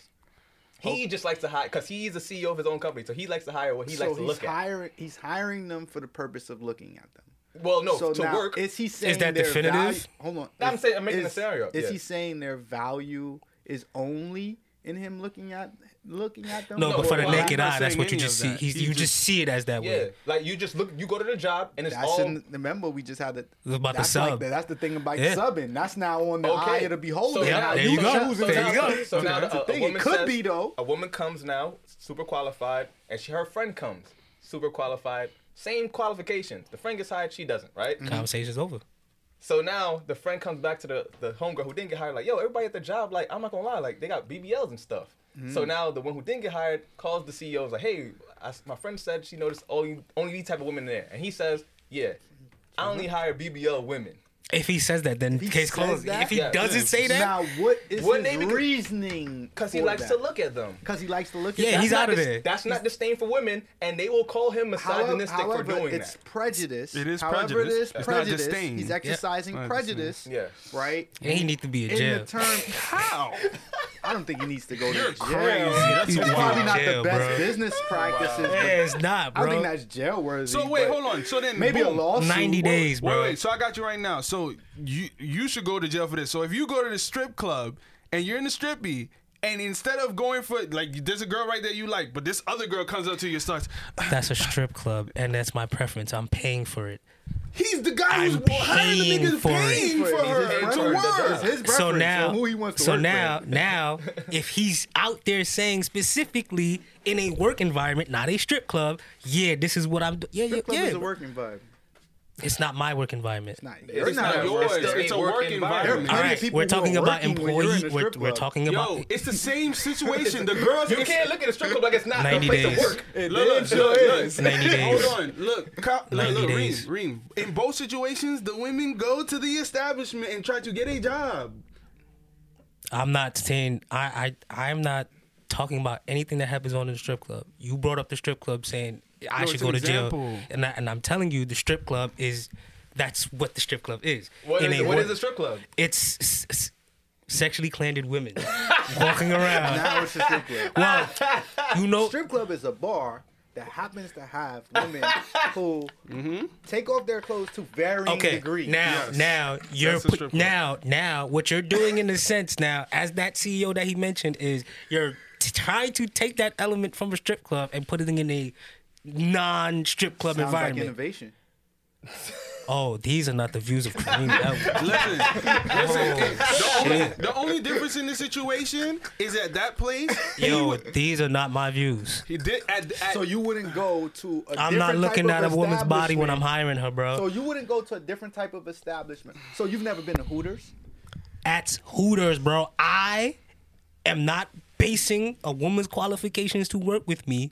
Speaker 3: He just likes to hire because he's a CEO of his own company, so he likes to hire what he
Speaker 4: Oh. so
Speaker 3: likes to
Speaker 4: he's
Speaker 3: look
Speaker 4: hiring. He's hiring them for the purpose of looking at them.
Speaker 3: at. Well, no,
Speaker 4: so
Speaker 3: to
Speaker 4: now,
Speaker 3: work.
Speaker 4: Is he saying
Speaker 5: that
Speaker 4: their
Speaker 5: definitive?
Speaker 4: value- hold on.
Speaker 3: No, I'm
Speaker 4: Is-
Speaker 3: saying- I'm making
Speaker 4: is-
Speaker 3: a scenario,
Speaker 4: Is
Speaker 3: yeah.
Speaker 4: he saying their value is only in him looking at looking at them?
Speaker 5: no,
Speaker 3: No,
Speaker 5: but for the
Speaker 3: well, I'm
Speaker 5: naked
Speaker 2: not
Speaker 5: eye, that's
Speaker 2: saying
Speaker 5: what you
Speaker 2: any
Speaker 5: just
Speaker 2: of
Speaker 5: see.
Speaker 2: that.
Speaker 5: He's,
Speaker 2: He's
Speaker 5: you just,
Speaker 2: just-
Speaker 5: see it as that
Speaker 3: yeah,
Speaker 5: way.
Speaker 3: like you just look, you go to the job, and it's
Speaker 4: That's
Speaker 3: all
Speaker 4: in, remember we just had the
Speaker 5: was about the
Speaker 4: that's
Speaker 5: sub.
Speaker 4: Like the, that's the thing about
Speaker 5: Yeah.
Speaker 4: subbing. That's now on the eye of the beholder.
Speaker 3: So
Speaker 5: Yeah,
Speaker 3: now
Speaker 5: there you go.
Speaker 3: choosing
Speaker 5: There you
Speaker 3: now-
Speaker 5: go.
Speaker 3: So now uh,
Speaker 4: That's
Speaker 3: a,
Speaker 4: the thing.
Speaker 3: a woman
Speaker 4: It could
Speaker 3: says-
Speaker 4: be, though.
Speaker 3: A woman comes now, super qualified, and she her friend comes, super qualified, same qualifications. The friend gets hired, she doesn't, right?
Speaker 5: Conversation's over.
Speaker 3: So now the friend comes back to the the homegirl who didn't get hired, like, yo, everybody at the job, like, I'm not gonna lie, like they got BBLs and stuff. So now the one who didn't get hired calls the CEO, is like, hey, I, my friend said she noticed only only these type of women there, and he says, yeah, I only hire BBL women.
Speaker 5: If he says that, then
Speaker 4: he
Speaker 5: case
Speaker 4: says
Speaker 5: closed.
Speaker 4: that-
Speaker 5: If he
Speaker 3: Yeah.
Speaker 5: doesn't say that,
Speaker 4: Now what is
Speaker 3: Wouldn't
Speaker 4: his
Speaker 3: they be-
Speaker 4: reasoning?
Speaker 3: Cause he likes to look at them.
Speaker 4: Because he likes to look
Speaker 5: Yeah,
Speaker 4: at.
Speaker 5: he's
Speaker 4: that.
Speaker 5: out of
Speaker 3: dis-
Speaker 5: there.
Speaker 3: That's not disdain for women, and they will call him
Speaker 4: However,
Speaker 3: misogynistic for
Speaker 4: however,
Speaker 3: doing
Speaker 4: it's
Speaker 3: that.
Speaker 4: prejudice.
Speaker 2: It is
Speaker 4: however,
Speaker 2: prejudice.
Speaker 4: It is
Speaker 2: It's not
Speaker 4: prejudice.
Speaker 2: disdain.
Speaker 4: He's
Speaker 2: Yeah.
Speaker 4: exercising
Speaker 2: Not disdain.
Speaker 4: prejudice.
Speaker 3: Yeah.
Speaker 4: Right.
Speaker 5: and he needs to be in
Speaker 4: In
Speaker 5: jail.
Speaker 4: the term,
Speaker 2: How?
Speaker 4: <laughs> I don't think he needs to go to jail.
Speaker 2: Crazy. That's
Speaker 5: He's
Speaker 2: wild.
Speaker 4: It's probably not
Speaker 5: Jail,
Speaker 4: the best
Speaker 5: bro.
Speaker 4: business practices.
Speaker 5: Yeah,
Speaker 4: But
Speaker 5: it's not,
Speaker 4: I
Speaker 5: bro.
Speaker 4: don't think that's jail worthy.
Speaker 2: So wait,
Speaker 4: but
Speaker 2: hold on. So then
Speaker 4: Maybe
Speaker 2: boom.
Speaker 4: a lawsuit.
Speaker 5: 90 days,
Speaker 2: Wait,
Speaker 5: bro.
Speaker 2: wait. So I got you right now. So you you should go to jail for this. So if you go to the strip club and you're in the strippy. And instead of going for like, there's a girl right there you like, but this other girl comes up to you and starts.
Speaker 5: That's a strip club, and that's my preference. I'm paying for it.
Speaker 2: He's the guy who's
Speaker 5: I'm
Speaker 2: hiring the
Speaker 5: paying
Speaker 2: niggas
Speaker 5: for it.
Speaker 2: paying for
Speaker 4: It's
Speaker 2: her
Speaker 4: his
Speaker 2: to
Speaker 4: preference. It's
Speaker 2: work.
Speaker 4: his preference.
Speaker 5: so now,
Speaker 4: on who he wants to
Speaker 5: so
Speaker 4: work
Speaker 5: now,
Speaker 4: with. <laughs>
Speaker 5: now, if he's out there saying specifically in a work environment, not a strip club, yeah, this is what I'm. Do- yeah,
Speaker 4: Strip club
Speaker 5: yeah,
Speaker 4: is
Speaker 5: yeah.
Speaker 4: a working vibe.
Speaker 5: it's not my work environment.
Speaker 4: Not,
Speaker 3: It's
Speaker 4: you're not,
Speaker 3: not
Speaker 4: at
Speaker 3: yours.
Speaker 4: work.
Speaker 2: It's a work environment.
Speaker 5: All
Speaker 4: How many
Speaker 5: right,
Speaker 4: people
Speaker 5: we're
Speaker 4: who
Speaker 5: talking
Speaker 4: are
Speaker 5: about
Speaker 4: working when you're in a
Speaker 5: employee. We're,
Speaker 4: strip
Speaker 5: we're
Speaker 4: club?
Speaker 5: talking
Speaker 2: Yo,
Speaker 5: about
Speaker 2: it's the
Speaker 4: <laughs>
Speaker 2: same situation. The girls,
Speaker 3: You
Speaker 2: it's-
Speaker 3: can't look at a strip club like it's not a
Speaker 5: 90
Speaker 3: place
Speaker 5: days.
Speaker 3: to work.
Speaker 2: <laughs>
Speaker 4: It
Speaker 2: Look, look,
Speaker 4: is,
Speaker 2: look,
Speaker 4: it
Speaker 2: look.
Speaker 4: is.
Speaker 5: 90 days.
Speaker 2: Hold on. Look, cop, look,
Speaker 5: 90
Speaker 2: look, Reem,
Speaker 5: days.
Speaker 2: Reem. In both situations, the women go to the establishment and try to get a job.
Speaker 5: I'm not saying I I I'm not talking about anything that happens on in the strip club. You brought up the strip club saying I
Speaker 2: No,
Speaker 5: should
Speaker 2: it's
Speaker 5: go
Speaker 2: an
Speaker 5: to
Speaker 2: example.
Speaker 5: jail, and I, and I'm telling you the strip club is that's what the strip club is.
Speaker 3: What
Speaker 5: In
Speaker 3: is,
Speaker 5: a
Speaker 3: what
Speaker 5: work-
Speaker 3: is a strip club?
Speaker 5: It's s- s- sexually clanded women <laughs> walking
Speaker 4: <laughs>
Speaker 5: around.
Speaker 4: Now it's a strip club.
Speaker 5: Well, you know,
Speaker 4: strip club is a bar that happens to have women who take off their clothes to varying
Speaker 5: okay.
Speaker 4: degrees.
Speaker 5: Now,
Speaker 2: Yes.
Speaker 5: now you're
Speaker 2: That's a
Speaker 5: put-
Speaker 2: strip club.
Speaker 5: now now what you're doing in a sense now as that CEO that he mentioned is you're t- trying to take that element from a strip club and put it in a non-strip club
Speaker 4: Sounds like
Speaker 5: environment.
Speaker 4: innovation.
Speaker 5: oh, these are not the views of Kareem.
Speaker 4: <laughs>
Speaker 5: Oh, That was-
Speaker 2: Listen, listen. The only, the only difference in this situation is at that
Speaker 5: <laughs>
Speaker 2: place.
Speaker 5: Yo, these are not my views.
Speaker 2: He did at, at
Speaker 4: So you wouldn't go to a
Speaker 5: I'm not
Speaker 4: different
Speaker 5: looking
Speaker 4: type
Speaker 5: at a
Speaker 4: of
Speaker 5: woman's body when I'm
Speaker 4: establishment.
Speaker 5: hiring her, bro.
Speaker 4: So you wouldn't go to a different type of establishment. So you've never been to Hooters?
Speaker 5: at Hooters, bro. I am not basing a woman's qualifications to work with me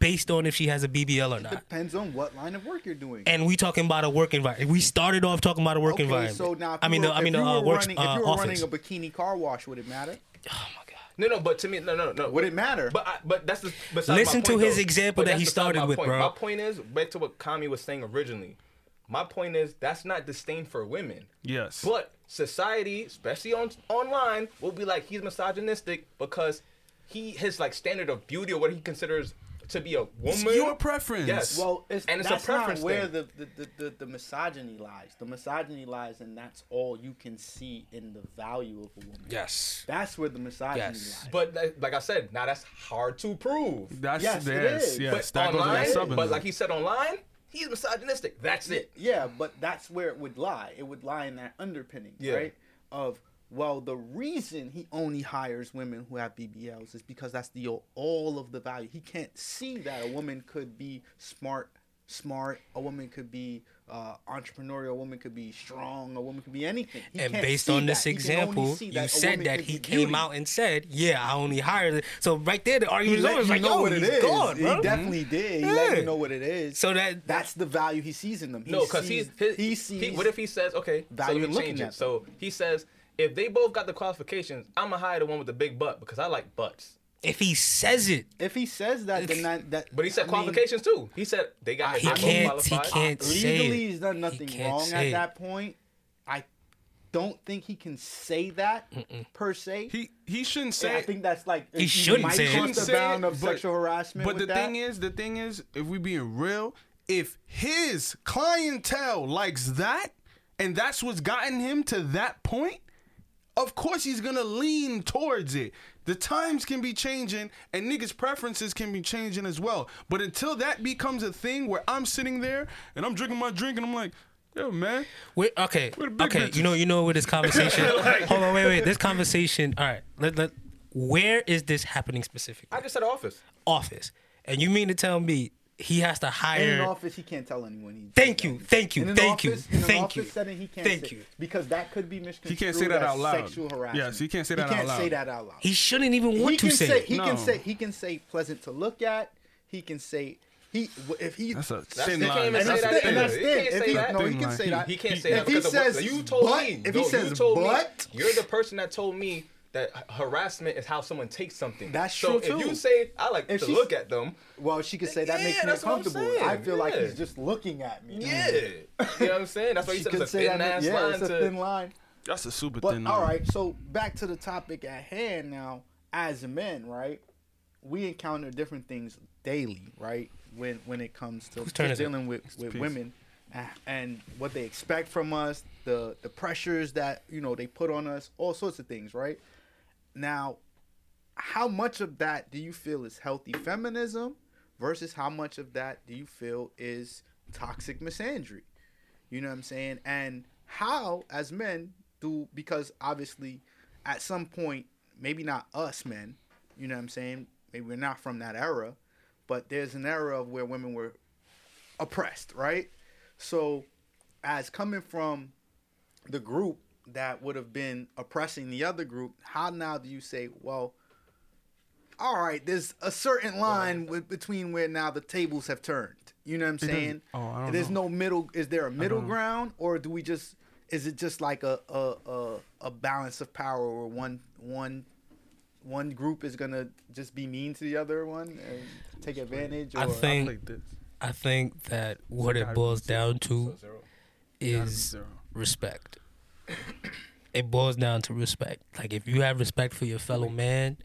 Speaker 5: based on if she has a BBL or not.
Speaker 4: Depends on what line of work you're doing.
Speaker 5: And we talking about a work environment. We started off talking about a work environment.
Speaker 4: so now if
Speaker 5: I mean,
Speaker 4: you
Speaker 5: the,
Speaker 4: were,
Speaker 5: I mean,
Speaker 4: if
Speaker 5: the
Speaker 4: you
Speaker 5: uh,
Speaker 4: were
Speaker 5: works,
Speaker 4: running,
Speaker 5: uh,
Speaker 4: if you were
Speaker 5: office.
Speaker 4: running a bikini car wash, would it matter?
Speaker 5: oh my god.
Speaker 3: No, no, but to me, no, no, no.
Speaker 4: Would it matter?
Speaker 3: But I, but that's the. besides my
Speaker 5: Listen to
Speaker 3: point,
Speaker 5: his
Speaker 3: though.
Speaker 5: example
Speaker 3: But
Speaker 5: that
Speaker 3: that's
Speaker 5: he
Speaker 3: beside
Speaker 5: started
Speaker 3: my
Speaker 5: with,
Speaker 3: point.
Speaker 5: bro.
Speaker 3: My point is back to what Kami was saying originally. My point is that's not disdain for women.
Speaker 2: Yes.
Speaker 3: But society, especially on online, will be like he's misogynistic because he his like standard of beauty or what he considers to be a woman.
Speaker 2: your preference.
Speaker 3: Yes.
Speaker 4: Well, it's,
Speaker 3: and it's
Speaker 4: that's
Speaker 3: a preference
Speaker 4: not where
Speaker 3: thing.
Speaker 4: the the, the, the the misogyny lies. The misogyny lies, and that's all you can see in the value of a woman.
Speaker 5: Yes.
Speaker 4: That's where the misogyny
Speaker 5: Yes.
Speaker 4: lies.
Speaker 3: But like- like I said, now that's hard to prove.
Speaker 2: That's
Speaker 4: Yes, it
Speaker 2: yes,
Speaker 4: is.
Speaker 2: yes.
Speaker 3: but
Speaker 2: That goes
Speaker 3: online,
Speaker 2: against subbing.
Speaker 3: but like he said online, he's misogynistic. That's it.
Speaker 4: Yeah, but that's where it would lie. It would lie in that underpinning,
Speaker 3: Yeah.
Speaker 4: right? Of Well, the reason he only hires women who have BBLs is because that's the all of the value. He can't see that a woman could be smart, smart. A woman could be uh, entrepreneurial. A woman could be strong. A woman could be anything. He
Speaker 5: and
Speaker 4: can't
Speaker 5: based
Speaker 4: see
Speaker 5: on this
Speaker 4: that. He can only
Speaker 5: example,
Speaker 4: see
Speaker 5: you
Speaker 4: a
Speaker 5: said
Speaker 4: woman
Speaker 5: that
Speaker 4: could
Speaker 5: he
Speaker 4: be
Speaker 5: came
Speaker 4: beauty.
Speaker 5: out and said, "Yeah, I only hired." It. So right there, the
Speaker 4: He
Speaker 5: argument is
Speaker 4: let
Speaker 5: over. It's
Speaker 4: you
Speaker 5: like,
Speaker 4: know
Speaker 5: oh,
Speaker 4: what it
Speaker 5: he's
Speaker 4: is.
Speaker 5: gone,
Speaker 4: he
Speaker 5: bro. Mm-hmm.
Speaker 4: definitely did. He let
Speaker 5: Yeah.
Speaker 4: you know what it is.
Speaker 5: So that-
Speaker 4: that's the value he sees in them. He
Speaker 3: No, because
Speaker 4: sees,
Speaker 3: he's his,
Speaker 4: he
Speaker 3: he
Speaker 4: sees.
Speaker 3: What if he says, okay, so let
Speaker 4: value in
Speaker 3: me
Speaker 4: looking
Speaker 3: change
Speaker 4: at
Speaker 3: it.
Speaker 4: them.
Speaker 3: So he says, if they both got the qualifications, I'ma hire the one with the big butt because I like butts.
Speaker 5: If he says it,
Speaker 4: if he says that, then that, that
Speaker 3: But he said
Speaker 4: I mean,
Speaker 3: qualifications too. He said they got
Speaker 5: he
Speaker 3: they both
Speaker 5: can't. He
Speaker 3: qualified.
Speaker 5: can't say
Speaker 4: legally
Speaker 5: it.
Speaker 4: he's done nothing
Speaker 5: can't
Speaker 4: wrong
Speaker 5: say
Speaker 4: at
Speaker 5: it.
Speaker 4: that point. I don't think he can say that per se.
Speaker 2: He he shouldn't
Speaker 4: And
Speaker 2: say.
Speaker 4: I think that's like you
Speaker 5: shouldn't
Speaker 4: might
Speaker 5: say it.
Speaker 4: cross
Speaker 2: shouldn't
Speaker 4: the
Speaker 2: say it,
Speaker 4: bound of sexual harassment.
Speaker 2: But
Speaker 4: with
Speaker 2: the
Speaker 4: that.
Speaker 2: thing is, the thing is, if we being real, if his clientele likes that, and that's what's gotten him to that point, of course he's gonna lean towards it. The times can be changing, and niggas' preferences can be changing as well. But until that becomes a thing where I'm sitting there and I'm drinking my drink and I'm like, yo, man,
Speaker 5: Wait, okay,
Speaker 2: We're the big
Speaker 5: okay.
Speaker 2: bitches.
Speaker 5: You know, you know
Speaker 2: <laughs>
Speaker 5: where this conversation. hold on, wait, wait. This conversation. All right, let let. Where is this happening specifically?
Speaker 3: I just said office.
Speaker 5: Office, and you mean to tell me he has to
Speaker 4: in an
Speaker 5: hire?
Speaker 4: office, he can't tell anyone. He
Speaker 5: Thank you, thank you,
Speaker 4: In an
Speaker 5: thank you,
Speaker 4: office, in an
Speaker 5: thank
Speaker 4: office
Speaker 5: you,
Speaker 4: Setting, he can't
Speaker 5: thank
Speaker 4: say-
Speaker 5: you.
Speaker 4: Because that could be misconstrued.
Speaker 2: can't say that
Speaker 4: as
Speaker 2: out loud.
Speaker 4: Sexual
Speaker 2: Yes,
Speaker 4: harassment.
Speaker 2: he can't say that
Speaker 4: He
Speaker 2: out
Speaker 4: can't say
Speaker 2: loud.
Speaker 4: that out loud.
Speaker 5: He shouldn't even want
Speaker 4: he
Speaker 5: to
Speaker 4: can
Speaker 5: say.
Speaker 4: say
Speaker 5: it.
Speaker 4: he
Speaker 2: No.
Speaker 4: can say he can say pleasant to look at. He can say he if he
Speaker 2: that's a
Speaker 3: That's,
Speaker 2: thin
Speaker 3: he can't
Speaker 2: line.
Speaker 3: even
Speaker 4: and
Speaker 3: say
Speaker 2: That's
Speaker 4: that's
Speaker 2: a
Speaker 3: that
Speaker 4: it.
Speaker 2: thin
Speaker 4: And
Speaker 3: either.
Speaker 4: that's
Speaker 3: He
Speaker 4: it.
Speaker 3: can't
Speaker 4: If
Speaker 3: say
Speaker 4: he,
Speaker 3: that.
Speaker 4: no, he
Speaker 2: Thin
Speaker 4: can say
Speaker 2: line.
Speaker 4: that.
Speaker 3: He can't say
Speaker 4: if
Speaker 3: that
Speaker 4: he
Speaker 3: because of what
Speaker 4: says
Speaker 3: you told
Speaker 4: but,
Speaker 3: me.
Speaker 4: If
Speaker 3: no,
Speaker 4: he says
Speaker 3: you told
Speaker 4: but,
Speaker 3: me, you're the person that told me that h- harassment is how someone takes something.
Speaker 4: That's
Speaker 3: so
Speaker 4: true,
Speaker 3: If
Speaker 4: too.
Speaker 3: you say I like
Speaker 4: If
Speaker 3: to
Speaker 4: she's-
Speaker 3: look at them,
Speaker 4: well, she could say that
Speaker 3: Yeah,
Speaker 4: makes me
Speaker 3: that's what I'm
Speaker 4: uncomfortable.
Speaker 3: saying.
Speaker 4: I feel like
Speaker 3: Yeah.
Speaker 4: he's just looking at me.
Speaker 3: yeah, you know what I'm saying. That's why you
Speaker 4: Mm. She
Speaker 3: said it's
Speaker 4: could
Speaker 3: a
Speaker 4: say
Speaker 3: thin
Speaker 4: that.
Speaker 3: ass
Speaker 4: Yeah,
Speaker 3: line
Speaker 4: it's a
Speaker 3: to
Speaker 4: thin line.
Speaker 2: That's a super
Speaker 4: But
Speaker 2: thin line.
Speaker 4: all right, so back to the topic at hand now. As men, right, we encounter different things daily, right? When when it comes to
Speaker 5: turn is it?
Speaker 4: dealing with with
Speaker 2: peace.
Speaker 4: women a- and what they expect from us, the the pressures that you know they put on us, all sorts of things, right? Now, how much of that do you feel is healthy feminism versus how much of that do you feel is toxic misandry? You know what I'm saying? And how, as men, do because obviously, at some point, maybe not us men, you know what I'm saying? Maybe we're not from that era, but there's an era of where women were oppressed, right? So, as coming from the group that would have been oppressing the other group, how now do you say, well, all right, there's a certain line with, between where now the tables have turned. You know what I'm
Speaker 2: doesn't-
Speaker 4: saying?
Speaker 2: oh, I don't
Speaker 4: there's
Speaker 2: know.
Speaker 4: no middle. Is there a middle
Speaker 2: know.
Speaker 4: ground, or do we just? Is it just like a a, a, a balance of power where one one one group is gonna just be mean to the other one and take advantage? Or
Speaker 5: I think
Speaker 2: Like this.
Speaker 5: I think that what it
Speaker 2: gotta be
Speaker 5: boils
Speaker 2: zero.
Speaker 5: down to
Speaker 3: zero.
Speaker 5: is
Speaker 2: zero.
Speaker 5: respect. <coughs> It boils down to respect. Like if you have respect for your fellow man,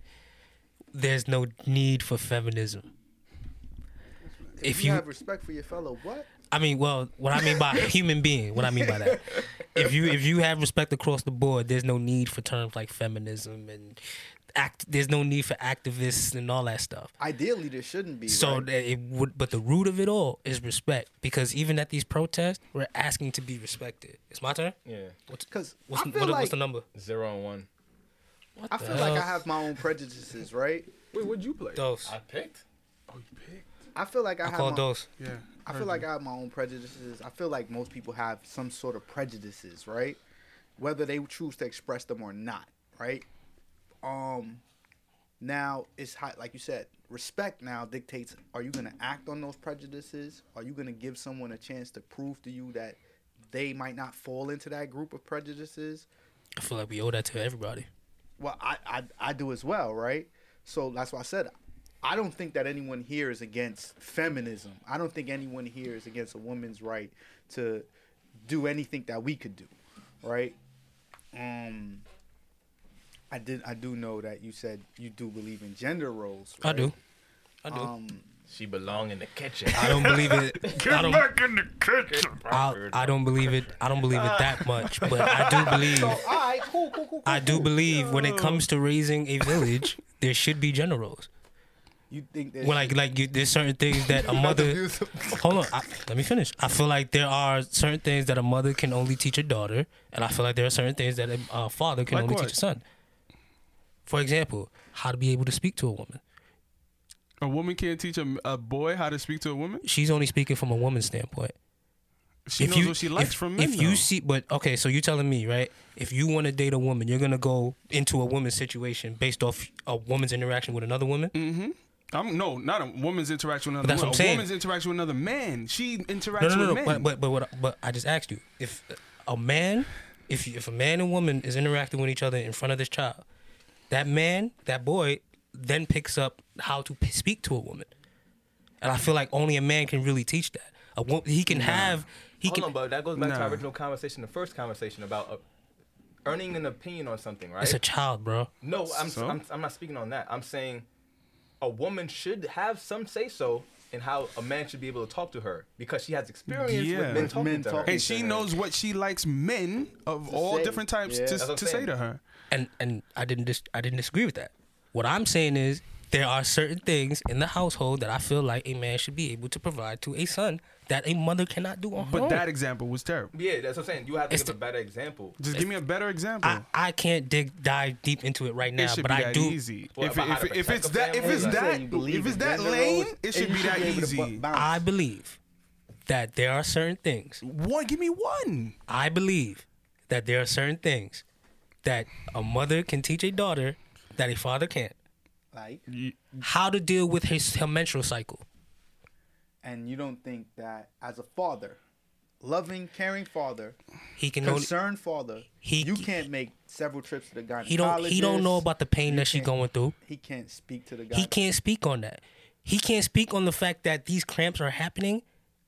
Speaker 5: there's no need for feminism. If
Speaker 4: you
Speaker 5: you,
Speaker 4: have respect for your fellow, what?
Speaker 5: I mean, well, what I mean by human being, what I mean by that, if you if you have respect across the board, there's no need for terms like feminism and act. There's no need for activists and all that stuff.
Speaker 4: Ideally, there shouldn't be.
Speaker 5: So eh,
Speaker 4: right?
Speaker 5: that it would, but the root of it all is respect. Because even at these protests, we're asking to be respected. It's my turn.
Speaker 3: Yeah,
Speaker 5: What's,
Speaker 4: Because
Speaker 5: what's,
Speaker 4: I
Speaker 5: what-
Speaker 4: feel
Speaker 5: what's
Speaker 4: like
Speaker 5: the Uh, number?
Speaker 3: zero and one.
Speaker 4: I feel like I have my own prejudices, right?
Speaker 2: Wait, what'd you play?
Speaker 5: those.
Speaker 3: I picked.
Speaker 2: Oh, you picked.
Speaker 4: I feel like I,
Speaker 5: I
Speaker 4: have
Speaker 5: call
Speaker 4: my,
Speaker 5: those.
Speaker 2: Yeah.
Speaker 4: I feel like I have my own prejudices. I feel like most people have some sort of prejudices, right? Whether they choose to express them or not, right? Um, now it's hot, like you said. Respect now dictates: Are you going to act on those prejudices? Are you going to give someone a chance to prove to you that they might not fall into that group of prejudices?
Speaker 5: I feel like we owe that to everybody.
Speaker 4: well I, I i do as well right so that's why i said i don't think that anyone here is against feminism i don't think anyone here is against a woman's right to do anything that we could do right um i did i do know that you said you do believe in gender roles
Speaker 5: I
Speaker 4: right?
Speaker 5: do. I do.
Speaker 4: um
Speaker 3: She belong in the kitchen.
Speaker 5: I don't believe
Speaker 2: <laughs>
Speaker 5: it. I don't.
Speaker 2: in the kitchen.
Speaker 5: I, I don't believe it. I don't believe it that much, but I do believe.
Speaker 4: all right cool cool cool, cool
Speaker 5: I do believe when it comes to raising a village, there should be generals.
Speaker 4: You think that
Speaker 5: when
Speaker 4: shit-
Speaker 5: like like you, there's certain things that a mother.
Speaker 4: Abuse of-
Speaker 5: Hold on, I, let me finish. I feel like there are certain things that a mother can only teach a daughter, and I feel like there are certain things that a, a father can
Speaker 2: Like
Speaker 5: only
Speaker 2: what?
Speaker 5: teach a son. For example, how to be able to speak to a woman.
Speaker 2: A woman can't teach a, a boy how to speak to a woman.
Speaker 5: She's only speaking from a woman's standpoint.
Speaker 2: She knows what she likes
Speaker 5: if,
Speaker 2: from men.
Speaker 5: If you
Speaker 2: though.
Speaker 5: see, but okay, so you're telling me, right? If you want to date a woman, you're gonna go into a woman's situation based off a woman's interaction with another woman.
Speaker 2: Mm-hmm. I'm no, not a woman's interaction with another.
Speaker 5: that's
Speaker 2: woman.
Speaker 5: what I'm
Speaker 2: a
Speaker 5: saying.
Speaker 2: woman's interaction with another man. She interacts
Speaker 5: No, no, no,
Speaker 2: with
Speaker 5: no.
Speaker 2: men.
Speaker 5: But but but, what, but I just asked you if a man, if you, if a man and woman is interacting with each other in front of this child, that man, that boy, then picks up how to p- speak to a woman, and I feel like only a man can really teach that. A wo- he can have he
Speaker 3: Hold
Speaker 5: can.
Speaker 3: on, but that goes back to
Speaker 2: Nah.
Speaker 3: our original conversation, the first conversation about uh, earning an opinion on something, right?
Speaker 5: It's a child, bro.
Speaker 3: No, I'm,
Speaker 2: So?
Speaker 3: I'm I'm not speaking on that. I'm saying a woman should have some say so in how a man should be able to talk to her because she has experience
Speaker 2: Yeah.
Speaker 3: with men
Speaker 2: With
Speaker 3: talking
Speaker 4: men
Speaker 3: to her.
Speaker 4: talking.
Speaker 2: and she
Speaker 4: to her.
Speaker 2: knows what she likes men of all
Speaker 4: say.
Speaker 2: different types
Speaker 4: Yeah.
Speaker 2: to,
Speaker 3: That's what I'm
Speaker 2: to say
Speaker 3: saying.
Speaker 2: to her.
Speaker 5: and and I didn't dis- I didn't disagree with that. What I'm saying is there are certain things in the household that I feel like a man should be able to provide to a son that a mother cannot do on her
Speaker 2: But
Speaker 5: own.
Speaker 2: that example was terrible.
Speaker 3: Yeah, that's what I'm saying. You have to
Speaker 5: It's
Speaker 3: give a
Speaker 5: the-
Speaker 3: better example.
Speaker 2: Just give me a better example.
Speaker 5: I, I can't dig dive deep into it right
Speaker 2: it
Speaker 5: now,
Speaker 2: should
Speaker 5: but
Speaker 2: be
Speaker 5: I
Speaker 2: that
Speaker 5: do.
Speaker 2: easy.
Speaker 3: Well,
Speaker 2: if
Speaker 3: about how
Speaker 2: if,
Speaker 3: to
Speaker 2: if
Speaker 3: protect
Speaker 2: it's
Speaker 3: a
Speaker 2: that if
Speaker 3: family,
Speaker 2: it's
Speaker 3: like-
Speaker 2: that
Speaker 4: You believe
Speaker 2: if
Speaker 4: in
Speaker 2: it's that
Speaker 4: gender
Speaker 2: lane,
Speaker 4: roles,
Speaker 2: it should
Speaker 4: and
Speaker 2: be
Speaker 4: you
Speaker 2: that
Speaker 4: be able to
Speaker 2: easy.
Speaker 4: bu- bounce.
Speaker 5: I believe that there are certain things.
Speaker 2: One, give me one.
Speaker 5: I believe that there are certain things that a mother can teach a daughter that a father can't.
Speaker 4: like,
Speaker 5: How to deal with his her menstrual cycle.
Speaker 4: and you don't think that as a father, loving, caring father,
Speaker 5: He can only,
Speaker 4: concerned father,
Speaker 5: He-
Speaker 4: you can't make several trips to the gynecologist.
Speaker 5: he don't he don't know about the pain that she
Speaker 4: can't-
Speaker 5: going through.
Speaker 4: He can't speak to the guy.
Speaker 5: he can't speak on that. He can't speak on the fact that these cramps are happening,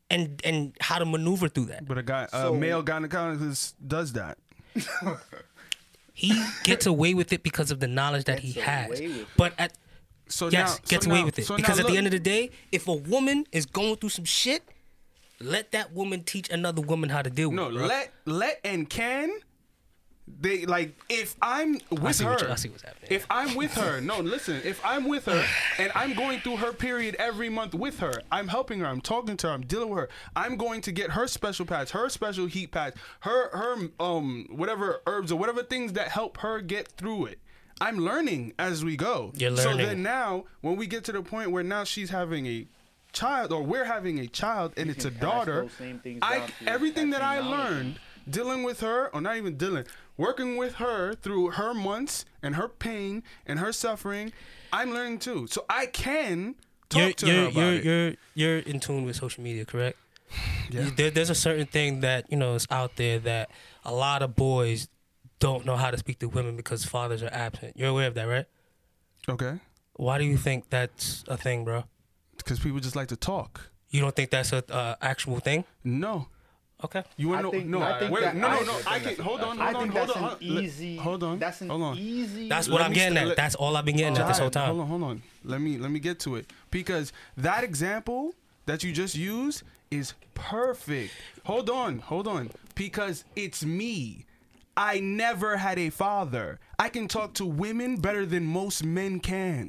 Speaker 5: and and how to maneuver through that.
Speaker 2: But a guy, a
Speaker 4: So-
Speaker 2: male gynecologist does that.
Speaker 4: <laughs>
Speaker 5: He gets away with it because of the knowledge that he
Speaker 4: Gets
Speaker 5: has.
Speaker 4: away with it.
Speaker 5: But at
Speaker 2: So now,
Speaker 5: yes, gets
Speaker 2: so
Speaker 5: away
Speaker 2: now-
Speaker 5: with it
Speaker 2: so now
Speaker 5: because at
Speaker 2: look,
Speaker 5: the end of the day, if a woman is going through some shit, let that woman teach another woman how to deal with
Speaker 2: No,
Speaker 5: it. bro.
Speaker 2: let let and can. They like if I'm with
Speaker 5: see
Speaker 2: her.
Speaker 5: what you- I see what's happening.
Speaker 2: If I'm with her, no, listen. If I'm with her and I'm going through her period every month with her, I'm helping her. I'm talking to her. I'm dealing with her. I'm going to get her special patch, her special heat patch, her her um whatever herbs or whatever things that help her get through it. I'm learning as we go.
Speaker 5: You're
Speaker 2: So
Speaker 5: learning.
Speaker 2: then now, when we get to the point where now she's having a child or we're having a child and it's a
Speaker 4: pass
Speaker 2: daughter,
Speaker 4: those same things
Speaker 2: I
Speaker 4: down to
Speaker 2: everything
Speaker 4: that
Speaker 2: that I
Speaker 4: same knowledge.
Speaker 2: learned dealing with her or not even dealing, working with her through her months and her pain and her suffering, I'm learning too. So I can talk
Speaker 5: you're
Speaker 2: to
Speaker 5: you're
Speaker 2: her about
Speaker 5: you're,
Speaker 2: it.
Speaker 5: you're you're in tune with social media,
Speaker 2: <sighs>
Speaker 5: correct? Yeah. There, there's a certain thing that you know is out there that a lot of boys don't know how to speak to women because fathers are absent. You're aware of that, right?
Speaker 2: okay,
Speaker 5: Why do you think that's a thing, bro?
Speaker 2: because people just like to talk.
Speaker 5: You don't think that's a uh, actual thing?
Speaker 2: No.
Speaker 5: Okay.
Speaker 2: You
Speaker 4: I
Speaker 2: want to
Speaker 4: think-
Speaker 2: know?
Speaker 4: I
Speaker 2: No,
Speaker 4: think
Speaker 2: wait,
Speaker 4: that-
Speaker 2: no,
Speaker 4: I
Speaker 2: no, no.
Speaker 4: think
Speaker 2: I
Speaker 3: that's
Speaker 2: can
Speaker 3: a-
Speaker 2: hold on,
Speaker 4: I
Speaker 2: hold on,
Speaker 4: think
Speaker 2: hold
Speaker 4: that's
Speaker 2: on.
Speaker 4: an easy.
Speaker 2: Hold on.
Speaker 4: That's an
Speaker 2: hold on.
Speaker 4: easy.
Speaker 5: That's what
Speaker 2: Let
Speaker 5: I'm
Speaker 2: me
Speaker 5: getting
Speaker 2: st-
Speaker 5: at.
Speaker 2: let-
Speaker 5: That's all I've been getting at this
Speaker 2: Hold
Speaker 5: whole
Speaker 2: on, Hold
Speaker 5: time.
Speaker 2: on, hold on. Let me let me get to it because that example that you just used is perfect. Hold on, hold on, because it's me. I never had a father. I can talk to women better than most men can.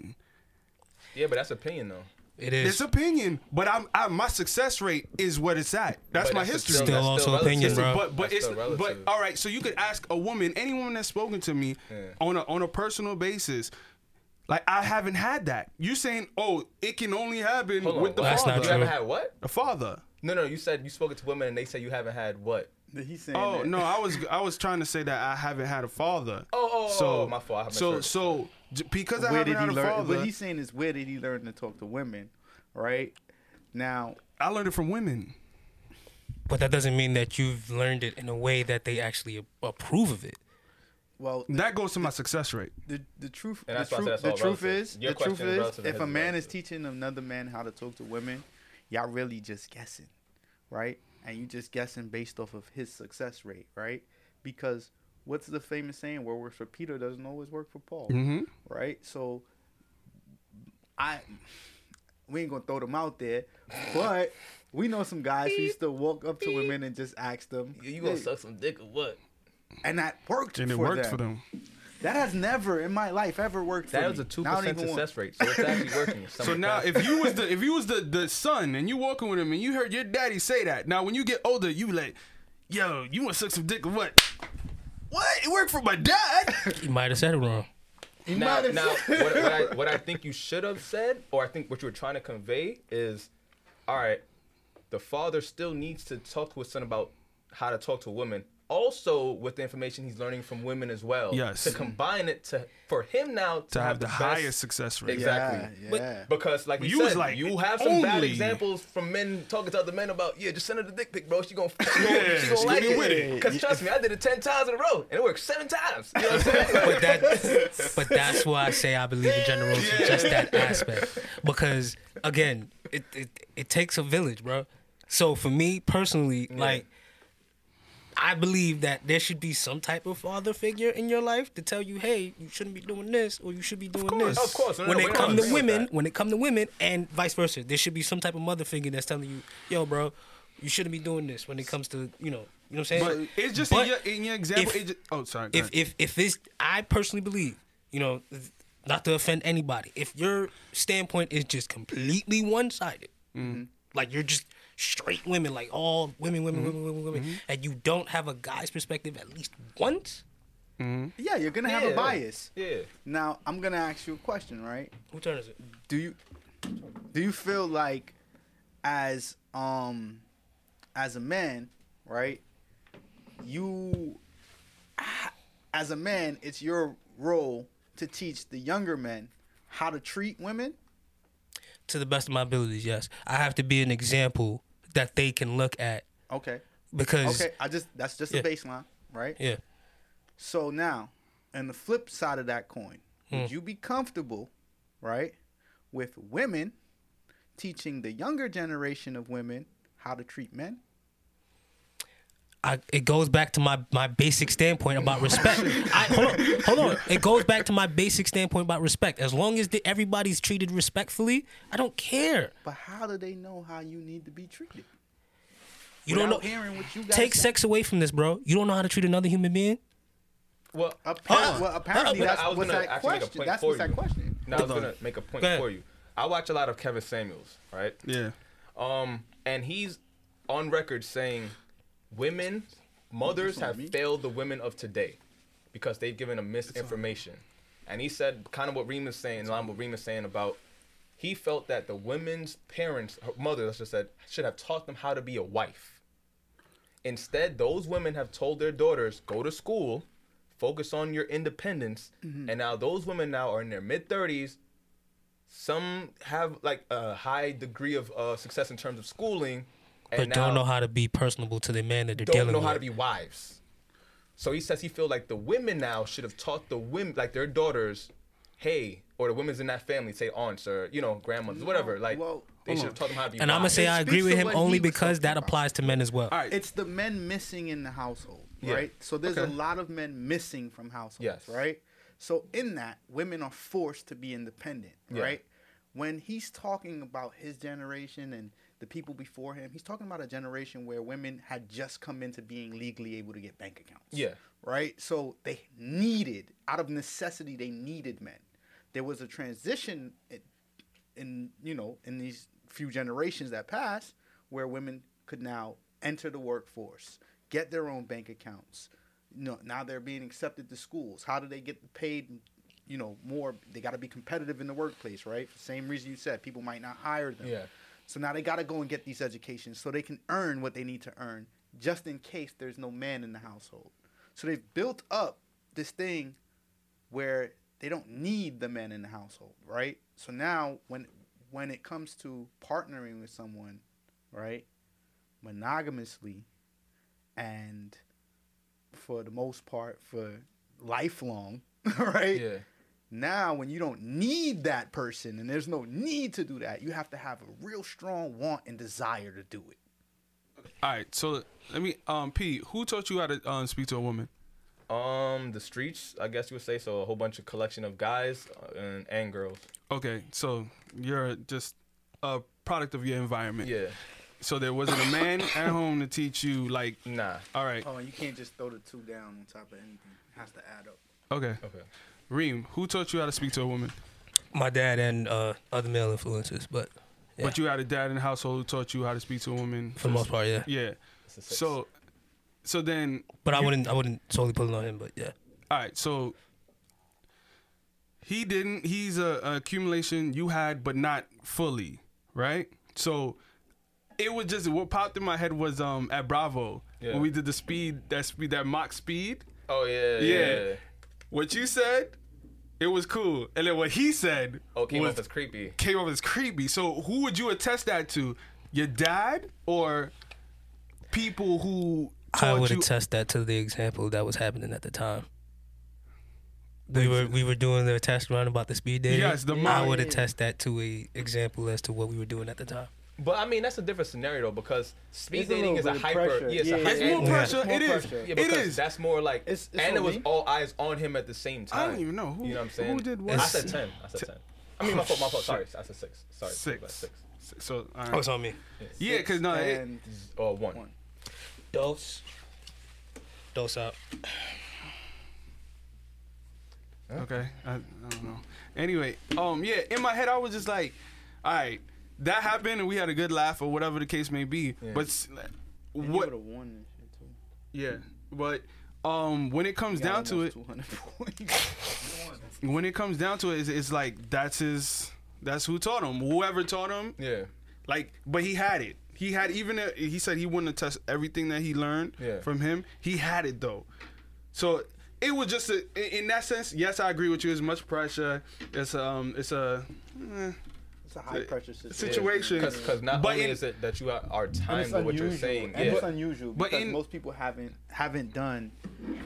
Speaker 3: Yeah, but that's opinion though.
Speaker 5: It is.
Speaker 2: It's opinion, but I'm I, my success rate is what it's at. That's
Speaker 3: But
Speaker 2: my
Speaker 3: that's
Speaker 2: history.
Speaker 5: Still also opinion,
Speaker 2: Listen,
Speaker 5: bro.
Speaker 2: But but
Speaker 3: That's
Speaker 2: it's
Speaker 3: still relative.
Speaker 2: but all right. So you could ask a woman, any woman that's spoken to me on a on a personal basis. Like I haven't had that. You're saying, oh, it can only happen
Speaker 3: Hold on,
Speaker 2: with the
Speaker 3: what?
Speaker 5: That's not
Speaker 2: father.
Speaker 3: You
Speaker 5: true.
Speaker 3: haven't had what?
Speaker 2: The father.
Speaker 3: No, no. You said you spoke to women and they say you haven't had what?
Speaker 4: He's saying.
Speaker 2: Oh
Speaker 4: that.
Speaker 2: no, I was I was trying to say that I haven't had a father.
Speaker 3: Oh, oh, oh, my fault. I
Speaker 2: So
Speaker 3: misheard.
Speaker 2: so j- because I
Speaker 4: Where
Speaker 2: haven't
Speaker 4: did
Speaker 2: had
Speaker 4: he
Speaker 2: a
Speaker 4: learn?
Speaker 2: father,
Speaker 4: What he's saying is where did he learn to talk to women, right? Now,
Speaker 2: I learned it from women.
Speaker 5: but that doesn't mean that you've learned it in a way that they actually a- approve of it.
Speaker 4: well,
Speaker 2: That goes to my success rate.
Speaker 4: the the truth
Speaker 3: And
Speaker 4: the
Speaker 3: that's why I said
Speaker 4: truth
Speaker 3: that's
Speaker 4: the
Speaker 3: all
Speaker 4: truth
Speaker 3: relative.
Speaker 4: is
Speaker 3: Your
Speaker 4: the truth
Speaker 3: question is
Speaker 4: is
Speaker 3: relative and
Speaker 4: if
Speaker 3: his
Speaker 4: a
Speaker 3: is
Speaker 4: man is
Speaker 3: relative.
Speaker 4: teaching another man how to talk to women, y'all really just guessing, right? And you just guessing based off of his success rate, right? Because what's the famous saying? What works for Peter doesn't always work for Paul, right? So I we ain't gonna throw them out there, but we know some guys who used to walk up to women and just ask them,
Speaker 3: You, you gonna
Speaker 4: "Hey,"
Speaker 3: suck some dick or what?
Speaker 4: and that worked
Speaker 2: And it
Speaker 4: for
Speaker 2: worked
Speaker 4: them.
Speaker 2: for them.
Speaker 4: That has never in my life ever worked. for
Speaker 3: That was
Speaker 4: me.
Speaker 3: a two
Speaker 4: Not
Speaker 3: percent
Speaker 4: even one.
Speaker 3: success rate, so it's
Speaker 2: <laughs>
Speaker 3: actually working.
Speaker 2: So now,
Speaker 3: if
Speaker 2: if you was the if you was the the son and you walking with him and you heard your daddy say that, now when you get older, you like, yo, you want to suck some dick or what? What? It worked for my dad.
Speaker 5: He might have said it wrong.
Speaker 3: now,
Speaker 4: <laughs>
Speaker 3: now what, what, I, what I think you should have said, or I think what you were trying to convey is, all right, the father still needs to talk to his son about how to talk to women. Also, with the information he's learning from women as well.
Speaker 2: Yes.
Speaker 3: To combine it to for him now to,
Speaker 2: <laughs> to have the
Speaker 3: best-
Speaker 2: highest success rate.
Speaker 3: Exactly.
Speaker 4: Yeah,
Speaker 3: But-
Speaker 4: yeah.
Speaker 3: because like you,
Speaker 2: You was
Speaker 3: said,
Speaker 2: like,
Speaker 3: you have some bad
Speaker 2: only-
Speaker 3: examples from men talking to other men about, yeah, just send her the dick pic, bro. She gonna, she gonna,
Speaker 2: Yeah,
Speaker 3: she gonna
Speaker 2: she
Speaker 3: like
Speaker 2: gonna be
Speaker 3: it.
Speaker 2: with it.
Speaker 3: Cause trust me, I did it ten times in a row, and it worked seven times. You know
Speaker 2: <laughs>
Speaker 3: what I'm saying?
Speaker 5: But that, but that's why I say I believe in generosity, just that aspect. Because again, it, it it takes a village, bro. So for me personally, like I believe that there should be some type of father figure in your life to tell you, hey, you shouldn't be doing this or you should be doing
Speaker 2: course.
Speaker 5: this.
Speaker 2: Of
Speaker 3: course. No, no,
Speaker 5: when
Speaker 3: no,
Speaker 5: it
Speaker 3: we
Speaker 5: come
Speaker 3: don't
Speaker 5: to
Speaker 3: agree with
Speaker 5: women,
Speaker 3: that.
Speaker 5: when it come to women, and vice versa, there should be some type of mother figure that's telling you, yo, bro, you shouldn't be doing this. When it comes to you know, you know what I'm
Speaker 2: But
Speaker 5: saying.
Speaker 2: it's just
Speaker 5: But
Speaker 2: in, your, in your example.
Speaker 5: if-
Speaker 2: it just, oh, sorry. go
Speaker 5: if
Speaker 2: ahead.
Speaker 5: if if this I personally believe, you know, th- not to offend anybody, if your standpoint is just completely one sided, like you're just straight women, like all women, women, women, women, women, and you don't have a guy's perspective at least once.
Speaker 4: Yeah, you're gonna have a
Speaker 3: Yeah.
Speaker 4: bias.
Speaker 3: Yeah.
Speaker 4: Now I'm gonna ask you a question, right?
Speaker 5: Who turn is it?
Speaker 4: do you do you feel like as um as a man right you as a man it's your role to teach the younger men how to treat women
Speaker 5: To the best of my abilities, yes. I have to be an example that they can look at
Speaker 4: okay
Speaker 5: because
Speaker 4: okay i just that's just
Speaker 5: Yeah.
Speaker 4: the baseline right
Speaker 5: yeah,
Speaker 4: So now, on the flip side of that coin, would you be comfortable, right, with women teaching the younger generation of women how to treat men?
Speaker 5: I, it goes back to my, my basic standpoint
Speaker 4: <laughs>
Speaker 5: about respect. I, hold on, hold on. It goes back to my basic standpoint about respect. As long as the, everybody's treated respectfully, I don't care.
Speaker 4: But how do they know how you need to be treated?
Speaker 5: You don't know.
Speaker 4: Without hearing what you guys
Speaker 5: Take
Speaker 4: say.
Speaker 5: sex away from this, bro. You don't know how to treat another human being.
Speaker 3: Well,
Speaker 4: Apparently, well, apparently
Speaker 5: uh,
Speaker 4: that's
Speaker 3: I was
Speaker 4: what's
Speaker 3: gonna
Speaker 4: that
Speaker 3: actually make a
Speaker 4: question.
Speaker 3: point
Speaker 4: That's
Speaker 3: for
Speaker 4: what's that
Speaker 3: you.
Speaker 4: question.
Speaker 3: Now I was gonna make a point
Speaker 5: Go ahead.
Speaker 3: for you. I watch a lot of Kevin Samuels, right?
Speaker 2: yeah.
Speaker 3: Um, and he's on record saying women, mothers have failed the women of today because they've given them misinformation. And he said kind of what Reem is saying, in line with Reem is saying about he felt that the women's parents, her mother, let's just said, should have taught them how to be a wife. Instead, those women have told their daughters, go to school, focus on your independence. And now those women now are in their mid 30s. Some have like a high degree of uh, success in terms of schooling. And
Speaker 5: But
Speaker 3: now
Speaker 5: don't know how to be personable to the man that they're
Speaker 3: don't
Speaker 5: dealing
Speaker 3: know
Speaker 5: with.
Speaker 3: how to be wives. So he says he feel like the women now should have taught the women, like their daughters, hey, or the women's in that family, say aunts or you know grandmothers, whatever. Like
Speaker 4: well,
Speaker 3: they should have taught them how to be.
Speaker 5: and I'm gonna
Speaker 3: wives.
Speaker 5: say I
Speaker 4: speaks
Speaker 5: agree with
Speaker 4: to
Speaker 5: him
Speaker 4: what
Speaker 5: only
Speaker 4: he was
Speaker 5: because that
Speaker 4: talking about.
Speaker 5: applies to men as well.
Speaker 2: All right.
Speaker 4: It's the men missing in the household, right? So there's
Speaker 3: Okay.
Speaker 4: a lot of men missing from households,
Speaker 3: Yes.
Speaker 4: right? So in that, women are forced to be independent, right? When he's talking about his generation and the people before him, he's talking about a generation where women had just come into being legally able to get bank accounts.
Speaker 3: Yeah.
Speaker 4: Right? So they needed, out of necessity, they needed men. There was a transition in- in you know in these few generations that passed where women could now enter the workforce get their own bank accounts you know, now they're being accepted to schools how do they get paid you know more they got to be competitive in the workplace right for the same reason you said people might not hire them
Speaker 3: Yeah.
Speaker 4: so now they got to go and get these educations so they can earn what they need to earn just in case there's no man in the household so they've built up this thing where they don't need the men in the household, right? So now when when it comes to partnering with someone, right, monogamously and for the most part for lifelong, <laughs> right?
Speaker 3: Yeah.
Speaker 4: Now when you don't need that person and there's no need to do that, you have to have a real strong want and desire to do it.
Speaker 2: All right. So let me, um, P, who taught you how to um, speak to a woman?
Speaker 3: Um, the streets, I guess you would say. So a whole bunch of collection of guys uh, and and girls.
Speaker 2: Okay. So you're just a product of your environment.
Speaker 3: Yeah.
Speaker 2: So there wasn't a man at home to teach you, like,
Speaker 3: Nah.
Speaker 2: all right.
Speaker 4: Oh, and you can't just throw the two down on top of anything. It has to add up.
Speaker 2: Okay.
Speaker 3: Okay.
Speaker 2: Reem, who taught you how to speak to a woman?
Speaker 5: My dad and uh, other male influences, but Yeah.
Speaker 2: But you had a dad in the household who taught you how to speak to a woman.
Speaker 5: for the most part, yeah.
Speaker 2: Yeah.
Speaker 3: It's a six.
Speaker 2: So, so then,
Speaker 5: But I wouldn't I wouldn't solely put it on him, but yeah.
Speaker 2: all right. So he didn't. He's a, a accumulation you had, but not fully, right? So it was just what popped in my head was um at Bravo
Speaker 3: Yeah.
Speaker 2: when we did the speed that speed that mock speed.
Speaker 3: oh yeah,
Speaker 2: Yeah.
Speaker 3: yeah.
Speaker 2: What you said, it was cool, and then what he said
Speaker 3: Oh, came
Speaker 2: was
Speaker 3: off as creepy.
Speaker 2: came off as creepy. So who would you attest that to? Your dad or people who
Speaker 5: I
Speaker 2: taught
Speaker 5: would
Speaker 2: you?
Speaker 5: attest that to the example that was happening at the time. We were we were doing the test round about the speed dating.
Speaker 2: Yes, the
Speaker 5: I
Speaker 2: mock.
Speaker 5: would attest that to a example as to what we were doing at the time.
Speaker 3: But I mean, that's a different scenario because speed
Speaker 4: It's a
Speaker 3: dating
Speaker 4: little
Speaker 3: is a
Speaker 4: bit of
Speaker 3: hyper.
Speaker 4: pressure.
Speaker 3: Yeah, it's,
Speaker 4: Yeah,
Speaker 3: a
Speaker 4: yeah,
Speaker 3: hy-
Speaker 2: It's more
Speaker 5: Yeah.
Speaker 2: pressure.
Speaker 4: More
Speaker 2: It is.
Speaker 4: pressure.
Speaker 3: Yeah,
Speaker 2: It
Speaker 3: because
Speaker 2: is.
Speaker 3: That's more like,
Speaker 4: It's- it's
Speaker 3: and it
Speaker 4: on
Speaker 3: was
Speaker 4: me.
Speaker 3: all eyes on him at the same time.
Speaker 2: I don't even know who.
Speaker 3: You know what I'm saying?
Speaker 2: Who did what?
Speaker 3: I said ten. I said ten. I mean, my fault. My fault. Sorry, I said six. Sorry,
Speaker 2: Six.
Speaker 3: Like six
Speaker 2: So all right.
Speaker 5: Oh, it's on me.
Speaker 2: yeah, because no, Uh, it,
Speaker 4: And
Speaker 3: or uh, one.
Speaker 4: One.
Speaker 5: Dose. Dose up.
Speaker 2: okay. I, I don't know. Anyway, um, yeah. In my head, I was just like, all right, that happened, and we had a good laugh, or whatever the case may be.
Speaker 3: Yeah.
Speaker 2: But s-
Speaker 4: and
Speaker 2: what?
Speaker 4: You would have won and shit too.
Speaker 2: Yeah. But um, when it comes
Speaker 4: You got
Speaker 2: down to
Speaker 4: almost
Speaker 2: it,
Speaker 4: 200 points.
Speaker 2: when it comes down to it, it's, it's like that's his. That's who taught him. Whoever taught him,
Speaker 3: Yeah,
Speaker 2: like, but he had it. He had even a, he said he wouldn't attest everything that he learned
Speaker 3: Yeah.
Speaker 2: from him. He had it though, so it was just a, in- in that sense. Yes, I agree with you. It's much pressure. It's um, it's a eh,
Speaker 4: <laughs> It's a high pressure situation.
Speaker 2: situation.
Speaker 3: because not
Speaker 2: but
Speaker 3: only
Speaker 2: in-
Speaker 3: is it that you are, are
Speaker 4: And
Speaker 3: timed
Speaker 4: it's
Speaker 3: with what
Speaker 4: unusual.
Speaker 3: you're saying.
Speaker 4: and it's
Speaker 3: yeah.
Speaker 4: unusual
Speaker 2: But
Speaker 4: because
Speaker 2: in-
Speaker 4: most people haven't haven't done.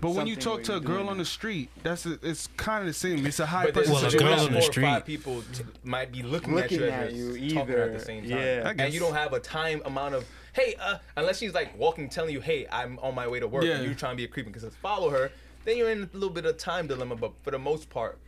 Speaker 2: but when you
Speaker 4: something
Speaker 2: talk
Speaker 4: where
Speaker 2: to a
Speaker 4: you're doing
Speaker 2: girl on
Speaker 4: that.
Speaker 2: the street, that's a, it's kind of the same. It's a high
Speaker 3: But there's
Speaker 2: pressure
Speaker 5: Well, a
Speaker 2: situation.
Speaker 5: girl on the
Speaker 3: four or
Speaker 5: street-
Speaker 3: five people t- might be looking,
Speaker 4: Looking at
Speaker 3: at
Speaker 4: you
Speaker 3: you, as talking at
Speaker 4: either.
Speaker 3: the same time,
Speaker 4: Yeah. I
Speaker 2: guess.
Speaker 3: and you don't have a time amount of hey, uh, unless she's like walking, telling you, hey, I'm on my way to work,
Speaker 2: Yeah.
Speaker 3: and you trying to be a creep because follow her, then you're in a little bit of time dilemma. But for the most part,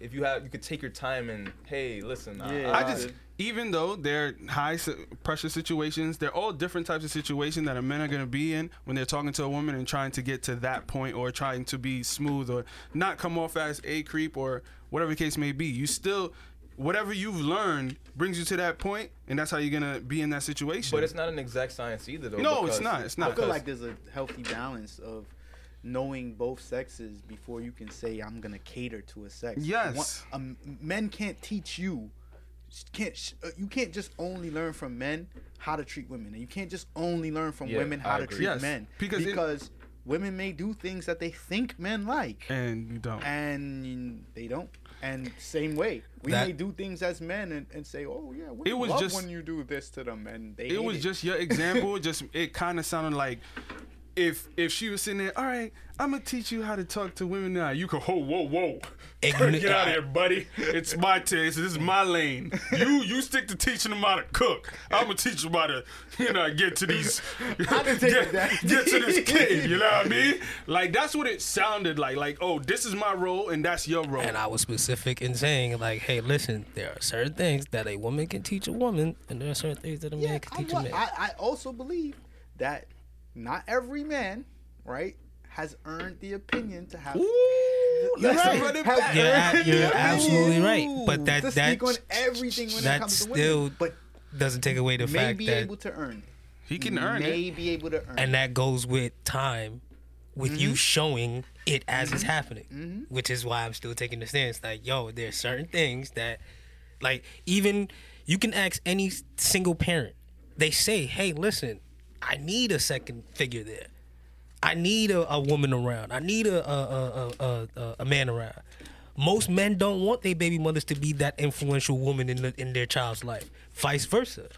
Speaker 3: if you have, you could take your time and hey, listen, I-
Speaker 4: Yeah.
Speaker 3: I,
Speaker 2: I just even though they're high s- pressure situations, they're all different types of situations that a men are going to be in when they're talking to a woman and trying to get to that point or trying to be smooth or not come off as a creep or whatever the case may be. You still whatever you've learned brings you to that point and that's how you're going to be in that situation.
Speaker 3: but it's not an exact science either, though.
Speaker 2: No, it's
Speaker 3: because-
Speaker 2: not. It's
Speaker 4: I
Speaker 2: not.
Speaker 4: feel
Speaker 3: because-
Speaker 4: like there's a healthy balance of knowing both sexes before you can say I'm gonna cater to a sex.
Speaker 2: Yes.
Speaker 4: One- um, men can't teach you. Can't sh- uh, you can't just only learn from men how to treat women, and you can't just only learn from
Speaker 3: Yeah,
Speaker 4: women
Speaker 3: I
Speaker 4: how to
Speaker 3: agree.
Speaker 4: treat
Speaker 2: Yes,
Speaker 4: men
Speaker 2: because it-
Speaker 4: because women may do things that they think men like.
Speaker 2: and you don't.
Speaker 4: and they don't. And same way, we
Speaker 5: That-
Speaker 4: may do things as men and, and say, "Oh yeah, we
Speaker 2: It was
Speaker 4: love
Speaker 2: just-
Speaker 4: when you do this to them," and they.
Speaker 2: it was just your example. <laughs> just it kind of sounded like if if she was sitting there, all right, I'm gonna teach you how to talk to women now. You could, whoa, whoa, whoa,
Speaker 5: Igni-
Speaker 2: get out of here, buddy. It's my taste. This is my lane. You you stick to teaching them how to cook. I'm gonna teach them how to you know get to
Speaker 4: <laughs>
Speaker 2: these get,
Speaker 4: take it that
Speaker 2: get to
Speaker 4: <laughs>
Speaker 2: this kid. You know what I mean? Like that's what it sounded like. Like oh, this is my role and that's your role.
Speaker 5: And I was specific in saying, like, hey, listen, there are certain things that a woman can teach a woman, and there are certain things that a man
Speaker 4: Yeah,
Speaker 5: can
Speaker 4: I,
Speaker 5: teach
Speaker 4: wa-
Speaker 5: a man.
Speaker 4: I, I also believe that not every man, right, has earned the opinion to have.
Speaker 2: let's
Speaker 4: right.
Speaker 2: run it
Speaker 4: Has
Speaker 2: back.
Speaker 5: You're
Speaker 4: earned
Speaker 5: ab-
Speaker 4: the
Speaker 5: you're
Speaker 4: opinion
Speaker 5: absolutely right, but that-
Speaker 4: to
Speaker 5: that-
Speaker 4: speak on everything when it
Speaker 5: that
Speaker 4: comes to
Speaker 5: still
Speaker 4: women, but
Speaker 5: Doesn't take away the
Speaker 4: may
Speaker 5: fact
Speaker 4: be
Speaker 5: that,
Speaker 4: able to earn.
Speaker 2: he can earn
Speaker 4: may
Speaker 2: it.
Speaker 4: be able to earn.
Speaker 5: and that goes with time, with you showing it as it's happening, which is why I'm still taking the stance. Like, yo, there's certain things that, like, even you can ask any s- single parent. They say, hey, listen, I need a second figure there. I need a, a woman around. I need a a, a, a a a man around. Most men don't want their baby mothers to be that influential woman in the, in their child's life. Vice versa.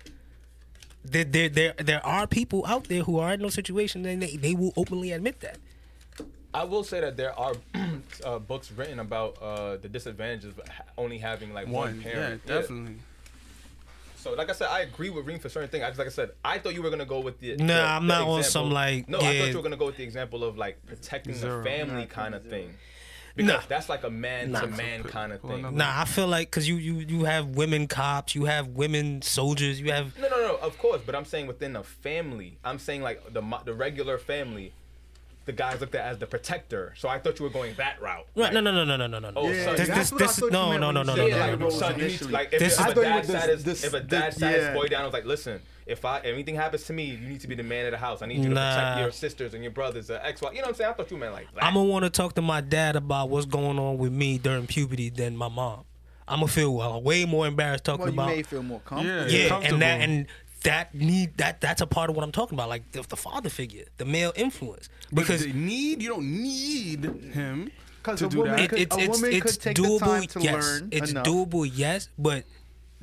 Speaker 5: There, there, there, there are people out there who are in those situations and they, they will openly admit that.
Speaker 3: I will say that there are <clears throat> uh, books written about uh, the disadvantages of ha- only having like one,
Speaker 2: One, yeah,
Speaker 3: parent. Yeah.
Speaker 2: definitely.
Speaker 3: So, like I said, I agree with Reem for certain things. I just, like I said, I thought you were gonna go with the.
Speaker 5: Nah,
Speaker 3: the-
Speaker 5: I'm
Speaker 3: the
Speaker 5: not on
Speaker 3: example-
Speaker 5: some, like,
Speaker 3: No, I
Speaker 5: yeah.
Speaker 3: thought you were gonna go with the example of like protecting
Speaker 2: Zero.
Speaker 3: the family kind of thing. Because
Speaker 5: Nah.
Speaker 3: that's like a man to man
Speaker 2: Nah.
Speaker 3: kind of
Speaker 2: Well,
Speaker 3: thing.
Speaker 2: no.
Speaker 5: Nah, I feel like because you, you you have women cops, you have women soldiers, you have
Speaker 3: No, no, no. Of course, but I'm saying within a family. I'm saying like the mo- the regular family. the guys looked at as the protector. So I thought you were going that route.
Speaker 5: Right? No, no, no, no, no, no, no.
Speaker 3: Oh,
Speaker 5: no.
Speaker 3: son, you-
Speaker 5: This, this,
Speaker 4: That's what I
Speaker 5: this,
Speaker 4: thought you meant
Speaker 5: no, no,
Speaker 4: when
Speaker 5: no,
Speaker 4: you
Speaker 5: no, no,
Speaker 4: said,
Speaker 3: Yeah,
Speaker 5: no,
Speaker 4: like,
Speaker 5: no.
Speaker 3: like,
Speaker 4: roles
Speaker 3: son, you need to,
Speaker 4: initially.
Speaker 3: like if,
Speaker 5: This
Speaker 3: if
Speaker 5: is-
Speaker 3: a
Speaker 5: I thought
Speaker 4: it
Speaker 3: dad
Speaker 4: was the-
Speaker 3: sat his
Speaker 4: the-
Speaker 3: if a
Speaker 4: the-
Speaker 3: dad sat his
Speaker 4: yeah.
Speaker 3: boy down, I was like, listen, if I anything happens to me, you need to be the man of the house. I need you to
Speaker 5: Nah.
Speaker 3: protect your sisters and your brothers, uh, ex wife. You know what I'm saying? I thought you meant like that.
Speaker 5: I'm gonna want to talk to my dad about what's going on with me during puberty than my mom. I'm gonna feel well, way more embarrassed talking
Speaker 4: Well, you
Speaker 5: about.
Speaker 4: may feel more
Speaker 2: Yeah,
Speaker 4: comfortable.
Speaker 5: yeah, and that
Speaker 2: comfortable.
Speaker 5: and that need that that's a part of what I'm talking about, like the, the father figure, the male influence,
Speaker 2: Because
Speaker 5: because
Speaker 2: they need you don't need him
Speaker 4: Because
Speaker 2: to
Speaker 4: a
Speaker 2: do
Speaker 4: woman
Speaker 2: that.
Speaker 5: it, it's
Speaker 4: a
Speaker 5: it's,
Speaker 4: woman
Speaker 5: it's
Speaker 4: could take the
Speaker 5: doable.
Speaker 4: time to
Speaker 5: yes,
Speaker 4: learn
Speaker 5: it's
Speaker 4: enough.
Speaker 5: doable. Yes, but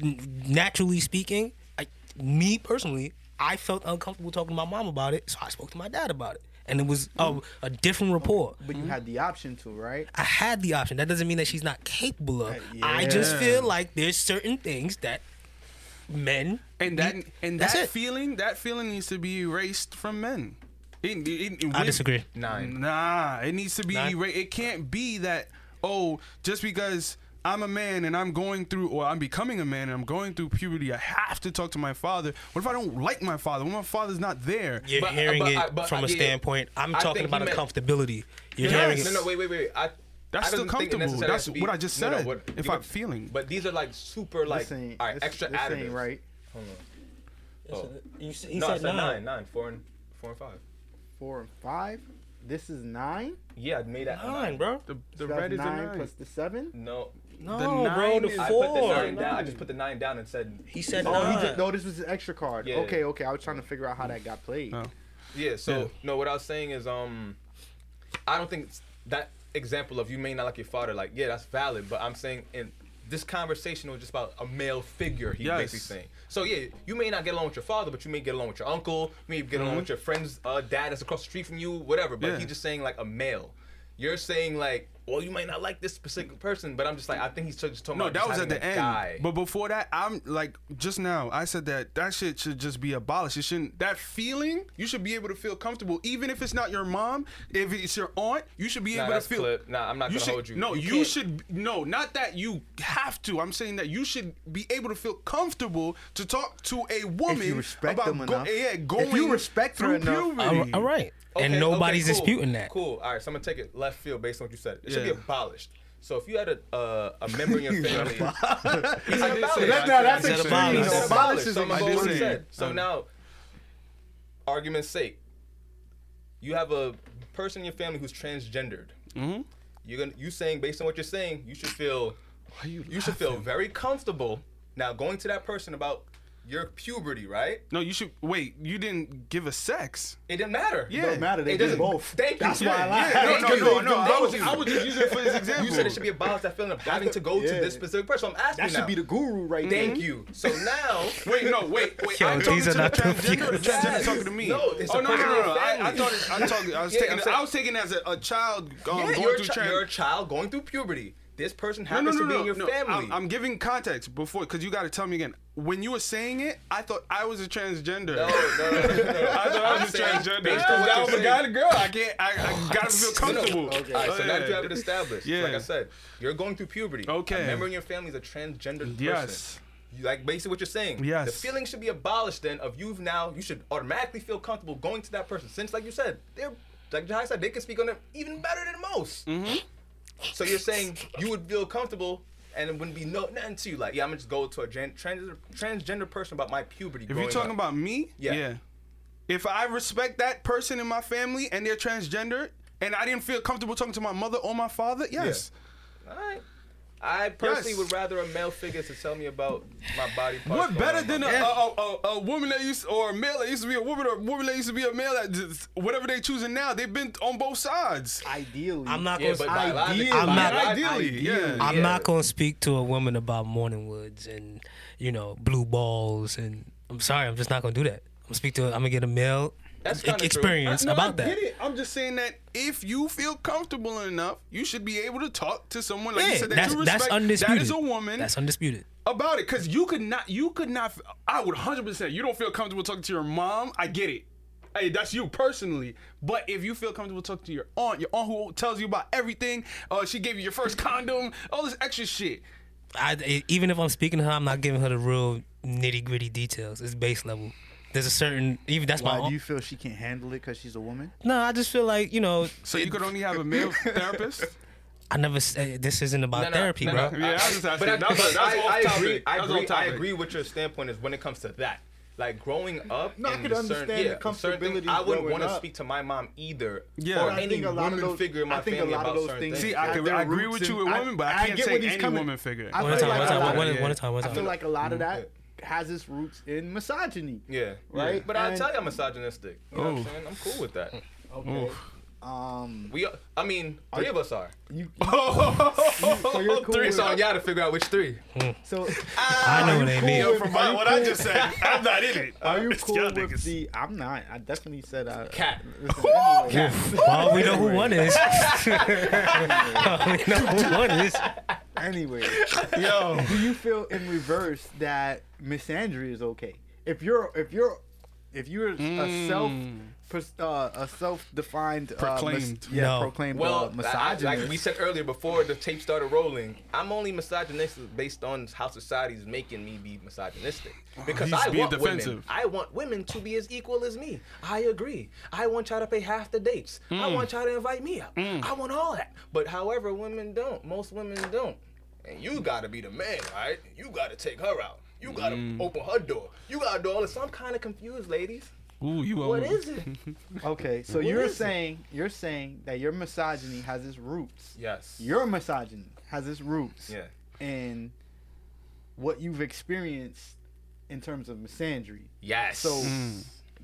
Speaker 5: n- naturally speaking, I, me personally, I felt uncomfortable talking to my mom about it, so I spoke to my dad about it, and it was a, a different rapport.
Speaker 4: But you had the option to, right?
Speaker 5: I had the option. That doesn't mean that she's not capable of.
Speaker 4: Yeah.
Speaker 5: I just feel like there's certain things that men
Speaker 2: and that and
Speaker 5: That's
Speaker 2: that
Speaker 5: it.
Speaker 2: feeling that feeling needs to be erased from men. It- it- it-
Speaker 5: I
Speaker 2: we-
Speaker 5: disagree.
Speaker 3: Nine.
Speaker 2: Nah, it needs to be
Speaker 5: Nine?
Speaker 2: erased. It can't be that. Oh, just because I'm a man and I'm going through, or I'm becoming a man and I'm going through puberty, I have to talk to my father. What if I don't like my father? What if my father's not there?
Speaker 5: You're
Speaker 3: But-
Speaker 5: hearing
Speaker 3: but
Speaker 5: it
Speaker 3: I- but
Speaker 5: from
Speaker 3: I-
Speaker 5: a
Speaker 3: yeah,
Speaker 5: standpoint. I'm
Speaker 3: I
Speaker 5: talking
Speaker 3: think
Speaker 5: about
Speaker 3: he
Speaker 5: a
Speaker 3: meant-
Speaker 5: comfortable. You're
Speaker 3: No,
Speaker 5: hearing
Speaker 3: no,
Speaker 5: it.
Speaker 3: no, wait, wait, wait. I,
Speaker 2: That's
Speaker 3: I
Speaker 2: still
Speaker 3: don't think it
Speaker 2: comfortable.
Speaker 3: necessarily
Speaker 2: That's
Speaker 3: has to
Speaker 2: what I just said. If
Speaker 3: you
Speaker 2: I'm
Speaker 3: know,
Speaker 2: feeling.
Speaker 3: but these are like super like
Speaker 4: This ain't-
Speaker 3: all right,
Speaker 4: this-
Speaker 3: extra
Speaker 4: this
Speaker 3: additives.
Speaker 4: ain't right.
Speaker 5: You, he
Speaker 3: No, I said nine, nine, four and four and five.
Speaker 4: Four and five. This is nine.
Speaker 3: Yeah, I made that
Speaker 5: Nine, bro.
Speaker 2: The, the
Speaker 4: So
Speaker 2: red
Speaker 4: that's
Speaker 2: is the
Speaker 4: nine
Speaker 2: nine.
Speaker 4: plus the seven.
Speaker 3: No,
Speaker 5: No,
Speaker 2: nine
Speaker 5: bro. The
Speaker 2: is-
Speaker 5: four.
Speaker 3: I put the nine down. I just put the nine down and said.
Speaker 5: He said
Speaker 4: Oh, he
Speaker 5: nine.
Speaker 4: just, no, this was an extra card.
Speaker 3: Yeah.
Speaker 4: Okay, okay. I was trying to figure out how that got played.
Speaker 2: Oh.
Speaker 3: Yeah. So
Speaker 2: Yeah.
Speaker 3: no, what I was saying is, um, I don't think it's- that example of you may not like your father, like yeah, that's valid. But I'm saying in this conversation was just about a male figure. He
Speaker 2: Yes.
Speaker 3: basically saying. So yeah, you may not get along with your father, but you may get along with your uncle. You may get along with your friend's uh, dad that's across the street from you, whatever. But
Speaker 2: Mm-hmm. Yeah.
Speaker 3: he's just saying like a male. You're saying like, well, you might not like this specific person, but I'm just like, I think he's just talking
Speaker 2: No,
Speaker 3: about
Speaker 2: that
Speaker 3: just
Speaker 2: was at
Speaker 3: having
Speaker 2: the
Speaker 3: a
Speaker 2: end.
Speaker 3: guy.
Speaker 2: But before that, I'm like just now. I said that that shit should just be abolished. It shouldn't. That feeling you should be able to feel comfortable, even if it's not your mom. If it's your aunt, you should be
Speaker 3: Nah,
Speaker 2: able to
Speaker 3: that's
Speaker 2: feel.
Speaker 3: clip. Nah, I'm not
Speaker 2: you
Speaker 3: gonna
Speaker 2: should,
Speaker 3: hold you.
Speaker 2: No,
Speaker 3: You
Speaker 2: you,
Speaker 3: can't-
Speaker 2: should. No, not that you have to. I'm saying that you should be able to feel comfortable to talk to a woman
Speaker 4: respect
Speaker 2: about
Speaker 4: them
Speaker 2: go-
Speaker 4: enough.
Speaker 2: yeah,
Speaker 4: If
Speaker 2: going
Speaker 4: you respect her
Speaker 2: through
Speaker 4: enough-
Speaker 2: puberty.
Speaker 5: All right.
Speaker 3: Okay,
Speaker 5: and nobody's
Speaker 3: okay, cool,
Speaker 5: disputing that.
Speaker 3: Cool. All right, so I'm gonna take it left field based on what you said. It should be
Speaker 2: Yeah.
Speaker 3: abolished. So if you had a uh, a member in your family, He said
Speaker 2: did
Speaker 3: abolished.
Speaker 2: say
Speaker 4: That's, now, that's
Speaker 5: I said
Speaker 4: extreme.
Speaker 5: abolish.
Speaker 3: He said
Speaker 5: Abolish
Speaker 4: Abolish is
Speaker 3: So, I'm gonna go
Speaker 2: did
Speaker 3: with what he
Speaker 2: say
Speaker 3: said.
Speaker 2: it.
Speaker 3: so
Speaker 2: Um,
Speaker 3: now, argument's sake, you have a person in your family who's transgendered. You're gonna you saying based on what you're saying, you should feel you, should feel very comfortable now going to that person about your puberty, right?
Speaker 2: No, you should wait. You didn't give a sex.
Speaker 3: It didn't matter.
Speaker 2: Yeah.
Speaker 4: Don't matter. They
Speaker 3: It
Speaker 4: do
Speaker 3: doesn't
Speaker 4: both.
Speaker 3: Thank you.
Speaker 4: That's why I lied. <laughs>
Speaker 2: Yeah,
Speaker 3: Thank
Speaker 2: no,
Speaker 3: you.
Speaker 2: no, no,
Speaker 3: They
Speaker 2: no.
Speaker 3: do
Speaker 2: I was,
Speaker 3: both.
Speaker 2: I was just using it for this example.
Speaker 3: You said it should be abolished. That feeling of having to go
Speaker 4: yeah.
Speaker 3: to this specific person. I'm asking
Speaker 4: That
Speaker 3: now.
Speaker 4: should be the guru right there.
Speaker 3: Thank you. So now,
Speaker 2: <laughs> Wait, no, wait, wait.
Speaker 5: Yo,
Speaker 2: I'm talking
Speaker 5: these
Speaker 2: to
Speaker 5: are
Speaker 2: the
Speaker 5: not the
Speaker 2: transgender. or The
Speaker 3: views.
Speaker 2: transgender talking to me.
Speaker 3: No, it's
Speaker 2: oh
Speaker 3: a
Speaker 2: no, no, no, no. I,
Speaker 3: personal
Speaker 2: I
Speaker 3: family.
Speaker 2: thought it, I, talking, I was
Speaker 3: Yeah,
Speaker 2: taking.
Speaker 3: I'm saying-
Speaker 2: I was taking it as a, a child um,
Speaker 3: yeah,
Speaker 2: going
Speaker 3: you're, a
Speaker 2: through
Speaker 3: chi-
Speaker 2: trans.
Speaker 3: you're a child going through puberty. This person
Speaker 2: no, no,
Speaker 3: happens
Speaker 2: no,
Speaker 3: to be
Speaker 2: no,
Speaker 3: in your
Speaker 2: no.
Speaker 3: family.
Speaker 2: I'm, I'm giving context before, because you got to tell me again. When you were saying it, I thought I was a transgender.
Speaker 3: <laughs> no, no, no, no, no, no.
Speaker 2: I thought I was a
Speaker 3: saying
Speaker 2: transgender.
Speaker 3: based on what
Speaker 2: I
Speaker 3: you're
Speaker 2: was a
Speaker 3: saying.
Speaker 2: guy and a girl. I can't. I, I gotta feel
Speaker 3: <laughs> No, no.
Speaker 2: comfortable. Oh,
Speaker 3: Okay. All right, so
Speaker 2: Yeah.
Speaker 3: now that you have it established,
Speaker 2: Yeah.
Speaker 3: like I said, you're going through puberty.
Speaker 2: Okay.
Speaker 3: A member in your family is a transgendered
Speaker 2: Yes.
Speaker 3: person. You- Like basically what you're saying.
Speaker 2: Yes.
Speaker 3: The feeling should be abolished then of you've now you should automatically feel comfortable going to that person. Since like you said, they're like Jahai said, they can speak on it even better than most. Mm-hmm. So you're saying you would feel comfortable and it wouldn't be no nothing to you. Like, yeah, I'm gonna just go to a gen- transgender transgender person about my puberty.
Speaker 2: If you're
Speaker 3: growing
Speaker 2: talking
Speaker 3: up.
Speaker 2: about me,
Speaker 3: Yeah.
Speaker 2: yeah. If I respect that person in my family and they're transgender, and I didn't feel comfortable talking to my mother or my father, yes.
Speaker 3: Alright. I personally
Speaker 2: Yes.
Speaker 3: would rather a male figure to tell me about my body parts.
Speaker 2: What
Speaker 3: going
Speaker 2: better
Speaker 3: on my
Speaker 2: than a, a, a, a, a woman that used or a male that used to be a woman or a woman that used to be a male that just, whatever they choosing now, they've been on both sides.
Speaker 4: Ideally,
Speaker 5: I'm not
Speaker 3: Yeah,
Speaker 5: gonna.
Speaker 3: but
Speaker 5: I-
Speaker 3: biologically,
Speaker 5: I'm not-
Speaker 2: Ideally, yeah.
Speaker 5: I'm
Speaker 3: Yeah.
Speaker 5: not gonna speak to a woman about morning woods and you know blue balls and I'm sorry, I'm just not gonna do that. I'm gonna speak to. I'm gonna get a male
Speaker 3: That's
Speaker 5: e-
Speaker 3: kinda true.
Speaker 5: experience
Speaker 2: No, I
Speaker 5: about that.
Speaker 2: get it. I'm just saying that if you feel comfortable enough, you should be able to talk to someone like
Speaker 5: Yeah,
Speaker 2: you said that
Speaker 5: that's
Speaker 2: you respect.
Speaker 5: that's undisputed.
Speaker 2: That is a woman.
Speaker 5: That's undisputed.
Speaker 2: about it because you could not you could not i would 100% you don't feel comfortable talking to your mom i get it hey that's you personally but if you feel comfortable talking to your aunt your aunt who tells you about everything uh, she gave you your first condom all this extra shit
Speaker 5: e, I, even if I'm speaking to her, I'm not giving her the real nitty gritty details. It's base level. There's a certain even that's
Speaker 6: Why
Speaker 5: my
Speaker 6: do you feel she can't handle it because she's a woman?
Speaker 5: no. I just feel like you know
Speaker 2: So you could only have a <laughs> male therapist?
Speaker 5: I never said this isn't about
Speaker 3: No, no,
Speaker 5: therapy,
Speaker 3: no,
Speaker 5: bro.
Speaker 3: no.
Speaker 2: Yeah, I was just asking.
Speaker 3: But I,
Speaker 2: That was-
Speaker 3: but
Speaker 2: that was
Speaker 3: I-
Speaker 2: off
Speaker 3: I
Speaker 2: topic.
Speaker 3: agree. I
Speaker 2: That was off
Speaker 3: agree. I
Speaker 2: topic.
Speaker 3: agree with your standpoint is when it comes to that. Like growing up,
Speaker 4: No, I
Speaker 3: and
Speaker 4: could
Speaker 3: the certain,
Speaker 4: understand
Speaker 3: yeah,
Speaker 4: the
Speaker 3: certain things,
Speaker 4: comfortability
Speaker 3: I wouldn't
Speaker 4: growing
Speaker 3: want to
Speaker 4: up.
Speaker 3: speak to my mom either,
Speaker 2: Yeah.
Speaker 3: or
Speaker 2: I
Speaker 3: any
Speaker 4: think a lot of
Speaker 3: woman
Speaker 4: those-
Speaker 3: figure in my
Speaker 4: I think a
Speaker 3: family
Speaker 4: lot of
Speaker 3: about
Speaker 4: those
Speaker 3: certain
Speaker 4: things-
Speaker 3: things.
Speaker 2: See, I,
Speaker 4: Got
Speaker 2: could,
Speaker 4: their
Speaker 2: I agree with
Speaker 4: roots
Speaker 2: you
Speaker 4: in-
Speaker 2: with
Speaker 4: I-
Speaker 2: women, but I,
Speaker 4: I
Speaker 2: can't
Speaker 4: get
Speaker 2: take
Speaker 4: where he's
Speaker 2: any
Speaker 4: coming-
Speaker 2: woman figure.
Speaker 4: I
Speaker 5: One at a
Speaker 4: feel
Speaker 5: time,
Speaker 4: like
Speaker 5: one at
Speaker 4: a lot
Speaker 5: a time, one
Speaker 4: of-
Speaker 5: at- one at a time, one at
Speaker 4: I
Speaker 5: a
Speaker 4: feel
Speaker 5: time.
Speaker 4: like a lot of
Speaker 2: Mm-hmm.
Speaker 4: that has its roots in misogyny.
Speaker 3: yeah,
Speaker 4: Right?
Speaker 3: But I
Speaker 4: And-
Speaker 3: tell you, I'm misogynistic. You know what I'm
Speaker 2: Ooh.
Speaker 3: saying? I'm cool with that.
Speaker 6: Okay. Um,
Speaker 3: We, are- I mean, three of us are. <laughs>
Speaker 4: You,
Speaker 3: so
Speaker 4: you're cool
Speaker 3: three,
Speaker 4: with-
Speaker 3: so on y'all to figure out which three.
Speaker 4: so
Speaker 5: I know it ain't me.
Speaker 4: cool with-
Speaker 2: From what I just said, I'm not in it.
Speaker 4: are you
Speaker 2: It's
Speaker 4: cool
Speaker 2: y'all
Speaker 4: with
Speaker 2: niggas.
Speaker 4: the? I'm not. I definitely said I.
Speaker 3: Cat.
Speaker 4: Listen, anyway,
Speaker 5: Well, we know who
Speaker 3: <laughs>
Speaker 5: one is. <laughs> we know who one is.
Speaker 4: anyway,
Speaker 2: Yo.
Speaker 4: do you feel in reverse that misandry is okay? If you're if you're if you're a
Speaker 3: Hmm.
Speaker 4: self pers- uh, a self-defined uh,
Speaker 2: Proclaimed.
Speaker 4: mis- yeah
Speaker 5: No.
Speaker 4: proclaimed
Speaker 3: Well,
Speaker 4: uh,
Speaker 3: I- I-
Speaker 4: misogynist
Speaker 3: like we said earlier before the tape started rolling, I'm only misogynistic based on how society's making me be misogynistic. Because
Speaker 2: he's
Speaker 3: I
Speaker 2: being
Speaker 3: want women.
Speaker 2: defensive.
Speaker 3: I want women to be as equal as me. I agree. I want y'all to pay half the dates. I want y'all to invite me out. I want all that. But however, women don't. Most women don't. And you gotta be the man, right? You gotta take her out. You gotta open her door. You gotta do all this. I'm kind of confused, ladies.
Speaker 2: Ooh, you
Speaker 3: What
Speaker 2: are-
Speaker 3: is it?
Speaker 4: okay so
Speaker 3: What
Speaker 4: you're
Speaker 3: is it?
Speaker 4: saying you're saying that your misogyny has its roots
Speaker 3: yes.
Speaker 4: your misogyny has its roots
Speaker 3: yeah.
Speaker 4: in what you've experienced in terms of misandry
Speaker 3: Yes.
Speaker 4: so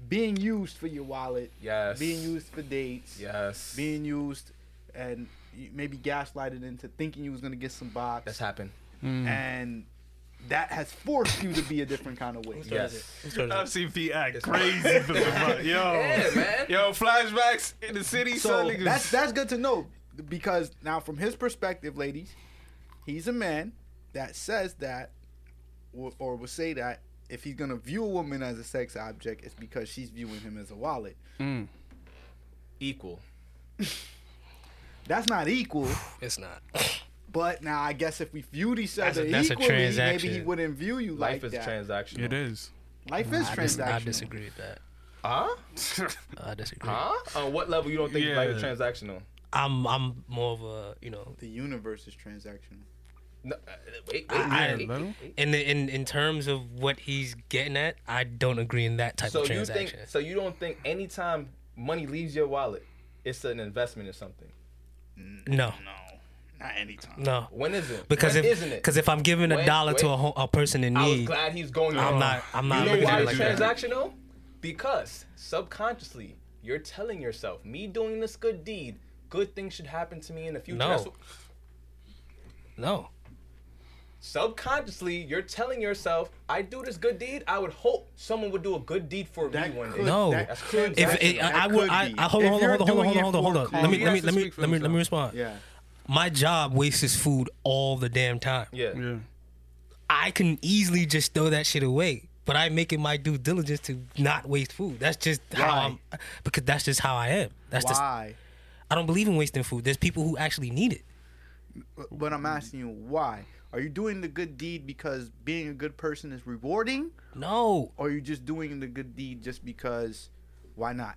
Speaker 4: being used for your wallet
Speaker 3: Yes.
Speaker 4: being used for dates
Speaker 3: Yes.
Speaker 4: being used and you- maybe gaslighted into thinking you was gonna get some box
Speaker 3: That's happened.
Speaker 4: and that has forced you to be a different kind of way
Speaker 3: Yes.
Speaker 5: Let's go to this.
Speaker 2: FCP act crazy for the month. <laughs> Yo.
Speaker 3: Yeah, man.
Speaker 2: Yo, flashbacks in the city.
Speaker 4: So
Speaker 2: son, niggas.
Speaker 4: that's that's good to know because now from his perspective, ladies, he's a man that says that or, or will say that if he's gonna view a woman as a sex object, it's because she's viewing him as a wallet.
Speaker 3: Equal.
Speaker 4: That's not equal.
Speaker 5: It's not.
Speaker 4: But now I guess if we viewed each
Speaker 5: That's
Speaker 4: other
Speaker 5: a- that's a
Speaker 4: equally, maybe he
Speaker 5: transaction.
Speaker 4: wouldn't view you
Speaker 3: Life
Speaker 4: like
Speaker 3: is
Speaker 4: that.
Speaker 3: transactional.
Speaker 2: It is.
Speaker 4: Life is
Speaker 5: I, dis- I
Speaker 4: transactional.
Speaker 5: disagree with that.
Speaker 3: Huh?
Speaker 5: I disagree.
Speaker 3: Huh? On what level you don't think
Speaker 2: Yeah.
Speaker 3: life is transactional?
Speaker 5: I'm I'm more of a you know
Speaker 4: The universe is transactional.
Speaker 3: No, uh, wait, wait,
Speaker 5: I-
Speaker 3: wait,
Speaker 5: I-
Speaker 3: wait, wait.
Speaker 5: in the, in in terms of what he's getting at. I don't agree in that type
Speaker 3: So
Speaker 5: of
Speaker 3: you think?
Speaker 5: transaction.
Speaker 3: So you don't think anytime money leaves your wallet, it's an investment or something?
Speaker 5: no,
Speaker 4: Not anytime.
Speaker 5: no,
Speaker 3: When is it?
Speaker 5: because
Speaker 3: When
Speaker 5: if
Speaker 3: isn't it?
Speaker 5: because if I'm giving a
Speaker 3: Wait,
Speaker 5: dollar to
Speaker 3: wait.
Speaker 5: a, ho- a person in
Speaker 3: I was
Speaker 5: need,
Speaker 3: glad he's going.
Speaker 5: I'm
Speaker 3: wrong.
Speaker 5: not I'm not
Speaker 3: You know
Speaker 5: looking
Speaker 3: why
Speaker 5: at it
Speaker 3: it's
Speaker 5: like that.
Speaker 3: transactional? Because subconsciously you're telling yourself, "Me doing this good deed, good things should happen to me in the future."
Speaker 5: No.
Speaker 3: That's what-
Speaker 5: No,
Speaker 3: subconsciously you're telling yourself, "I do this good deed. I would hope someone would do a good deed for
Speaker 4: That
Speaker 3: me one
Speaker 4: could-
Speaker 3: day."
Speaker 5: No.
Speaker 4: that
Speaker 3: That's
Speaker 4: could-
Speaker 3: crazy.
Speaker 5: if
Speaker 4: that-
Speaker 5: it, I, I
Speaker 4: that
Speaker 5: would
Speaker 4: could
Speaker 5: I,
Speaker 4: be.
Speaker 5: I hold
Speaker 4: If
Speaker 5: on hold on
Speaker 4: you're
Speaker 5: hold on
Speaker 4: doing
Speaker 5: hold on
Speaker 4: it
Speaker 5: hold on hold
Speaker 4: for
Speaker 5: on. Let me
Speaker 4: cause-
Speaker 5: let me
Speaker 2: has to
Speaker 5: let me
Speaker 2: speak for
Speaker 5: let me let me
Speaker 2: himself.
Speaker 5: respond.
Speaker 4: Yeah.
Speaker 5: My job wastes food all the damn time.
Speaker 3: Yeah.
Speaker 2: Yeah.
Speaker 5: I can easily just throw that shit away. But I'm making my due diligence to not waste food. That's just how
Speaker 4: Why?
Speaker 5: I'm because that's just how I am. That's just
Speaker 4: Why?
Speaker 5: I don't believe in wasting food. There's people who actually need it.
Speaker 4: But, but I'm asking you why. Are you doing the good deed because being a good person is rewarding,
Speaker 5: No,
Speaker 4: or are you just doing the good deed just because? Why not?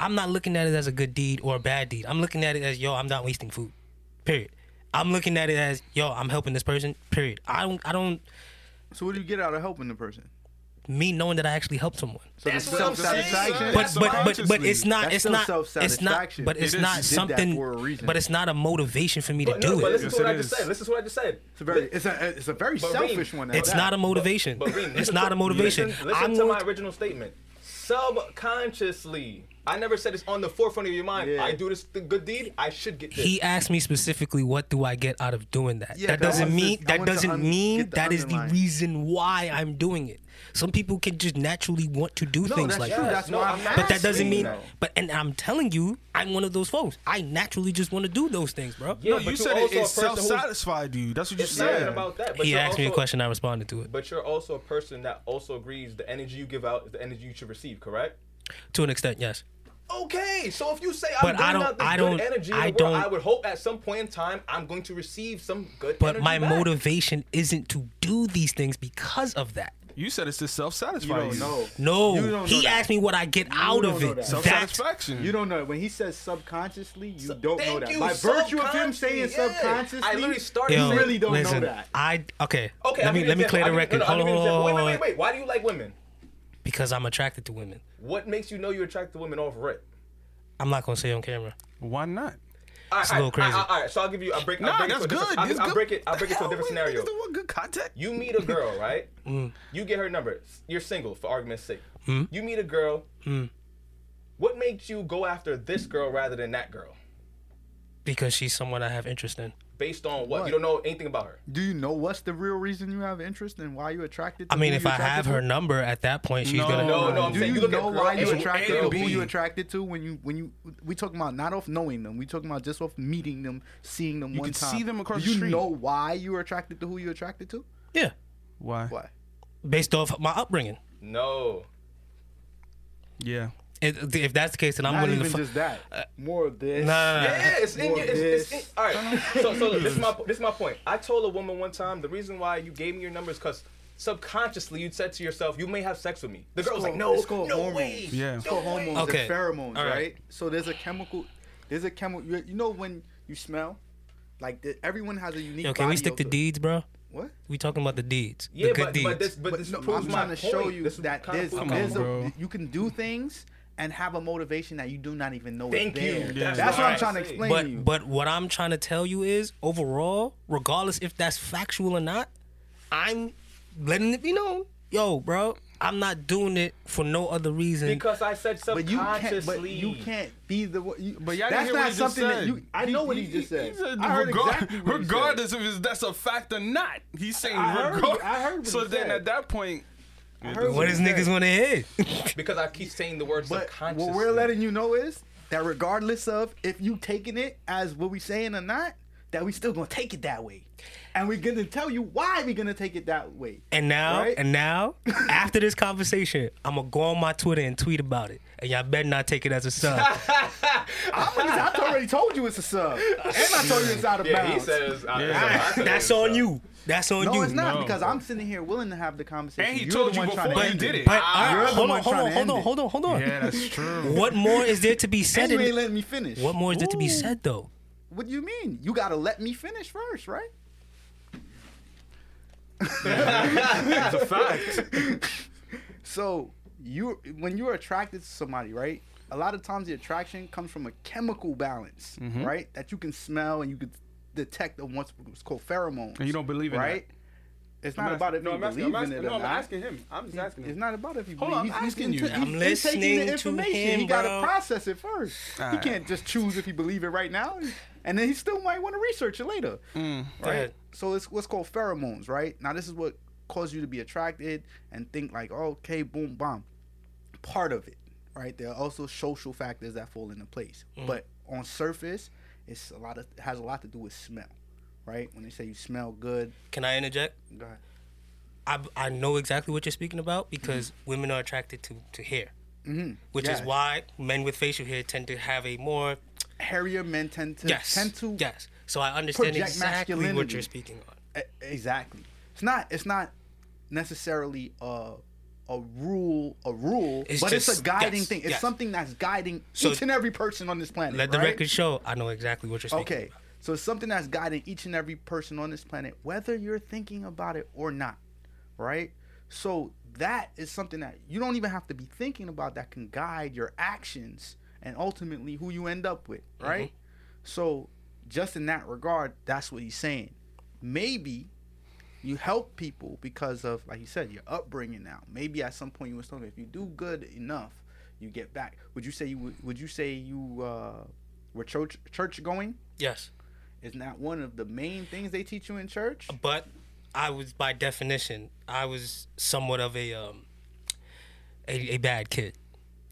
Speaker 5: I'm not looking at it as a good deed or a bad deed. I'm looking at it as yo, I'm not wasting food. Period. I'm looking at it as yo, I'm helping this person. Period. I don't I don't
Speaker 4: So what do you get out of helping the person?
Speaker 5: me knowing that I actually helped someone.
Speaker 4: So
Speaker 3: That's
Speaker 4: the
Speaker 3: what I'm saying,
Speaker 4: self-satisfaction?
Speaker 3: son.
Speaker 5: but
Speaker 2: That's
Speaker 5: but, but but it's
Speaker 2: subconsciously.
Speaker 5: not
Speaker 4: That's
Speaker 5: it's
Speaker 4: still
Speaker 5: not it's not
Speaker 4: self-satisfaction.
Speaker 5: but it's
Speaker 2: It is.
Speaker 5: not
Speaker 2: You did
Speaker 4: that
Speaker 5: something
Speaker 4: for a reason.
Speaker 5: but it's not a motivation for me to
Speaker 3: But
Speaker 5: do
Speaker 3: no, but
Speaker 5: it.
Speaker 3: listen
Speaker 2: Yes,
Speaker 3: to what
Speaker 2: it
Speaker 3: I just
Speaker 2: is.
Speaker 3: said. Listen to what I just said.
Speaker 4: It's a very <laughs> it's a it's a very
Speaker 3: But
Speaker 4: selfish
Speaker 3: Reem,
Speaker 4: one.
Speaker 5: It's
Speaker 4: that-
Speaker 5: not a motivation.
Speaker 3: But Reem,
Speaker 5: it's
Speaker 3: listen
Speaker 5: not
Speaker 3: to-
Speaker 5: a motivation.
Speaker 3: Listen, listen
Speaker 5: I'm
Speaker 3: to
Speaker 5: going
Speaker 3: my original statement. Subconsciously, I never said it's on the forefront of your mind.
Speaker 4: Yeah.
Speaker 3: I do this the good deed. I should get this.
Speaker 5: he asked me specifically what do i get out of doing that
Speaker 4: Yeah,
Speaker 5: that
Speaker 4: 'cause I
Speaker 5: doesn't
Speaker 4: wanted to-
Speaker 5: mean
Speaker 4: I
Speaker 5: that
Speaker 4: wanted to
Speaker 5: doesn't
Speaker 4: un-
Speaker 5: mean
Speaker 4: get the
Speaker 5: that is the
Speaker 4: underline.
Speaker 5: reason why i'm doing it some people can just naturally want to do
Speaker 4: No,
Speaker 5: things
Speaker 4: that's
Speaker 5: like
Speaker 4: true.
Speaker 5: that
Speaker 4: That's
Speaker 3: No,
Speaker 4: why.
Speaker 3: I'm
Speaker 4: I'm
Speaker 5: but that
Speaker 4: asking
Speaker 5: doesn't
Speaker 4: you
Speaker 5: mean
Speaker 4: though.
Speaker 5: but and i'm telling you i'm one of those folks i naturally just want to do those things bro
Speaker 3: Yeah,
Speaker 2: No,
Speaker 3: but
Speaker 2: you
Speaker 3: you're
Speaker 2: said it,
Speaker 3: also a
Speaker 2: it
Speaker 3: person who's-
Speaker 2: self-satisfied you. That's what you
Speaker 3: It's not
Speaker 2: said.
Speaker 3: even about that. But
Speaker 5: he
Speaker 3: you're
Speaker 5: asked me a
Speaker 3: also-
Speaker 5: question i responded to it
Speaker 3: But you're also a person that also agrees the energy you give out is the energy you should receive, correct?
Speaker 5: to an extent yes
Speaker 3: Okay, so if you say I'm
Speaker 5: But I
Speaker 3: giving
Speaker 5: don't-
Speaker 3: out this
Speaker 5: I
Speaker 3: good
Speaker 5: don't-
Speaker 3: energy,
Speaker 5: I
Speaker 3: I,
Speaker 5: don't-
Speaker 3: I would hope at some point in time I'm going to receive some good
Speaker 5: but
Speaker 3: energy
Speaker 5: my
Speaker 3: back.
Speaker 5: motivation isn't to do these things because of that
Speaker 2: You said it's to self
Speaker 4: You
Speaker 2: satisfy
Speaker 4: don't
Speaker 2: you.
Speaker 4: know. You don't
Speaker 5: No,
Speaker 4: know
Speaker 5: he
Speaker 4: that.
Speaker 5: asked me what I get out
Speaker 4: don't
Speaker 5: of
Speaker 4: know
Speaker 5: it.
Speaker 4: that.
Speaker 2: Self
Speaker 5: That's
Speaker 2: satisfaction.
Speaker 4: You don't know it. When he says subconsciously, you don't know
Speaker 3: Thank
Speaker 4: that.
Speaker 3: you,
Speaker 4: By virtue of him
Speaker 3: subconsciously,
Speaker 4: saying
Speaker 3: yeah.
Speaker 4: subconsciously,
Speaker 3: I literally started
Speaker 4: you
Speaker 5: Yo,
Speaker 3: saying-
Speaker 4: really don't
Speaker 5: listen,
Speaker 4: know that.
Speaker 5: I okay.
Speaker 3: Okay,
Speaker 5: let
Speaker 3: I'll
Speaker 5: me
Speaker 3: give you
Speaker 5: let
Speaker 3: an
Speaker 5: me clear the
Speaker 3: example.
Speaker 5: record.
Speaker 3: I'll
Speaker 5: Hold on,
Speaker 3: give you an
Speaker 5: hold on,
Speaker 3: example.
Speaker 5: hold
Speaker 3: Wait,
Speaker 5: on.
Speaker 3: wait, wait, wait. Why do you like women?
Speaker 5: Because I'm attracted to women.
Speaker 3: What makes you know you attract the women off rip?
Speaker 5: I'm not gonna say on camera.
Speaker 2: Why not?
Speaker 3: All right,
Speaker 5: It's a little
Speaker 3: all right,
Speaker 5: crazy.
Speaker 3: All right, all right, so I'll give you. I'll break. I'll
Speaker 2: Nah,
Speaker 3: break it
Speaker 2: that's
Speaker 3: to a different-
Speaker 2: good.
Speaker 3: I'll,
Speaker 2: That's
Speaker 3: I'll
Speaker 2: good.
Speaker 3: break it. I'll break it
Speaker 2: <laughs>
Speaker 3: to a different scenario.
Speaker 2: Niggas don't want good contact.
Speaker 3: You meet a girl, right?
Speaker 5: Mm.
Speaker 3: You get her number. You're single, for argument's sake. You meet a girl.
Speaker 5: Mm.
Speaker 3: What makes you go after this girl rather than that girl?
Speaker 5: Because she's someone I have interest in.
Speaker 3: Based on what? You don't know anything about her.
Speaker 4: Do you know what's the real reason you have interest and why you attracted? To
Speaker 5: I mean,
Speaker 4: who
Speaker 5: if
Speaker 4: you
Speaker 5: I
Speaker 4: attracted
Speaker 5: have
Speaker 4: to?
Speaker 5: her number at that point, she's
Speaker 2: No,
Speaker 5: gonna
Speaker 3: No, no, I'm
Speaker 4: do
Speaker 3: saying
Speaker 4: you
Speaker 3: you look
Speaker 4: know
Speaker 3: at girl
Speaker 4: why
Speaker 3: A-
Speaker 4: you attracted
Speaker 3: A
Speaker 4: to
Speaker 3: and
Speaker 4: who
Speaker 3: B.
Speaker 4: you attracted to when you when you we talking about not off knowing them. We talking about just off meeting them, seeing them one
Speaker 2: could
Speaker 4: time.
Speaker 2: see them across
Speaker 4: Do
Speaker 2: the
Speaker 4: you
Speaker 2: street.
Speaker 4: know why you were attracted to who you attracted to?
Speaker 5: Yeah,
Speaker 2: Why?
Speaker 4: Why?
Speaker 5: based off my upbringing.
Speaker 3: No.
Speaker 2: Yeah.
Speaker 5: If if that's the case, then I'm
Speaker 4: Not
Speaker 5: willing
Speaker 4: even
Speaker 5: to. Fu- Uh,
Speaker 4: just that. More of this.
Speaker 5: Nah, nah, nah.
Speaker 3: Yeah, it's in
Speaker 4: Well,
Speaker 3: your. It's, it's in,
Speaker 4: this-
Speaker 3: all right. So, so look, this is my
Speaker 4: <laughs>
Speaker 3: this is my point. I told a woman one time the reason why you gave me your number is because subconsciously you said to yourself you may have sex with me. The girl was like,
Speaker 4: called-
Speaker 3: no,
Speaker 4: it's called
Speaker 3: no
Speaker 4: hormones.
Speaker 3: way.
Speaker 2: Yeah.
Speaker 4: It's called hormones
Speaker 5: Okay.
Speaker 4: and pheromones,
Speaker 5: All
Speaker 4: right.
Speaker 5: right.
Speaker 4: So there's a chemical, there's a chemical. You, you know when you smell, like the, everyone has a unique.
Speaker 5: Yo, can we
Speaker 4: body
Speaker 5: stick to
Speaker 4: odor.
Speaker 5: deeds, bro?
Speaker 4: What?
Speaker 5: We talking about the deeds,
Speaker 3: Yeah,
Speaker 5: the good
Speaker 3: but,
Speaker 5: deeds.
Speaker 3: but this but,
Speaker 4: But
Speaker 3: this
Speaker 4: no,
Speaker 3: proves
Speaker 4: I'm
Speaker 3: my
Speaker 4: trying to show
Speaker 3: point.
Speaker 4: you
Speaker 3: This
Speaker 4: that
Speaker 3: kinda
Speaker 4: there's,
Speaker 3: proves
Speaker 2: Come
Speaker 3: my
Speaker 2: on,
Speaker 4: there's a,
Speaker 2: bro.
Speaker 4: you can do things and have a motivation that you do not even know. is
Speaker 3: Thank you.
Speaker 4: there.
Speaker 3: That's
Speaker 4: That's what
Speaker 3: what
Speaker 4: I'm
Speaker 3: I
Speaker 4: trying to
Speaker 3: see.
Speaker 4: explain to you.
Speaker 5: But but what I'm trying to tell you is overall, regardless if that's factual or not, I'm letting it be known. Yo, bro, I'm not doing it for no other reason.
Speaker 3: Because I said
Speaker 4: But you can't. But
Speaker 3: subconsciously.
Speaker 4: you can't be the. one- You,
Speaker 2: But y'all didn't
Speaker 4: that's
Speaker 2: hear
Speaker 4: not
Speaker 2: what he just
Speaker 4: something that
Speaker 2: said.
Speaker 4: you. I know what he, just said. I
Speaker 2: regar-
Speaker 4: heard exactly what he said.
Speaker 2: regardless if it's, that's a fact or not, he's saying
Speaker 4: I heard
Speaker 2: regard-
Speaker 4: what- I heard what
Speaker 2: so
Speaker 4: he
Speaker 2: then
Speaker 4: said.
Speaker 2: at that point,
Speaker 4: heard
Speaker 5: what is
Speaker 4: he said.
Speaker 5: niggas want to hear?
Speaker 3: Because I keep saying the word
Speaker 4: But
Speaker 3: subconsciously.
Speaker 4: what we're letting you know is that regardless of if you taking it as what we saying or not, that we still gonna take it that way, and we're gonna tell you why we're gonna take it that way.
Speaker 5: And now,
Speaker 4: Right?
Speaker 5: and now,
Speaker 4: <laughs>
Speaker 5: after this conversation, I'm gonna go on my Twitter and tweet about it. And y'all better not take it as
Speaker 4: <laughs>
Speaker 5: a sub.
Speaker 4: I'm gonna- I already told you it's a sub, and I told you it's out of
Speaker 3: yeah, he
Speaker 4: bounds.
Speaker 3: says. I- I said
Speaker 5: That's
Speaker 3: it,
Speaker 5: on
Speaker 3: so.
Speaker 5: you. That's on
Speaker 4: no,
Speaker 5: you.
Speaker 4: it's not
Speaker 2: No.
Speaker 4: because I'm sitting here willing to have the conversation.
Speaker 2: and he
Speaker 4: You're
Speaker 2: told
Speaker 4: the
Speaker 2: you
Speaker 4: one trying
Speaker 2: before
Speaker 4: to
Speaker 2: you
Speaker 4: end
Speaker 2: did it.
Speaker 5: But
Speaker 4: You're
Speaker 5: uh,
Speaker 4: the
Speaker 5: hold
Speaker 4: one
Speaker 5: on, hold
Speaker 4: trying to
Speaker 5: on, hold
Speaker 4: end
Speaker 5: on,
Speaker 4: it.
Speaker 5: hold on, hold on.
Speaker 2: yeah, that's true.
Speaker 5: What more is there to be said?
Speaker 4: And you
Speaker 5: In,
Speaker 4: ain't letting me finish. What?
Speaker 5: what more is there to be said though?
Speaker 4: do you mean? You gotta let me finish first, right?
Speaker 2: It's a fact.
Speaker 4: So you when you're attracted to somebody, right? A lot of times the attraction comes from a chemical balance,
Speaker 5: Mm-hmm.
Speaker 4: right? That you can smell and you can detect on what's, what's called pheromones.
Speaker 2: And you don't believe in
Speaker 4: right? It's not about if you believe in it or not.
Speaker 2: him. I'm just
Speaker 4: It's not about if you
Speaker 2: Hold
Speaker 4: believe.
Speaker 2: on, I'm
Speaker 4: He's- he's
Speaker 2: asking you.
Speaker 4: inti-
Speaker 5: I'm
Speaker 4: he's taking the
Speaker 5: listening to him,
Speaker 4: He gotta
Speaker 5: bro.
Speaker 4: process it first. he
Speaker 2: Alright.
Speaker 4: can't just choose if he believe it right now, and then he still might want to research it later
Speaker 2: Mm,
Speaker 4: right?
Speaker 5: ahead.
Speaker 4: So it's what's called pheromones, right? Now this is what caused you to be attracted and think like, oh, okay, boom, bomb. Part of it, right? There are also social factors that fall into place,
Speaker 5: Mm.
Speaker 4: but on surface, it's a lot of it has a lot to do with smell, right? When they say you smell good,
Speaker 5: Can I interject?
Speaker 4: go ahead.
Speaker 5: I, I know exactly what you're speaking about because women are attracted to to hair, which is
Speaker 4: Mm-hmm. Yes.
Speaker 5: why men with facial hair tend to have a more
Speaker 4: hairier men tend to
Speaker 5: yes
Speaker 4: tend to
Speaker 5: yes. So I understand
Speaker 4: project
Speaker 5: exactly what
Speaker 4: masculinity.
Speaker 5: you're speaking on.
Speaker 4: E- exactly. It's not. It's not necessarily a a rule. A rule,
Speaker 5: It's
Speaker 4: but it's
Speaker 5: just-
Speaker 4: a guiding
Speaker 5: yes,
Speaker 4: thing. It's
Speaker 5: yes.
Speaker 4: something that's guiding
Speaker 5: So-
Speaker 4: each and every person on this planet.
Speaker 5: Let the
Speaker 4: right?
Speaker 5: record show. I know exactly what you're speaking.
Speaker 4: Okay,
Speaker 5: about.
Speaker 4: so it's something that's guiding each and every person on this planet, whether you're thinking about it or not, right? So that is something that you don't even have to be thinking about that can guide your actions and ultimately who you end up with, right? So, just in that regard, that's what he's saying. Maybe you help people because of, like you said, your upbringing. Now, maybe at some point you was told if you do good enough, you get back. Would you say you would, would you say you uh, were church church going?
Speaker 5: Yes,
Speaker 4: is not one of the main things they teach you in church.
Speaker 5: but I was by definition I was somewhat of a um a, a bad kid.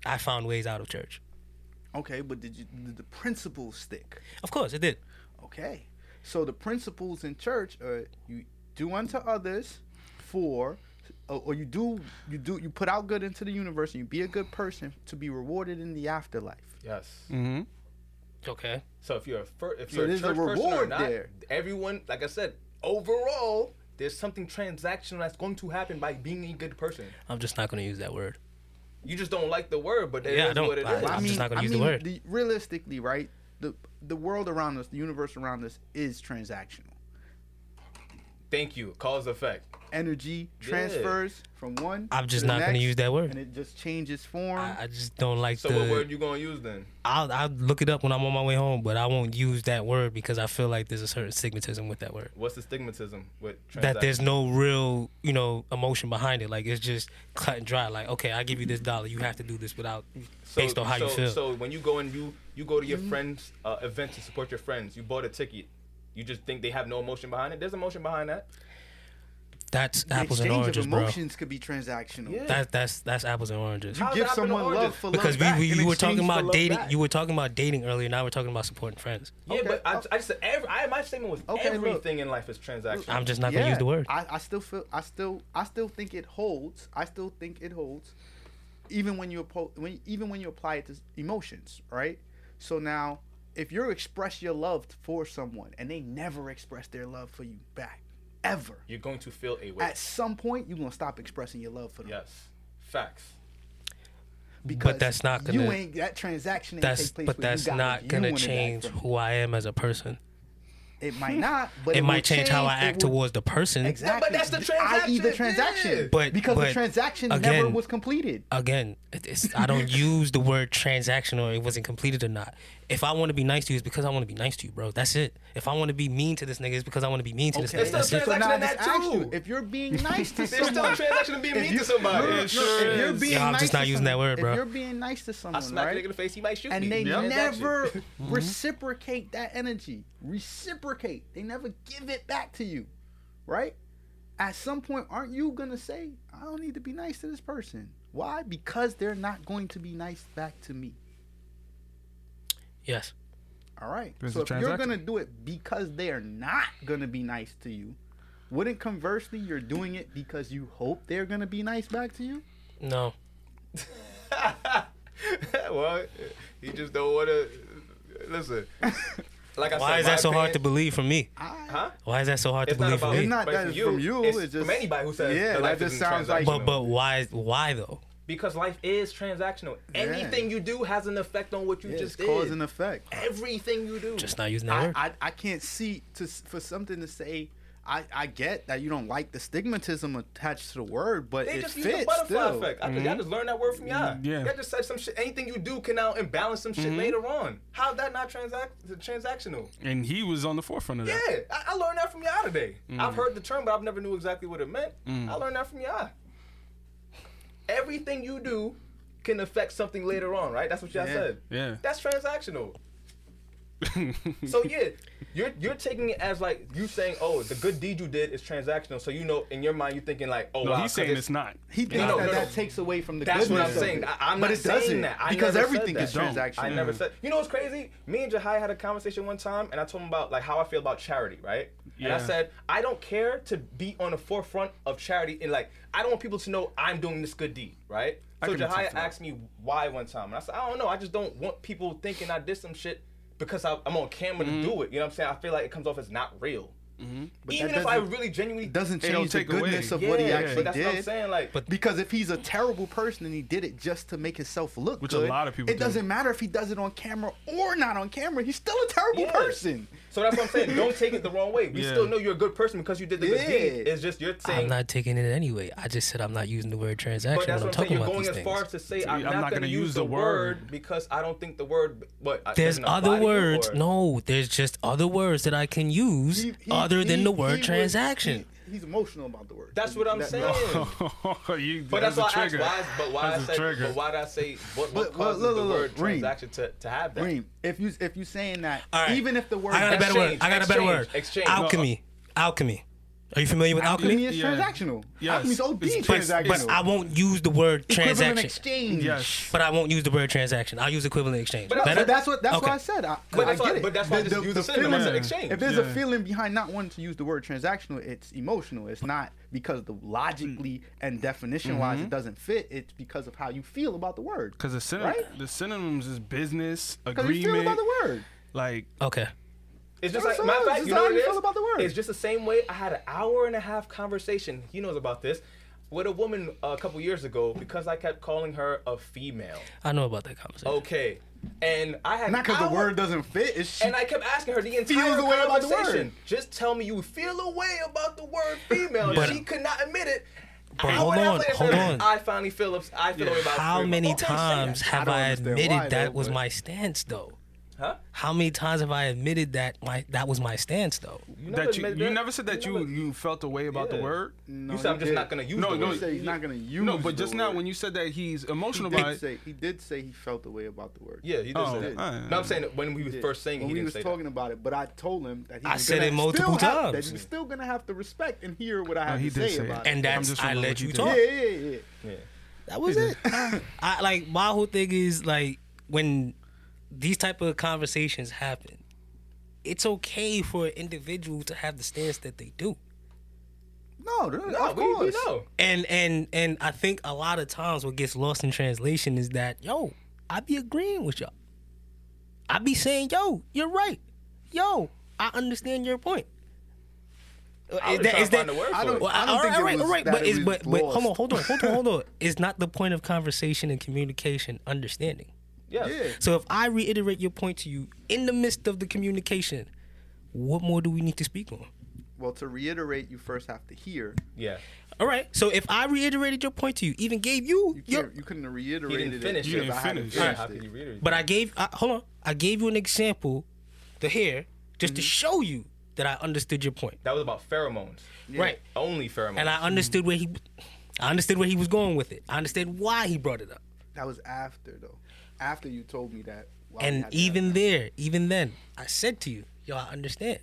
Speaker 5: I found ways out of church.
Speaker 4: Okay, but did you did the principles stick?
Speaker 5: Of course, it did.
Speaker 4: Okay, so the principles in church are you do unto others for, or or you do you do you put out good into the universe and you be a good person to be rewarded in the afterlife.
Speaker 3: Yes.
Speaker 5: Mm. Okay.
Speaker 3: So if you're a fir- if
Speaker 4: So
Speaker 3: you're a
Speaker 4: there's a
Speaker 3: church person or
Speaker 4: reward
Speaker 3: not,
Speaker 4: there.
Speaker 3: everyone, like I said, overall, There's something transactional that's going to happen by being a good person.
Speaker 5: I'm just not gonna use that word.
Speaker 3: You just don't like the word, but that's
Speaker 5: Yeah, I don't-
Speaker 3: what it is.
Speaker 5: I- I'm just not gonna use the word.
Speaker 4: realistically, right? The the world around us, the universe around us, is transactional.
Speaker 3: Thank you. Cause effect.
Speaker 4: Energy transfers from one.
Speaker 5: I'm just
Speaker 4: to the
Speaker 5: not gonna
Speaker 4: next,
Speaker 5: use that word.
Speaker 4: and it just changes form.
Speaker 5: I, I just don't like
Speaker 3: So
Speaker 5: the.
Speaker 3: what word you gonna use then?
Speaker 5: I'll, I'll look it up when I'm on my way home, but I won't use that word because I feel like there's a certain stigmatism with that word.
Speaker 3: What's the stigmatism with
Speaker 5: That there's
Speaker 3: transaction?
Speaker 5: no real, you know, emotion behind it. Like it's just cut and dry. Like okay, I give you this dollar, you have to do this without based on how
Speaker 3: so,
Speaker 5: you feel. Mm-hmm.
Speaker 3: So when you go and you you go to your friends' uh, event to support your friends, you bought a ticket. You just think they have no emotion behind it. There's emotion behind that.
Speaker 5: that's
Speaker 4: the
Speaker 5: apples and
Speaker 4: exchange
Speaker 5: oranges,
Speaker 4: of
Speaker 5: bro.
Speaker 4: emotions could be transactional.
Speaker 3: Yeah.
Speaker 5: That's that's that's apples and oranges.
Speaker 3: How's
Speaker 4: Give
Speaker 3: that apples and
Speaker 4: someone love
Speaker 3: oranges?
Speaker 4: for love
Speaker 5: Because we,
Speaker 4: back
Speaker 5: we
Speaker 4: in
Speaker 5: you were
Speaker 4: exchange
Speaker 5: talking
Speaker 4: for
Speaker 5: about
Speaker 4: love
Speaker 5: dating.
Speaker 4: back.
Speaker 5: You were talking about dating earlier. Now we're talking about supporting friends.
Speaker 3: Yeah, but
Speaker 5: oh.
Speaker 3: I, I just said every, I my statement was
Speaker 4: Okay, look.
Speaker 3: everything in life is transactional.
Speaker 5: I'm just not gonna use the word.
Speaker 4: I, I still feel I still I still think it holds. I still think it holds, even when you appo- when even when you apply it to s- emotions, right? So now, if you express your love for someone and they never express their love for you back, ever,
Speaker 3: You're going to feel a way.
Speaker 4: at some point you're gonna stop expressing your love for them
Speaker 3: Yes, facts.
Speaker 4: because
Speaker 5: that's not
Speaker 4: you
Speaker 5: gonna-
Speaker 4: ain't that transaction ain't
Speaker 5: That's
Speaker 4: take place
Speaker 5: but
Speaker 4: where you
Speaker 5: that's
Speaker 4: got what
Speaker 5: not
Speaker 4: you
Speaker 5: gonna
Speaker 4: wanted back
Speaker 5: change
Speaker 4: from
Speaker 5: who I am as a person.
Speaker 4: it. It might not, but
Speaker 5: It,
Speaker 4: it, will
Speaker 5: might change, how I
Speaker 4: it
Speaker 5: act
Speaker 4: will-
Speaker 5: towards the person.
Speaker 4: Exactly.
Speaker 3: but that's the
Speaker 4: I.e. the
Speaker 3: transaction,
Speaker 4: transaction.
Speaker 3: yeah.
Speaker 5: But-
Speaker 4: because
Speaker 5: but
Speaker 4: the transaction never
Speaker 5: again-
Speaker 4: was completed.
Speaker 5: again, it- it's,
Speaker 3: <laughs>
Speaker 5: I don't use the word transaction or it wasn't completed or not. If I want to be nice to you, it's because I want to be nice to you, bro. That's it. If I want to be mean to this nigga, it's because I want to be mean to this
Speaker 3: There's
Speaker 5: nigga.
Speaker 3: still
Speaker 5: That's it.
Speaker 3: transaction
Speaker 4: now
Speaker 3: in that
Speaker 4: just ask
Speaker 3: too.
Speaker 4: you, If you're
Speaker 5: <laughs>
Speaker 4: being nice to
Speaker 3: There's still
Speaker 4: someone,
Speaker 3: transaction of being mean
Speaker 4: you-
Speaker 3: to somebody.
Speaker 4: no, no,
Speaker 2: It sure
Speaker 4: if you're
Speaker 2: is.
Speaker 4: being
Speaker 5: Yeah, I'm
Speaker 4: nice
Speaker 5: just
Speaker 4: to
Speaker 5: not using that
Speaker 4: someone-
Speaker 5: word, bro.
Speaker 4: If you're being nice to
Speaker 3: I
Speaker 4: someone,
Speaker 3: smack a nigga in
Speaker 4: right?
Speaker 3: the face, he might shoot me.
Speaker 4: And they
Speaker 2: Yep.
Speaker 3: <laughs>
Speaker 4: never
Speaker 3: Mm-hmm.
Speaker 4: reciprocate that energy. Reciprocate. They never give it back to you, right? At some point, aren't you gonna say, "I don't need to be nice to this person"? Why? Because they're not going to be nice back to me.
Speaker 5: Yes.
Speaker 4: All right.
Speaker 2: There's
Speaker 4: so
Speaker 2: a
Speaker 4: if you're
Speaker 2: transaction.
Speaker 4: gonna do it because they are not gonna be nice to you, wouldn't conversely you're doing it because you hope they're gonna be nice back to you?
Speaker 5: No.
Speaker 3: <laughs> well, he just don't want to listen. <laughs> Like I
Speaker 5: Why
Speaker 3: said,
Speaker 5: is
Speaker 3: my
Speaker 5: that so hard to
Speaker 3: opinion-
Speaker 5: believe for me?
Speaker 3: Huh?
Speaker 5: Why is that so hard
Speaker 3: It's
Speaker 5: to
Speaker 3: not
Speaker 5: believe for
Speaker 3: about
Speaker 5: me?
Speaker 4: It's not
Speaker 3: but
Speaker 4: that
Speaker 3: it's
Speaker 4: it's
Speaker 3: you.
Speaker 4: from you.
Speaker 3: It's
Speaker 4: It's, just
Speaker 3: from anybody who says
Speaker 4: yeah.
Speaker 3: their life
Speaker 4: that just
Speaker 3: isn't
Speaker 4: sounds like
Speaker 3: transactional.
Speaker 5: But but why why though?
Speaker 3: Because life is transactional. Anything you do has an effect on what you
Speaker 4: Yeah, it's
Speaker 3: just
Speaker 4: cause
Speaker 3: did.
Speaker 4: and effect.
Speaker 3: Everything you do.
Speaker 5: Just not using that
Speaker 4: I,
Speaker 5: word.
Speaker 4: I I can't see to s- for something to say. I, I get that you don't like the stigmatism attached to the word, but
Speaker 3: they
Speaker 4: it
Speaker 3: just use
Speaker 4: fits
Speaker 3: the butterfly
Speaker 4: still.
Speaker 3: effect. I
Speaker 5: Mm-hmm.
Speaker 3: think I just learned that word from y'all.
Speaker 2: Yeah.
Speaker 3: Y'all just said some shit. Anything you do can now imbalance some
Speaker 5: Mm-hmm.
Speaker 3: shit later on. How's that not transac- transactional?
Speaker 2: And he was on the forefront of
Speaker 3: Yeah,
Speaker 2: that. Mm.
Speaker 3: I, I learned that from y'all today. I've heard the term, but I've never knew exactly what it meant. I learned that from y'all. Everything you do can affect something later on, right? That's what y'all said.
Speaker 2: Yeah. <laughs>
Speaker 3: That's transactional. so yeah, you're you're taking it as like you saying, oh, the good deed you did is transactional. So you know, in your mind, you're thinking like, oh,
Speaker 2: No,
Speaker 3: wow,
Speaker 2: he's
Speaker 3: 'cause
Speaker 2: saying it's not. <laughs>
Speaker 4: He thinks
Speaker 3: no,
Speaker 4: that
Speaker 3: no,
Speaker 4: that
Speaker 3: no.
Speaker 4: takes away from the
Speaker 3: That's what
Speaker 4: goodness
Speaker 3: I'm
Speaker 4: of
Speaker 3: saying.
Speaker 4: it.
Speaker 3: I, I'm
Speaker 4: but
Speaker 3: not
Speaker 4: it doesn't
Speaker 3: saying that. I
Speaker 4: because
Speaker 3: never said
Speaker 4: everything
Speaker 3: that.
Speaker 4: is
Speaker 2: Don't.
Speaker 4: transactional.
Speaker 3: I
Speaker 2: Mm.
Speaker 3: never said. You know what's crazy? Me and Jahai had a conversation one time, and I told him about like how I feel about charity, right? And I
Speaker 2: Yeah.
Speaker 3: said I don't care to be on the forefront of charity, and like I don't want people to know I'm doing this good deed, right? so
Speaker 2: can attest
Speaker 3: Jahai
Speaker 2: to that.
Speaker 3: asked me why one time, and I said I don't know. I just don't want people thinking I did some shit because I, I'm on camera
Speaker 4: Mm-hmm.
Speaker 3: to do it. You know what I'm saying? I feel like it comes off as not real. Even
Speaker 4: that
Speaker 3: if I
Speaker 4: doesn't-
Speaker 3: really genuinely
Speaker 4: doesn't
Speaker 2: It don't
Speaker 4: change the
Speaker 2: take away.
Speaker 4: goodness of
Speaker 3: yeah,
Speaker 4: what he
Speaker 3: but
Speaker 4: actually
Speaker 3: that's
Speaker 4: did.
Speaker 3: what I'm saying. Like,
Speaker 5: But-
Speaker 4: Because if he's a terrible person and he did it just to make himself look
Speaker 2: Which a
Speaker 4: good,
Speaker 2: lot of people
Speaker 4: it
Speaker 2: do.
Speaker 4: doesn't matter if he does it on camera or not on camera. He's still a terrible
Speaker 3: Yeah.
Speaker 4: person.
Speaker 3: So that's what I'm saying. Don't take it the wrong way. We
Speaker 2: Yeah.
Speaker 3: still know you're a good person because you did the good
Speaker 4: Yeah.
Speaker 3: deed. It's just you're saying.
Speaker 5: I'm not taking it anyway. I just said I'm not using the
Speaker 3: but
Speaker 5: word transaction
Speaker 3: that's
Speaker 5: when I'm
Speaker 3: what I'm saying.
Speaker 5: talking
Speaker 3: You're
Speaker 5: about
Speaker 3: going
Speaker 5: these
Speaker 3: as far
Speaker 5: things.
Speaker 3: as to say I'm, not, going to use the word, because I don't think the word. But I-
Speaker 5: There's
Speaker 3: doesn't apply
Speaker 5: other
Speaker 3: to you,
Speaker 5: words.
Speaker 3: or-
Speaker 5: No, there's just other words that I can use
Speaker 4: He- he-
Speaker 5: other than
Speaker 4: he-
Speaker 5: the
Speaker 4: he
Speaker 5: word
Speaker 4: was-
Speaker 5: transaction.
Speaker 4: he- he's emotional about the word.
Speaker 3: That's what I'm
Speaker 4: That-
Speaker 3: saying.
Speaker 2: you,
Speaker 3: But that's,
Speaker 2: a
Speaker 3: why I asked
Speaker 2: trigger.
Speaker 3: why. is- But why I
Speaker 2: That's a
Speaker 3: said.
Speaker 2: trigger.
Speaker 3: But why did I say what, what
Speaker 4: But- well,
Speaker 3: causes
Speaker 4: look,
Speaker 3: the
Speaker 4: look,
Speaker 3: word
Speaker 4: look, Reem.
Speaker 3: transaction to, to have that?
Speaker 4: Reem, if you if you saying that,
Speaker 5: All right.
Speaker 4: even if the word
Speaker 5: I got a better
Speaker 3: Exchange,
Speaker 5: word. I got a better word.
Speaker 3: exchange, exchange.
Speaker 5: Alchemy. Alchemy. Are you familiar with
Speaker 4: alchemy
Speaker 5: alchemy?
Speaker 4: is
Speaker 2: Yeah.
Speaker 4: transactional.
Speaker 2: Yes.
Speaker 4: Alchemy's OD
Speaker 2: It's-
Speaker 5: But,
Speaker 4: transactional.
Speaker 5: but I won't use the word
Speaker 4: Equivalent
Speaker 5: transaction.
Speaker 4: exchange.
Speaker 2: Yes.
Speaker 5: But I won't use the word transaction. I'll use equivalent exchange.
Speaker 3: But I-
Speaker 5: Better?
Speaker 4: But that's what that's
Speaker 5: Okay.
Speaker 4: what I said. I,
Speaker 3: But
Speaker 4: I
Speaker 3: that's
Speaker 4: get
Speaker 3: why-
Speaker 4: it.
Speaker 3: but that's why I just used the synonym. I said exchange.
Speaker 4: If there's a
Speaker 2: Yeah.
Speaker 4: feeling behind not wanting to use the word transactional, it's emotional. It's not because the logically and definition wise
Speaker 2: Mm-hmm.
Speaker 4: it doesn't fit. It's because of how you feel about the word.
Speaker 2: Because the, synonym,
Speaker 4: right?
Speaker 2: the synonyms is business,
Speaker 4: Because you
Speaker 2: agreement.
Speaker 4: feel about the word.
Speaker 2: Like,
Speaker 5: okay.
Speaker 3: It's just
Speaker 4: That's
Speaker 3: like matter of
Speaker 4: all.
Speaker 3: fact,
Speaker 4: It's
Speaker 3: you
Speaker 4: just
Speaker 3: know
Speaker 4: how
Speaker 3: what
Speaker 4: you
Speaker 3: it
Speaker 4: feel
Speaker 3: is?
Speaker 4: about the word.
Speaker 3: It's just the same way I had an hour and a half conversation. He knows about this. With a woman a couple years ago because I kept calling her a female.
Speaker 5: I know about that conversation.
Speaker 3: Okay, and I had
Speaker 4: Not because the
Speaker 3: hour-
Speaker 4: word doesn't fit. It's
Speaker 3: And I kept asking her the entire
Speaker 4: Feels a way about the
Speaker 3: conversation.
Speaker 4: word.
Speaker 3: Just tell me you feel a way about the
Speaker 4: <laughs>
Speaker 3: word female.
Speaker 5: But-
Speaker 3: she could not admit it.
Speaker 5: But
Speaker 3: Hour
Speaker 5: hold
Speaker 3: and a half
Speaker 5: on,
Speaker 3: later, she
Speaker 5: hold
Speaker 3: said,
Speaker 5: on.
Speaker 3: I finally feel ups- I feel a way about
Speaker 5: How
Speaker 3: female."
Speaker 5: many
Speaker 3: Okay, say that.
Speaker 5: times have
Speaker 4: don't
Speaker 5: I,
Speaker 4: understand
Speaker 5: admitted
Speaker 4: why,
Speaker 5: that
Speaker 4: though,
Speaker 5: was
Speaker 4: but-
Speaker 5: my stance though?
Speaker 3: Huh?
Speaker 5: How many times have I admitted that my that was my stance though?
Speaker 3: You never
Speaker 2: That you,
Speaker 3: admitted
Speaker 2: you
Speaker 3: that?
Speaker 2: never said that you
Speaker 3: never-
Speaker 2: you felt a way about the
Speaker 3: Yeah.
Speaker 2: word.
Speaker 4: no,
Speaker 3: You said I'm
Speaker 4: he
Speaker 3: just
Speaker 4: did.
Speaker 3: not gonna use
Speaker 2: No,
Speaker 3: the
Speaker 2: no,
Speaker 4: He
Speaker 3: word.
Speaker 4: said he's not gonna use.
Speaker 2: No, but
Speaker 4: the
Speaker 2: just now
Speaker 4: word.
Speaker 2: when you said that he's
Speaker 4: he
Speaker 2: emotional about
Speaker 4: did
Speaker 2: it.
Speaker 4: say he did say he felt the way about the word.
Speaker 3: Yeah, he does
Speaker 2: Oh,
Speaker 3: say
Speaker 2: all
Speaker 3: that.
Speaker 2: right.
Speaker 3: No, I'm saying that when we were first saying it,
Speaker 4: when
Speaker 3: he
Speaker 4: we
Speaker 3: didn't
Speaker 4: was
Speaker 3: say
Speaker 4: talking about it, but I told him that he
Speaker 5: I
Speaker 4: was
Speaker 5: said
Speaker 4: gonna
Speaker 5: it multiple
Speaker 4: still have-
Speaker 5: times.
Speaker 4: that you still gonna have to respect and hear what I
Speaker 2: No,
Speaker 4: have
Speaker 2: he
Speaker 4: to
Speaker 2: did
Speaker 4: say,
Speaker 2: say
Speaker 4: about
Speaker 2: it.
Speaker 4: it.
Speaker 5: And
Speaker 2: I'm
Speaker 5: that's
Speaker 2: just
Speaker 5: I
Speaker 2: remembering
Speaker 5: let
Speaker 2: what
Speaker 5: you
Speaker 2: you
Speaker 5: talk.
Speaker 2: did.
Speaker 4: Yeah, yeah, yeah.
Speaker 3: that. Yeah.
Speaker 5: That was it. <laughs> I like my whole thing is like when these type of conversations happen, it's okay for an individual to have the stance that they do.
Speaker 4: No,
Speaker 3: No,
Speaker 4: no, of
Speaker 3: Oh, we, we
Speaker 4: course.
Speaker 3: know.
Speaker 5: And and and I think a lot of times what gets lost in translation is that yo, I be agreeing with y'all. I be saying yo, you're right. Yo, I understand your point.
Speaker 3: I was
Speaker 5: Is that-
Speaker 3: trying
Speaker 5: is
Speaker 3: to find
Speaker 5: that-
Speaker 3: the word
Speaker 4: I
Speaker 3: for
Speaker 4: don't-
Speaker 3: it.
Speaker 5: Well,
Speaker 4: I don't
Speaker 5: all right,
Speaker 4: think it
Speaker 5: all right,
Speaker 4: was
Speaker 5: all right,
Speaker 4: that
Speaker 5: but
Speaker 4: it
Speaker 5: it's
Speaker 4: was
Speaker 5: but, but hold on,
Speaker 4: lost.
Speaker 5: hold on, hold on,
Speaker 4: <laughs>
Speaker 5: hold on. Is not the point of conversation and communication understanding?
Speaker 3: Yes.
Speaker 4: Yeah.
Speaker 5: So if I reiterate your point to you in the midst of the communication, what more do we need to speak on?
Speaker 4: Well, to reiterate, you first have to hear.
Speaker 3: Yeah.
Speaker 5: All right. So if I reiterated your point to you, even gave you,
Speaker 4: You
Speaker 5: your,
Speaker 4: can't. You couldn't reiterate
Speaker 3: He didn't finish
Speaker 4: it.
Speaker 3: it.
Speaker 4: if I hadn't
Speaker 2: finish.
Speaker 3: Yeah,
Speaker 4: finished
Speaker 3: how
Speaker 4: it.
Speaker 3: could you read it?
Speaker 5: but I gave I, hold on, I gave you an example, the hair, just
Speaker 4: Mm-hmm.
Speaker 5: to show you that I understood your point,
Speaker 3: that was about pheromones.
Speaker 5: right?
Speaker 3: Only pheromones.
Speaker 5: And I
Speaker 4: Mm-hmm.
Speaker 5: understood where he, I understood where he was going with it. I understood why he brought it up.
Speaker 4: That was after though. After you told me that. why we
Speaker 5: And
Speaker 4: had to have
Speaker 5: even there, even then, I said to you, yo, I understand.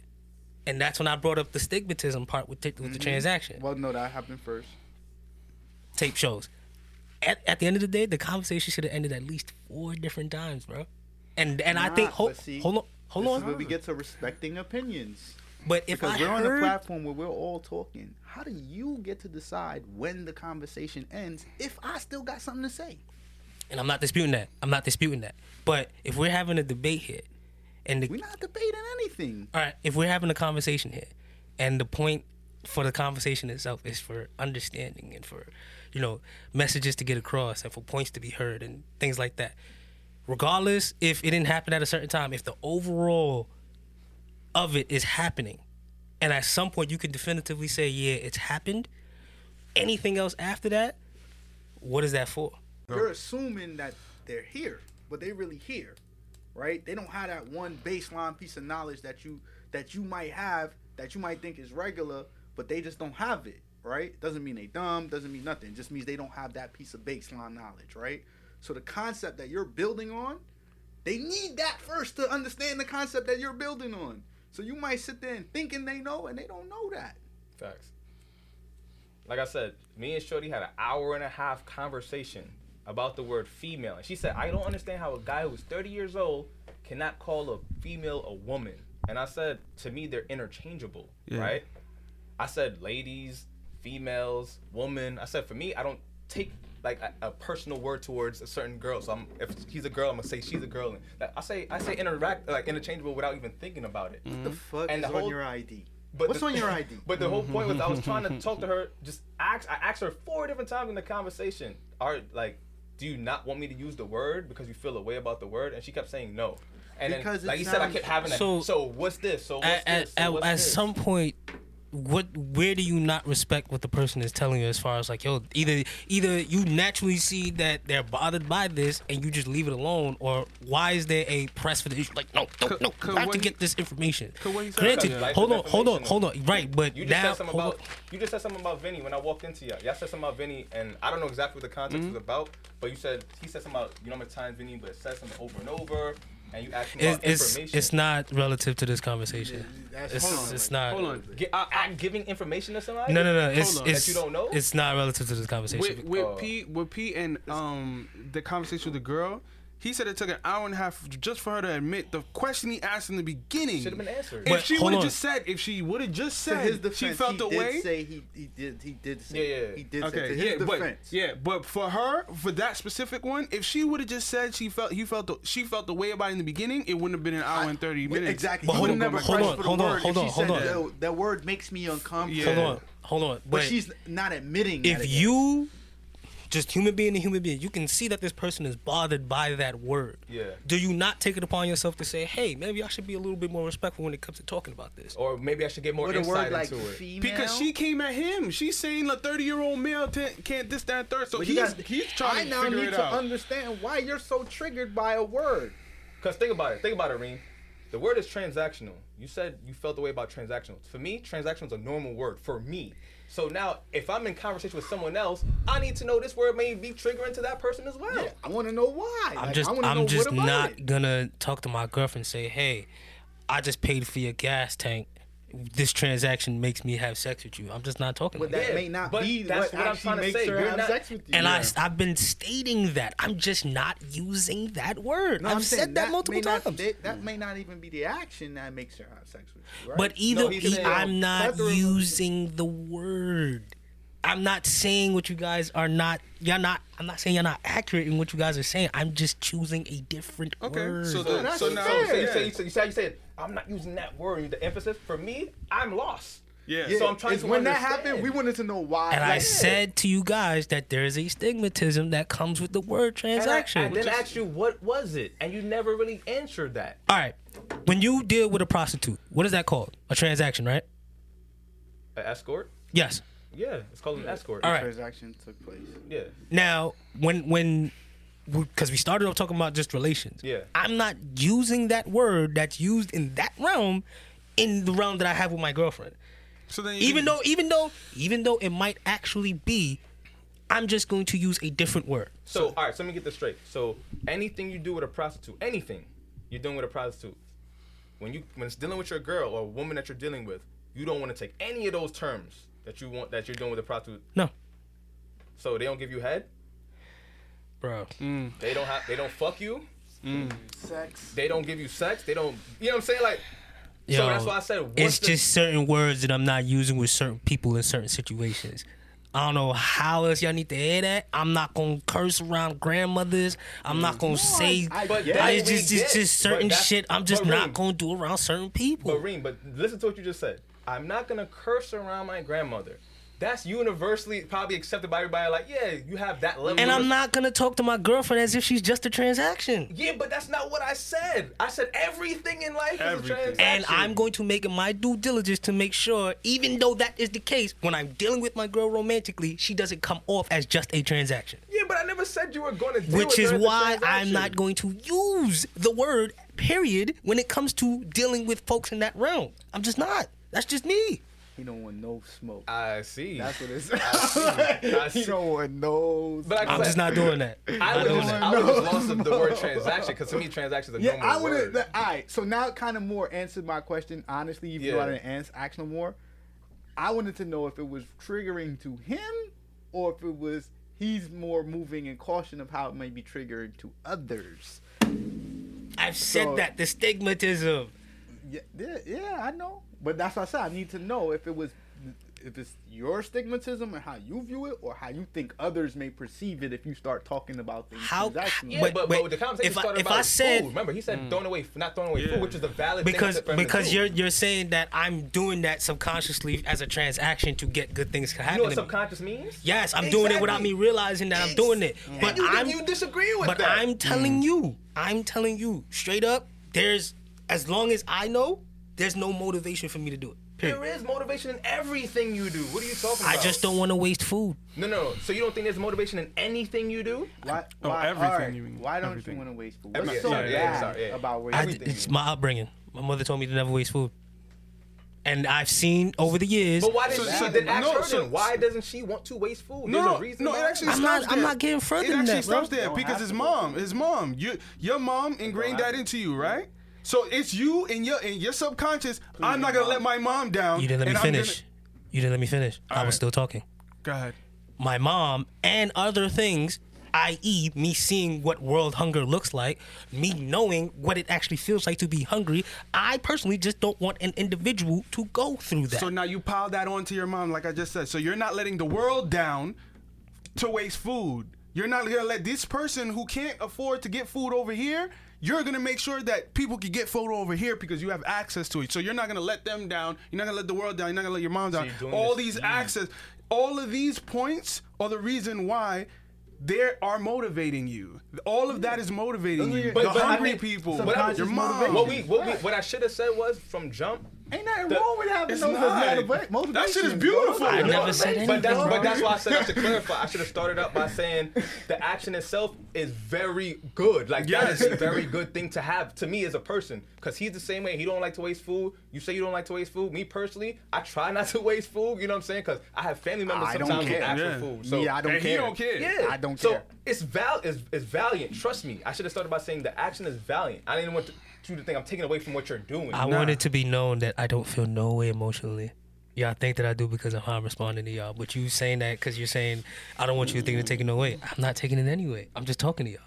Speaker 5: And that's when I brought up the stigmatism part with, t- with the transaction.
Speaker 4: that. Mm-hmm. Well, no, that happened first.
Speaker 5: tape shows. At, at the end of the day, the conversation should have ended at least four different times, bro. And and I
Speaker 4: Nah,
Speaker 5: think hold,
Speaker 4: but see,
Speaker 5: hold on, hold
Speaker 4: This is where
Speaker 5: on.
Speaker 4: we get to respecting opinions.
Speaker 5: but if I
Speaker 4: Because we're on a
Speaker 5: heard,
Speaker 4: platform where we're all talking. How do you get to decide when the conversation ends if I still got something to say?
Speaker 5: and I'm not disputing that, I'm not disputing that. But if we're having a debate here, and the,
Speaker 4: We're not debating anything.
Speaker 5: all right, if we're having a conversation here, and the point for the conversation itself is for understanding and for, you know, messages to get across and for points to be heard and things like that. Regardless, if it didn't happen at a certain time, if the overall of it is happening, and at some point you can definitively say, yeah, it's happened. Anything else after that, what is that for?
Speaker 4: You're assuming that they're here, but they really here, right? They don't have that one baseline piece of knowledge that you that you might have that you might think is regular, but they just don't have it, right? Doesn't mean they dumb, doesn't mean nothing. Just means they don't have that piece of baseline knowledge, right? So the concept that you're building on, they need that first to understand the concept that you're building on. So you might sit there and thinking they know and they don't know that.
Speaker 3: Facts. Like I said, me and Shorty had an hour and a half conversation about the word female. And she said, I don't understand how a guy who's 30 years old cannot call a female a woman. And I said, to me, they're interchangeable,
Speaker 2: Yeah.
Speaker 3: right? I said, ladies, females, woman. I said, for me, I don't take like a, a personal word towards a certain girl. So I'm, if he's a girl, I'm gonna say she's a girl. And like, I say, I say interact like interchangeable without even thinking about it.
Speaker 4: The fuck
Speaker 3: And
Speaker 4: is
Speaker 3: the
Speaker 4: on
Speaker 3: whole-
Speaker 4: your ID?
Speaker 3: But
Speaker 4: What's
Speaker 3: the- <laughs>
Speaker 4: on your ID?
Speaker 3: But the whole point was I was trying
Speaker 5: <laughs>
Speaker 3: to talk to her. Just ask. I asked her four different times in the conversation. Are like, do you not want me to use the word because you feel a way about the word? And she kept saying no. And
Speaker 4: Because
Speaker 3: then,
Speaker 4: it
Speaker 3: like you said, I
Speaker 4: sounds-
Speaker 3: kept having that. So,
Speaker 5: So-
Speaker 3: what's this? So what's
Speaker 5: At, at,
Speaker 3: this? So
Speaker 5: at,
Speaker 3: what's
Speaker 5: at
Speaker 3: this?
Speaker 5: some point, what where do you not respect what the person is telling you as far as like yo either either you naturally see that they're bothered by this and you just leave it alone or why is there a press for the issue like no don't
Speaker 2: Could-
Speaker 5: no
Speaker 2: could
Speaker 5: I have
Speaker 2: what
Speaker 5: to
Speaker 2: he-
Speaker 5: get this information
Speaker 2: could what he said-
Speaker 5: granted
Speaker 2: Yeah.
Speaker 3: Life
Speaker 5: hold
Speaker 3: is
Speaker 5: on hold on
Speaker 3: information.
Speaker 5: hold on right but
Speaker 3: You just
Speaker 5: now
Speaker 3: said something
Speaker 5: hold
Speaker 3: about
Speaker 5: on.
Speaker 3: you just said something about Vinny when I walked into y'all. Y'all said something about Vinny, and I don't know exactly what the context
Speaker 5: Mm-hmm.
Speaker 3: was about, but you said he said something about you know how many times Vinny, but it said something over and over, and you asked him
Speaker 5: It-
Speaker 3: about
Speaker 5: it's
Speaker 3: information.
Speaker 5: it's not relative to this conversation
Speaker 4: That's-
Speaker 5: it's,
Speaker 4: hold on, like,
Speaker 5: it's not
Speaker 2: Hold on.
Speaker 3: Gi- I- I'm giving information to somebody.
Speaker 5: no no no it's
Speaker 2: on.
Speaker 5: it's
Speaker 3: That you don't know?
Speaker 5: it's not relative to this conversation
Speaker 2: With with
Speaker 3: Oh.
Speaker 2: P with P and um the conversation with the girl, He said it took an hour and a half just for her to admit the question he asked in the beginning.
Speaker 3: Should have been answered.
Speaker 2: If
Speaker 5: But
Speaker 2: she
Speaker 5: hold
Speaker 2: would have
Speaker 5: on.
Speaker 2: just said, if she would have just
Speaker 4: To
Speaker 2: said,
Speaker 4: his defense,
Speaker 2: she felt
Speaker 4: he
Speaker 2: the
Speaker 4: did
Speaker 2: way.
Speaker 4: say he, he did he did say
Speaker 3: Yeah, yeah, yeah.
Speaker 4: he did say
Speaker 2: Okay,
Speaker 4: to his
Speaker 2: yeah, but
Speaker 4: defense.
Speaker 2: yeah, but for her, for that specific one, if she would have just said she felt he felt the, she felt the way about it in the beginning, it wouldn't have been an hour and thirty minutes.
Speaker 4: Exactly.
Speaker 5: But
Speaker 4: He
Speaker 5: hold
Speaker 4: would
Speaker 5: on,
Speaker 4: never
Speaker 5: but hold
Speaker 4: pressed
Speaker 5: on,
Speaker 4: for the
Speaker 5: hold on,
Speaker 4: word if
Speaker 5: hold
Speaker 4: she
Speaker 5: on,
Speaker 4: said
Speaker 5: hold
Speaker 4: that-
Speaker 5: on.
Speaker 4: That word makes me uncomfortable.
Speaker 2: Yeah.
Speaker 5: Hold on, hold on.
Speaker 4: But
Speaker 5: Wait.
Speaker 4: she's not admitting that.
Speaker 5: if
Speaker 4: again.
Speaker 5: you just human being to human being, you can see that this person is bothered by that word.
Speaker 3: Yeah.
Speaker 5: Do you not take it upon yourself to say, hey, maybe I should be a little bit more respectful when it comes to talking about this?
Speaker 3: Or maybe I should get more
Speaker 4: with a
Speaker 3: insight
Speaker 4: word like
Speaker 3: into it.
Speaker 4: female,
Speaker 2: Because she came at him. She's saying a 30 year old male t- can't this, that, and third. So
Speaker 4: But
Speaker 2: he's,
Speaker 4: you got-
Speaker 2: he's trying
Speaker 4: I
Speaker 2: to
Speaker 4: now
Speaker 2: figure
Speaker 4: need
Speaker 2: it
Speaker 4: to
Speaker 2: out.
Speaker 4: understand why you're so triggered by a word.
Speaker 3: Because think about it. Think about it, Reem. The word is transactional. You said you felt the way about transactional. For me, transactional is a normal word for me. So now, if I'm in conversation with someone else, I need to know this word may be triggering to that person as well.
Speaker 4: I want to know why.
Speaker 5: I'm
Speaker 4: Like,
Speaker 5: just
Speaker 4: I wanna know
Speaker 5: I'm
Speaker 4: what
Speaker 5: just
Speaker 4: about
Speaker 5: not
Speaker 4: it.
Speaker 5: gonna talk to my girlfriend and say, hey, I just paid for your gas tank. This transaction makes me have sex with you. I'm just not talking
Speaker 4: But
Speaker 5: like
Speaker 4: that
Speaker 5: that.
Speaker 4: may not
Speaker 3: but
Speaker 4: be
Speaker 3: that's
Speaker 4: what,
Speaker 3: what I'm
Speaker 4: actually
Speaker 3: trying to
Speaker 4: makes
Speaker 3: say.
Speaker 4: her
Speaker 3: You're
Speaker 4: have
Speaker 3: not-
Speaker 4: sex with you.
Speaker 5: And I, I've been stating that. I'm just not using that word.
Speaker 4: No, I'm
Speaker 5: I've
Speaker 4: saying
Speaker 5: said that,
Speaker 4: may
Speaker 5: multiple
Speaker 4: not-
Speaker 5: times.
Speaker 4: that, that may not even be the action that makes her have sex with you, right?
Speaker 5: But either
Speaker 3: No, he's
Speaker 5: way,
Speaker 3: saying
Speaker 5: I'm not
Speaker 4: plethora of-
Speaker 5: using the word. I'm not saying what you guys are not. Y'all not. I'm not saying you're not accurate in what you guys are saying. I'm just choosing a different
Speaker 2: Okay,
Speaker 5: word.
Speaker 2: so the-
Speaker 4: Oh, that's
Speaker 2: so now,
Speaker 4: fair.
Speaker 3: So you
Speaker 2: yeah.
Speaker 3: say, you say, you say, you said, I'm not using that word. The emphasis for me, I'm lost.
Speaker 2: Yeah.
Speaker 3: So I'm trying
Speaker 4: It's
Speaker 3: to
Speaker 4: when that
Speaker 3: understand.
Speaker 4: happened, we wanted to know why.
Speaker 5: and I
Speaker 4: Like,
Speaker 5: said to you guys that there is a stigmatism that comes with the word
Speaker 3: And I, I
Speaker 5: transaction.
Speaker 3: then asked you what was it, and you never really answered that.
Speaker 5: All right, when you deal with a prostitute, what is that called? A transaction, right?
Speaker 3: An escort?
Speaker 5: Yes.
Speaker 3: Yeah, it's called an escort.
Speaker 5: All right.
Speaker 4: transaction took place.
Speaker 3: Yeah.
Speaker 5: Now, when when because we started off talking about just relations.
Speaker 3: Yeah.
Speaker 5: I'm not using that word that's used in that realm in the realm that I have with my girlfriend.
Speaker 2: So then you can-
Speaker 5: Even though even though even though it might actually be I'm just going to use a different word.
Speaker 3: So, all right, so let me get this straight. So, anything you do with a prostitute, anything you're doing with a prostitute, when you when it's dealing with your girl or a woman that you're dealing with, you don't want to take any of those terms that you want that you're doing with a prostitute.
Speaker 5: No.
Speaker 3: So they don't give you head.
Speaker 5: Bro.
Speaker 3: They don't have. They don't fuck you.
Speaker 4: Sex.
Speaker 3: They don't give you sex. They don't. You know what I'm saying? Like, so that's why I said what's
Speaker 5: it's
Speaker 3: the-
Speaker 5: just certain words that I'm not using with certain people in certain situations. I don't know how else y'all need to hear that. I'm not gonna curse around grandmothers. I'm not gonna say.
Speaker 4: I-
Speaker 3: But
Speaker 4: Yeah.
Speaker 3: that's
Speaker 5: I
Speaker 3: what we
Speaker 5: just, just,
Speaker 3: get.
Speaker 5: just
Speaker 3: But
Speaker 5: certain
Speaker 3: that's-
Speaker 5: shit. I'm just
Speaker 3: but
Speaker 5: not
Speaker 3: Reem,
Speaker 5: gonna do around certain people.
Speaker 3: But Reem, but listen to what you just said. I'm not gonna curse around my grandmother. That's universally probably accepted by everybody. Like, yeah, you have that level.
Speaker 5: and
Speaker 3: of
Speaker 5: I'm not gonna talk to my girlfriend as if she's just a transaction.
Speaker 3: Yeah, but that's not what I said. I said everything in life
Speaker 2: Everything.
Speaker 3: is a transaction.
Speaker 5: And I'm going to make it my due diligence to make sure, even though that is the case, when I'm dealing with my girl romantically, she doesn't come off as just a transaction.
Speaker 3: yeah, but I never said you were going to.
Speaker 5: Which is why I'm not going to use the word period when it comes to dealing with folks in that realm. I'm just not. That's just me.
Speaker 4: He don't want no smoke.
Speaker 3: I see.
Speaker 4: That's what <laughs> it's.
Speaker 3: I
Speaker 4: he
Speaker 3: see.
Speaker 4: don't want no.
Speaker 3: But like I
Speaker 5: I'm just not doing that.
Speaker 3: I
Speaker 5: Not
Speaker 3: was
Speaker 5: doing
Speaker 3: just,
Speaker 5: that.
Speaker 3: I was just lost of
Speaker 2: <laughs>
Speaker 3: the word transaction because to me transactions are
Speaker 4: Yeah,
Speaker 3: normal
Speaker 4: I would.
Speaker 3: word.
Speaker 4: All right, so now it kind of more answered my question honestly. Even though I
Speaker 3: Yeah.
Speaker 4: didn't answer action more, I wanted to know if it was triggering to him or if it was he's more moving in caution of how it may be triggering to others.
Speaker 5: I've said
Speaker 4: So-
Speaker 5: that the stigmatism.
Speaker 4: Yeah, yeah, yeah, I know, but that's what I said. I need to know if it was if it's your stigmatism and how you view it or how you think others may perceive it if you start talking about things.
Speaker 5: How-
Speaker 4: transactionally.
Speaker 3: yeah,
Speaker 5: Wait,
Speaker 3: but, but
Speaker 5: wait,
Speaker 3: the conversation
Speaker 5: if I-
Speaker 3: started
Speaker 5: if
Speaker 3: about
Speaker 5: I said-
Speaker 3: food. Remember, he said
Speaker 2: Mm.
Speaker 3: throwing away, not throwing away food, which is a valid
Speaker 5: because
Speaker 3: thing. for him to
Speaker 5: because
Speaker 3: do.
Speaker 5: you're you're saying that I'm doing that subconsciously as a transaction to get good things to
Speaker 3: You
Speaker 5: happen.
Speaker 3: know what
Speaker 5: to me.
Speaker 3: subconscious means?
Speaker 5: Yes, I'm doing it without me
Speaker 3: Exactly.
Speaker 5: realizing that I'm doing it. But
Speaker 3: And you,
Speaker 5: I'm
Speaker 3: you disagree with
Speaker 5: but
Speaker 3: that.
Speaker 5: I'm telling you, I'm telling you straight up. There's as long as I know, there's no motivation for me to do it.
Speaker 3: There is motivation in everything you do. What are you talking
Speaker 5: I
Speaker 3: about?
Speaker 5: just don't want to waste food.
Speaker 3: No, no. no. So you don't think there's motivation in anything you do?
Speaker 4: Why,
Speaker 2: Oh,
Speaker 4: why,
Speaker 2: everything
Speaker 4: all right,
Speaker 2: you mean,
Speaker 4: Why don't
Speaker 2: everything.
Speaker 4: you want to waste food?
Speaker 3: Every-
Speaker 4: What's
Speaker 3: yeah,
Speaker 4: so
Speaker 3: yeah,
Speaker 4: bad
Speaker 3: yeah, yeah, sorry, yeah.
Speaker 4: about
Speaker 5: I,
Speaker 4: wasting
Speaker 3: Everything.
Speaker 5: it's my upbringing. My mother told me to never waste food, and I've seen over the years.
Speaker 3: But why didn't
Speaker 2: So-
Speaker 3: she
Speaker 2: so-
Speaker 3: then ask
Speaker 2: no,
Speaker 3: her
Speaker 2: so-
Speaker 3: then? Why doesn't she want to waste food?
Speaker 2: No,
Speaker 3: There's
Speaker 2: no,
Speaker 3: a reason
Speaker 2: no, it
Speaker 3: why.
Speaker 2: actually
Speaker 5: I'm
Speaker 2: stops
Speaker 5: not-
Speaker 2: there.
Speaker 5: I'm not getting further
Speaker 2: It
Speaker 5: than
Speaker 2: actually
Speaker 5: that, bro.
Speaker 2: stops there because his mom, his mom, you, your mom ingrained that into you, right? So it's you and your and your subconscious. I'm not gonna let my mom down.
Speaker 5: you didn't let me
Speaker 2: and I'm
Speaker 5: finish. You didn't let me finish. I was
Speaker 2: right.
Speaker 5: still talking.
Speaker 2: Gonna, go ahead.
Speaker 5: My mom and other things i.e., me seeing what world hunger looks like, me knowing what it actually feels like to be hungry. I personally just don't want an individual to go through that.
Speaker 2: So now you pile that onto your mom, like I just said. So you're not letting the world down to waste food. You're not gonna let this person who can't afford to get food over here. You're gonna make sure that people can get food over here because you have access to it. So you're not gonna let them down. You're not gonna let the world down. You're not gonna let your mom down.
Speaker 3: you're doing
Speaker 2: All
Speaker 3: this-
Speaker 2: these access, all of these points are the reason why. They are motivating you. All of that is motivating you.
Speaker 3: But-
Speaker 2: the
Speaker 3: but I
Speaker 2: hungry
Speaker 3: think
Speaker 2: people,
Speaker 3: subconscious
Speaker 2: your mom.
Speaker 7: motivation.
Speaker 3: What we what we what I should have said was from jump.
Speaker 7: Ain't nothing
Speaker 3: The-
Speaker 7: wrong with having
Speaker 2: It's
Speaker 7: those
Speaker 2: not.
Speaker 7: as motiva- motivations.
Speaker 2: That shit is
Speaker 7: bro.
Speaker 2: beautiful. I
Speaker 5: never said anything
Speaker 3: But that's
Speaker 5: wrong.
Speaker 3: but that's why I said I should clarify. I should have started up by saying the action itself is very good. Like that is
Speaker 2: Yes.
Speaker 3: a very good thing to have to me as a person. Cause he's the same way. He don't like to waste food. You say you don't like to waste food. Me personally, I try not to waste food. You know what I'm saying? Cause I have family members
Speaker 7: I don't
Speaker 3: sometimes who
Speaker 7: care.
Speaker 3: ask
Speaker 2: Yeah.
Speaker 3: for food. So
Speaker 7: Yeah, I don't
Speaker 2: and
Speaker 7: care.
Speaker 2: he don't care.
Speaker 3: yeah,
Speaker 7: I don't
Speaker 3: so
Speaker 7: care.
Speaker 3: it's val it's, it's valiant. Trust me. I should have started by saying the action is valiant. I didn't want to do the thing. I'm taking away from what you're doing.
Speaker 5: I want it to be known that I don't feel no way emotionally. Y'all think that I do because of how I'm responding to y'all, but you saying that because you're saying I don't want you to think of taking it away. I'm not taking it anyway. I'm just talking to y'all.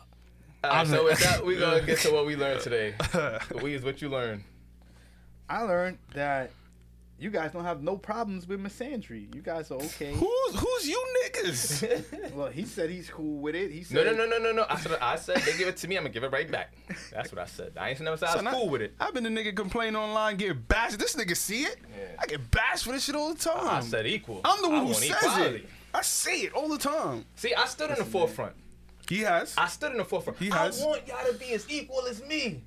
Speaker 3: Alright, so
Speaker 5: I'm-
Speaker 3: with that, we're gonna get to what we learned today. we is what you learned.
Speaker 7: I learned that you guys don't have no problems with misandry. You guys are okay.
Speaker 2: Who's who's you niggas?
Speaker 7: Well, he said he's cool with it. He said
Speaker 3: No, no, no, no, no, no. I said, I said they give it to me. I'm gonna give it right back. That's what I said. I ain't never said I was cool with it.
Speaker 2: I've been a nigga complaining online, getting bashed. This nigga see it.
Speaker 3: Yeah.
Speaker 2: I get bashed for this shit all the time.
Speaker 3: I said equal.
Speaker 2: I'm the
Speaker 3: I
Speaker 2: one who
Speaker 3: want
Speaker 2: says
Speaker 3: equality.
Speaker 2: it. I say it all the time.
Speaker 3: See, I stood in the forefront.
Speaker 2: He has.
Speaker 3: I stood in the forefront.
Speaker 2: He
Speaker 3: I
Speaker 2: has.
Speaker 3: want y'all to be as equal as me.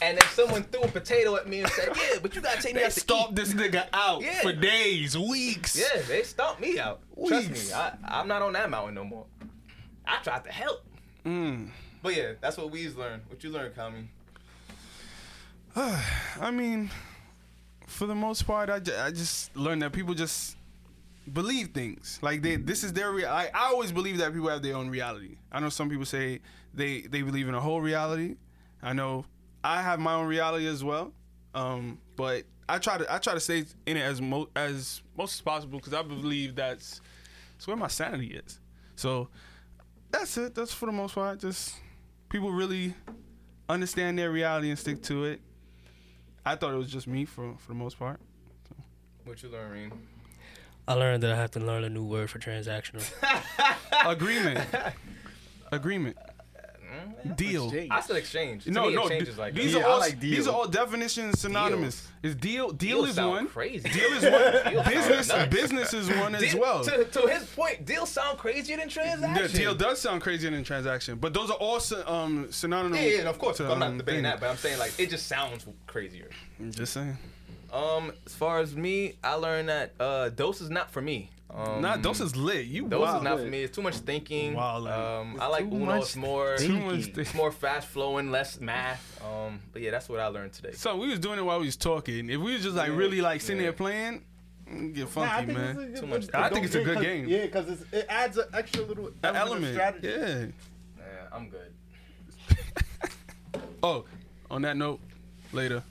Speaker 3: And then someone threw a potato at me and said, "Yeah, but you gotta take me
Speaker 2: they
Speaker 3: out to eat."
Speaker 2: stalked this nigga out
Speaker 3: Yeah.
Speaker 2: for days, weeks.
Speaker 3: Yeah, they stomped me out. Trust
Speaker 2: Weeks.
Speaker 3: me, I, I'm not on that mountain no more. I tried to help.
Speaker 2: Mm.
Speaker 3: But yeah, that's what we's learned. What you learned, Kami?
Speaker 2: I mean, for the most part, I, ju- I just learned that people just believe things. Like they, this is their. Re- I, I always believe that people have their own reality. I know some people say they they believe in a whole reality. I know I have my own reality as well. Um, but I try to I try to stay in it as mo- as most as possible because I believe that's it's where my sanity is. So that's it. That's for the most part. Just people really understand their reality and stick to it. I thought it was just me for for the most part.
Speaker 3: What you learned, Reem?
Speaker 5: I learned that I have to learn a new word for transactional.
Speaker 3: <laughs>
Speaker 2: Agreement. Agreement. Deal.
Speaker 7: Exchange.
Speaker 3: I said exchange. Mm-hmm. To
Speaker 2: No,
Speaker 3: me,
Speaker 2: no.
Speaker 3: exchange
Speaker 2: d-
Speaker 3: is like
Speaker 2: these
Speaker 7: Yeah,
Speaker 2: are
Speaker 7: I
Speaker 2: all
Speaker 7: like
Speaker 2: these
Speaker 7: deal.
Speaker 2: are all definitions synonymous. Is deal deal,
Speaker 3: Deal
Speaker 2: is
Speaker 3: sound
Speaker 2: one.
Speaker 3: crazy.
Speaker 2: Deal is one.
Speaker 3: <laughs> Deal sound
Speaker 2: business
Speaker 3: nuts.
Speaker 2: business is one as
Speaker 3: Deal-
Speaker 2: well.
Speaker 3: To, to his point, deal sound crazier than transaction.
Speaker 2: The deal does sound crazier than transaction, but those are all syn- um, synonymous.
Speaker 3: Yeah, yeah, and of course.
Speaker 2: to,
Speaker 3: I'm not
Speaker 2: um,
Speaker 3: debating
Speaker 2: thing.
Speaker 3: that, but I'm saying like it just sounds crazier.
Speaker 2: I'm just saying.
Speaker 3: Um, as far as me, I learned that uh, dose is not for me. Um,
Speaker 2: nah, those is lit. You
Speaker 3: dose
Speaker 2: wild.
Speaker 3: is not for me. It's too much thinking.
Speaker 2: Wow, like-
Speaker 3: um, I like
Speaker 7: too
Speaker 3: Uno.
Speaker 7: much
Speaker 3: It's more,
Speaker 2: too much. thi-
Speaker 3: it's more fast flowing, less math. Um, but yeah, that's what I learned today.
Speaker 2: So we was doing it while we was talking. If we was just like really like sitting
Speaker 3: yeah.
Speaker 2: there playing, mm, get
Speaker 7: Nah,
Speaker 2: funky, man.
Speaker 7: it's
Speaker 3: Too much.
Speaker 2: I think it's a
Speaker 7: Don't-
Speaker 2: good
Speaker 7: 'cause-
Speaker 2: game.
Speaker 7: Yeah, because it adds an extra little
Speaker 2: An
Speaker 7: element. of
Speaker 2: element.
Speaker 7: strategy.
Speaker 2: Yeah.
Speaker 3: Yeah, I'm good.
Speaker 2: Oh, on that note, later.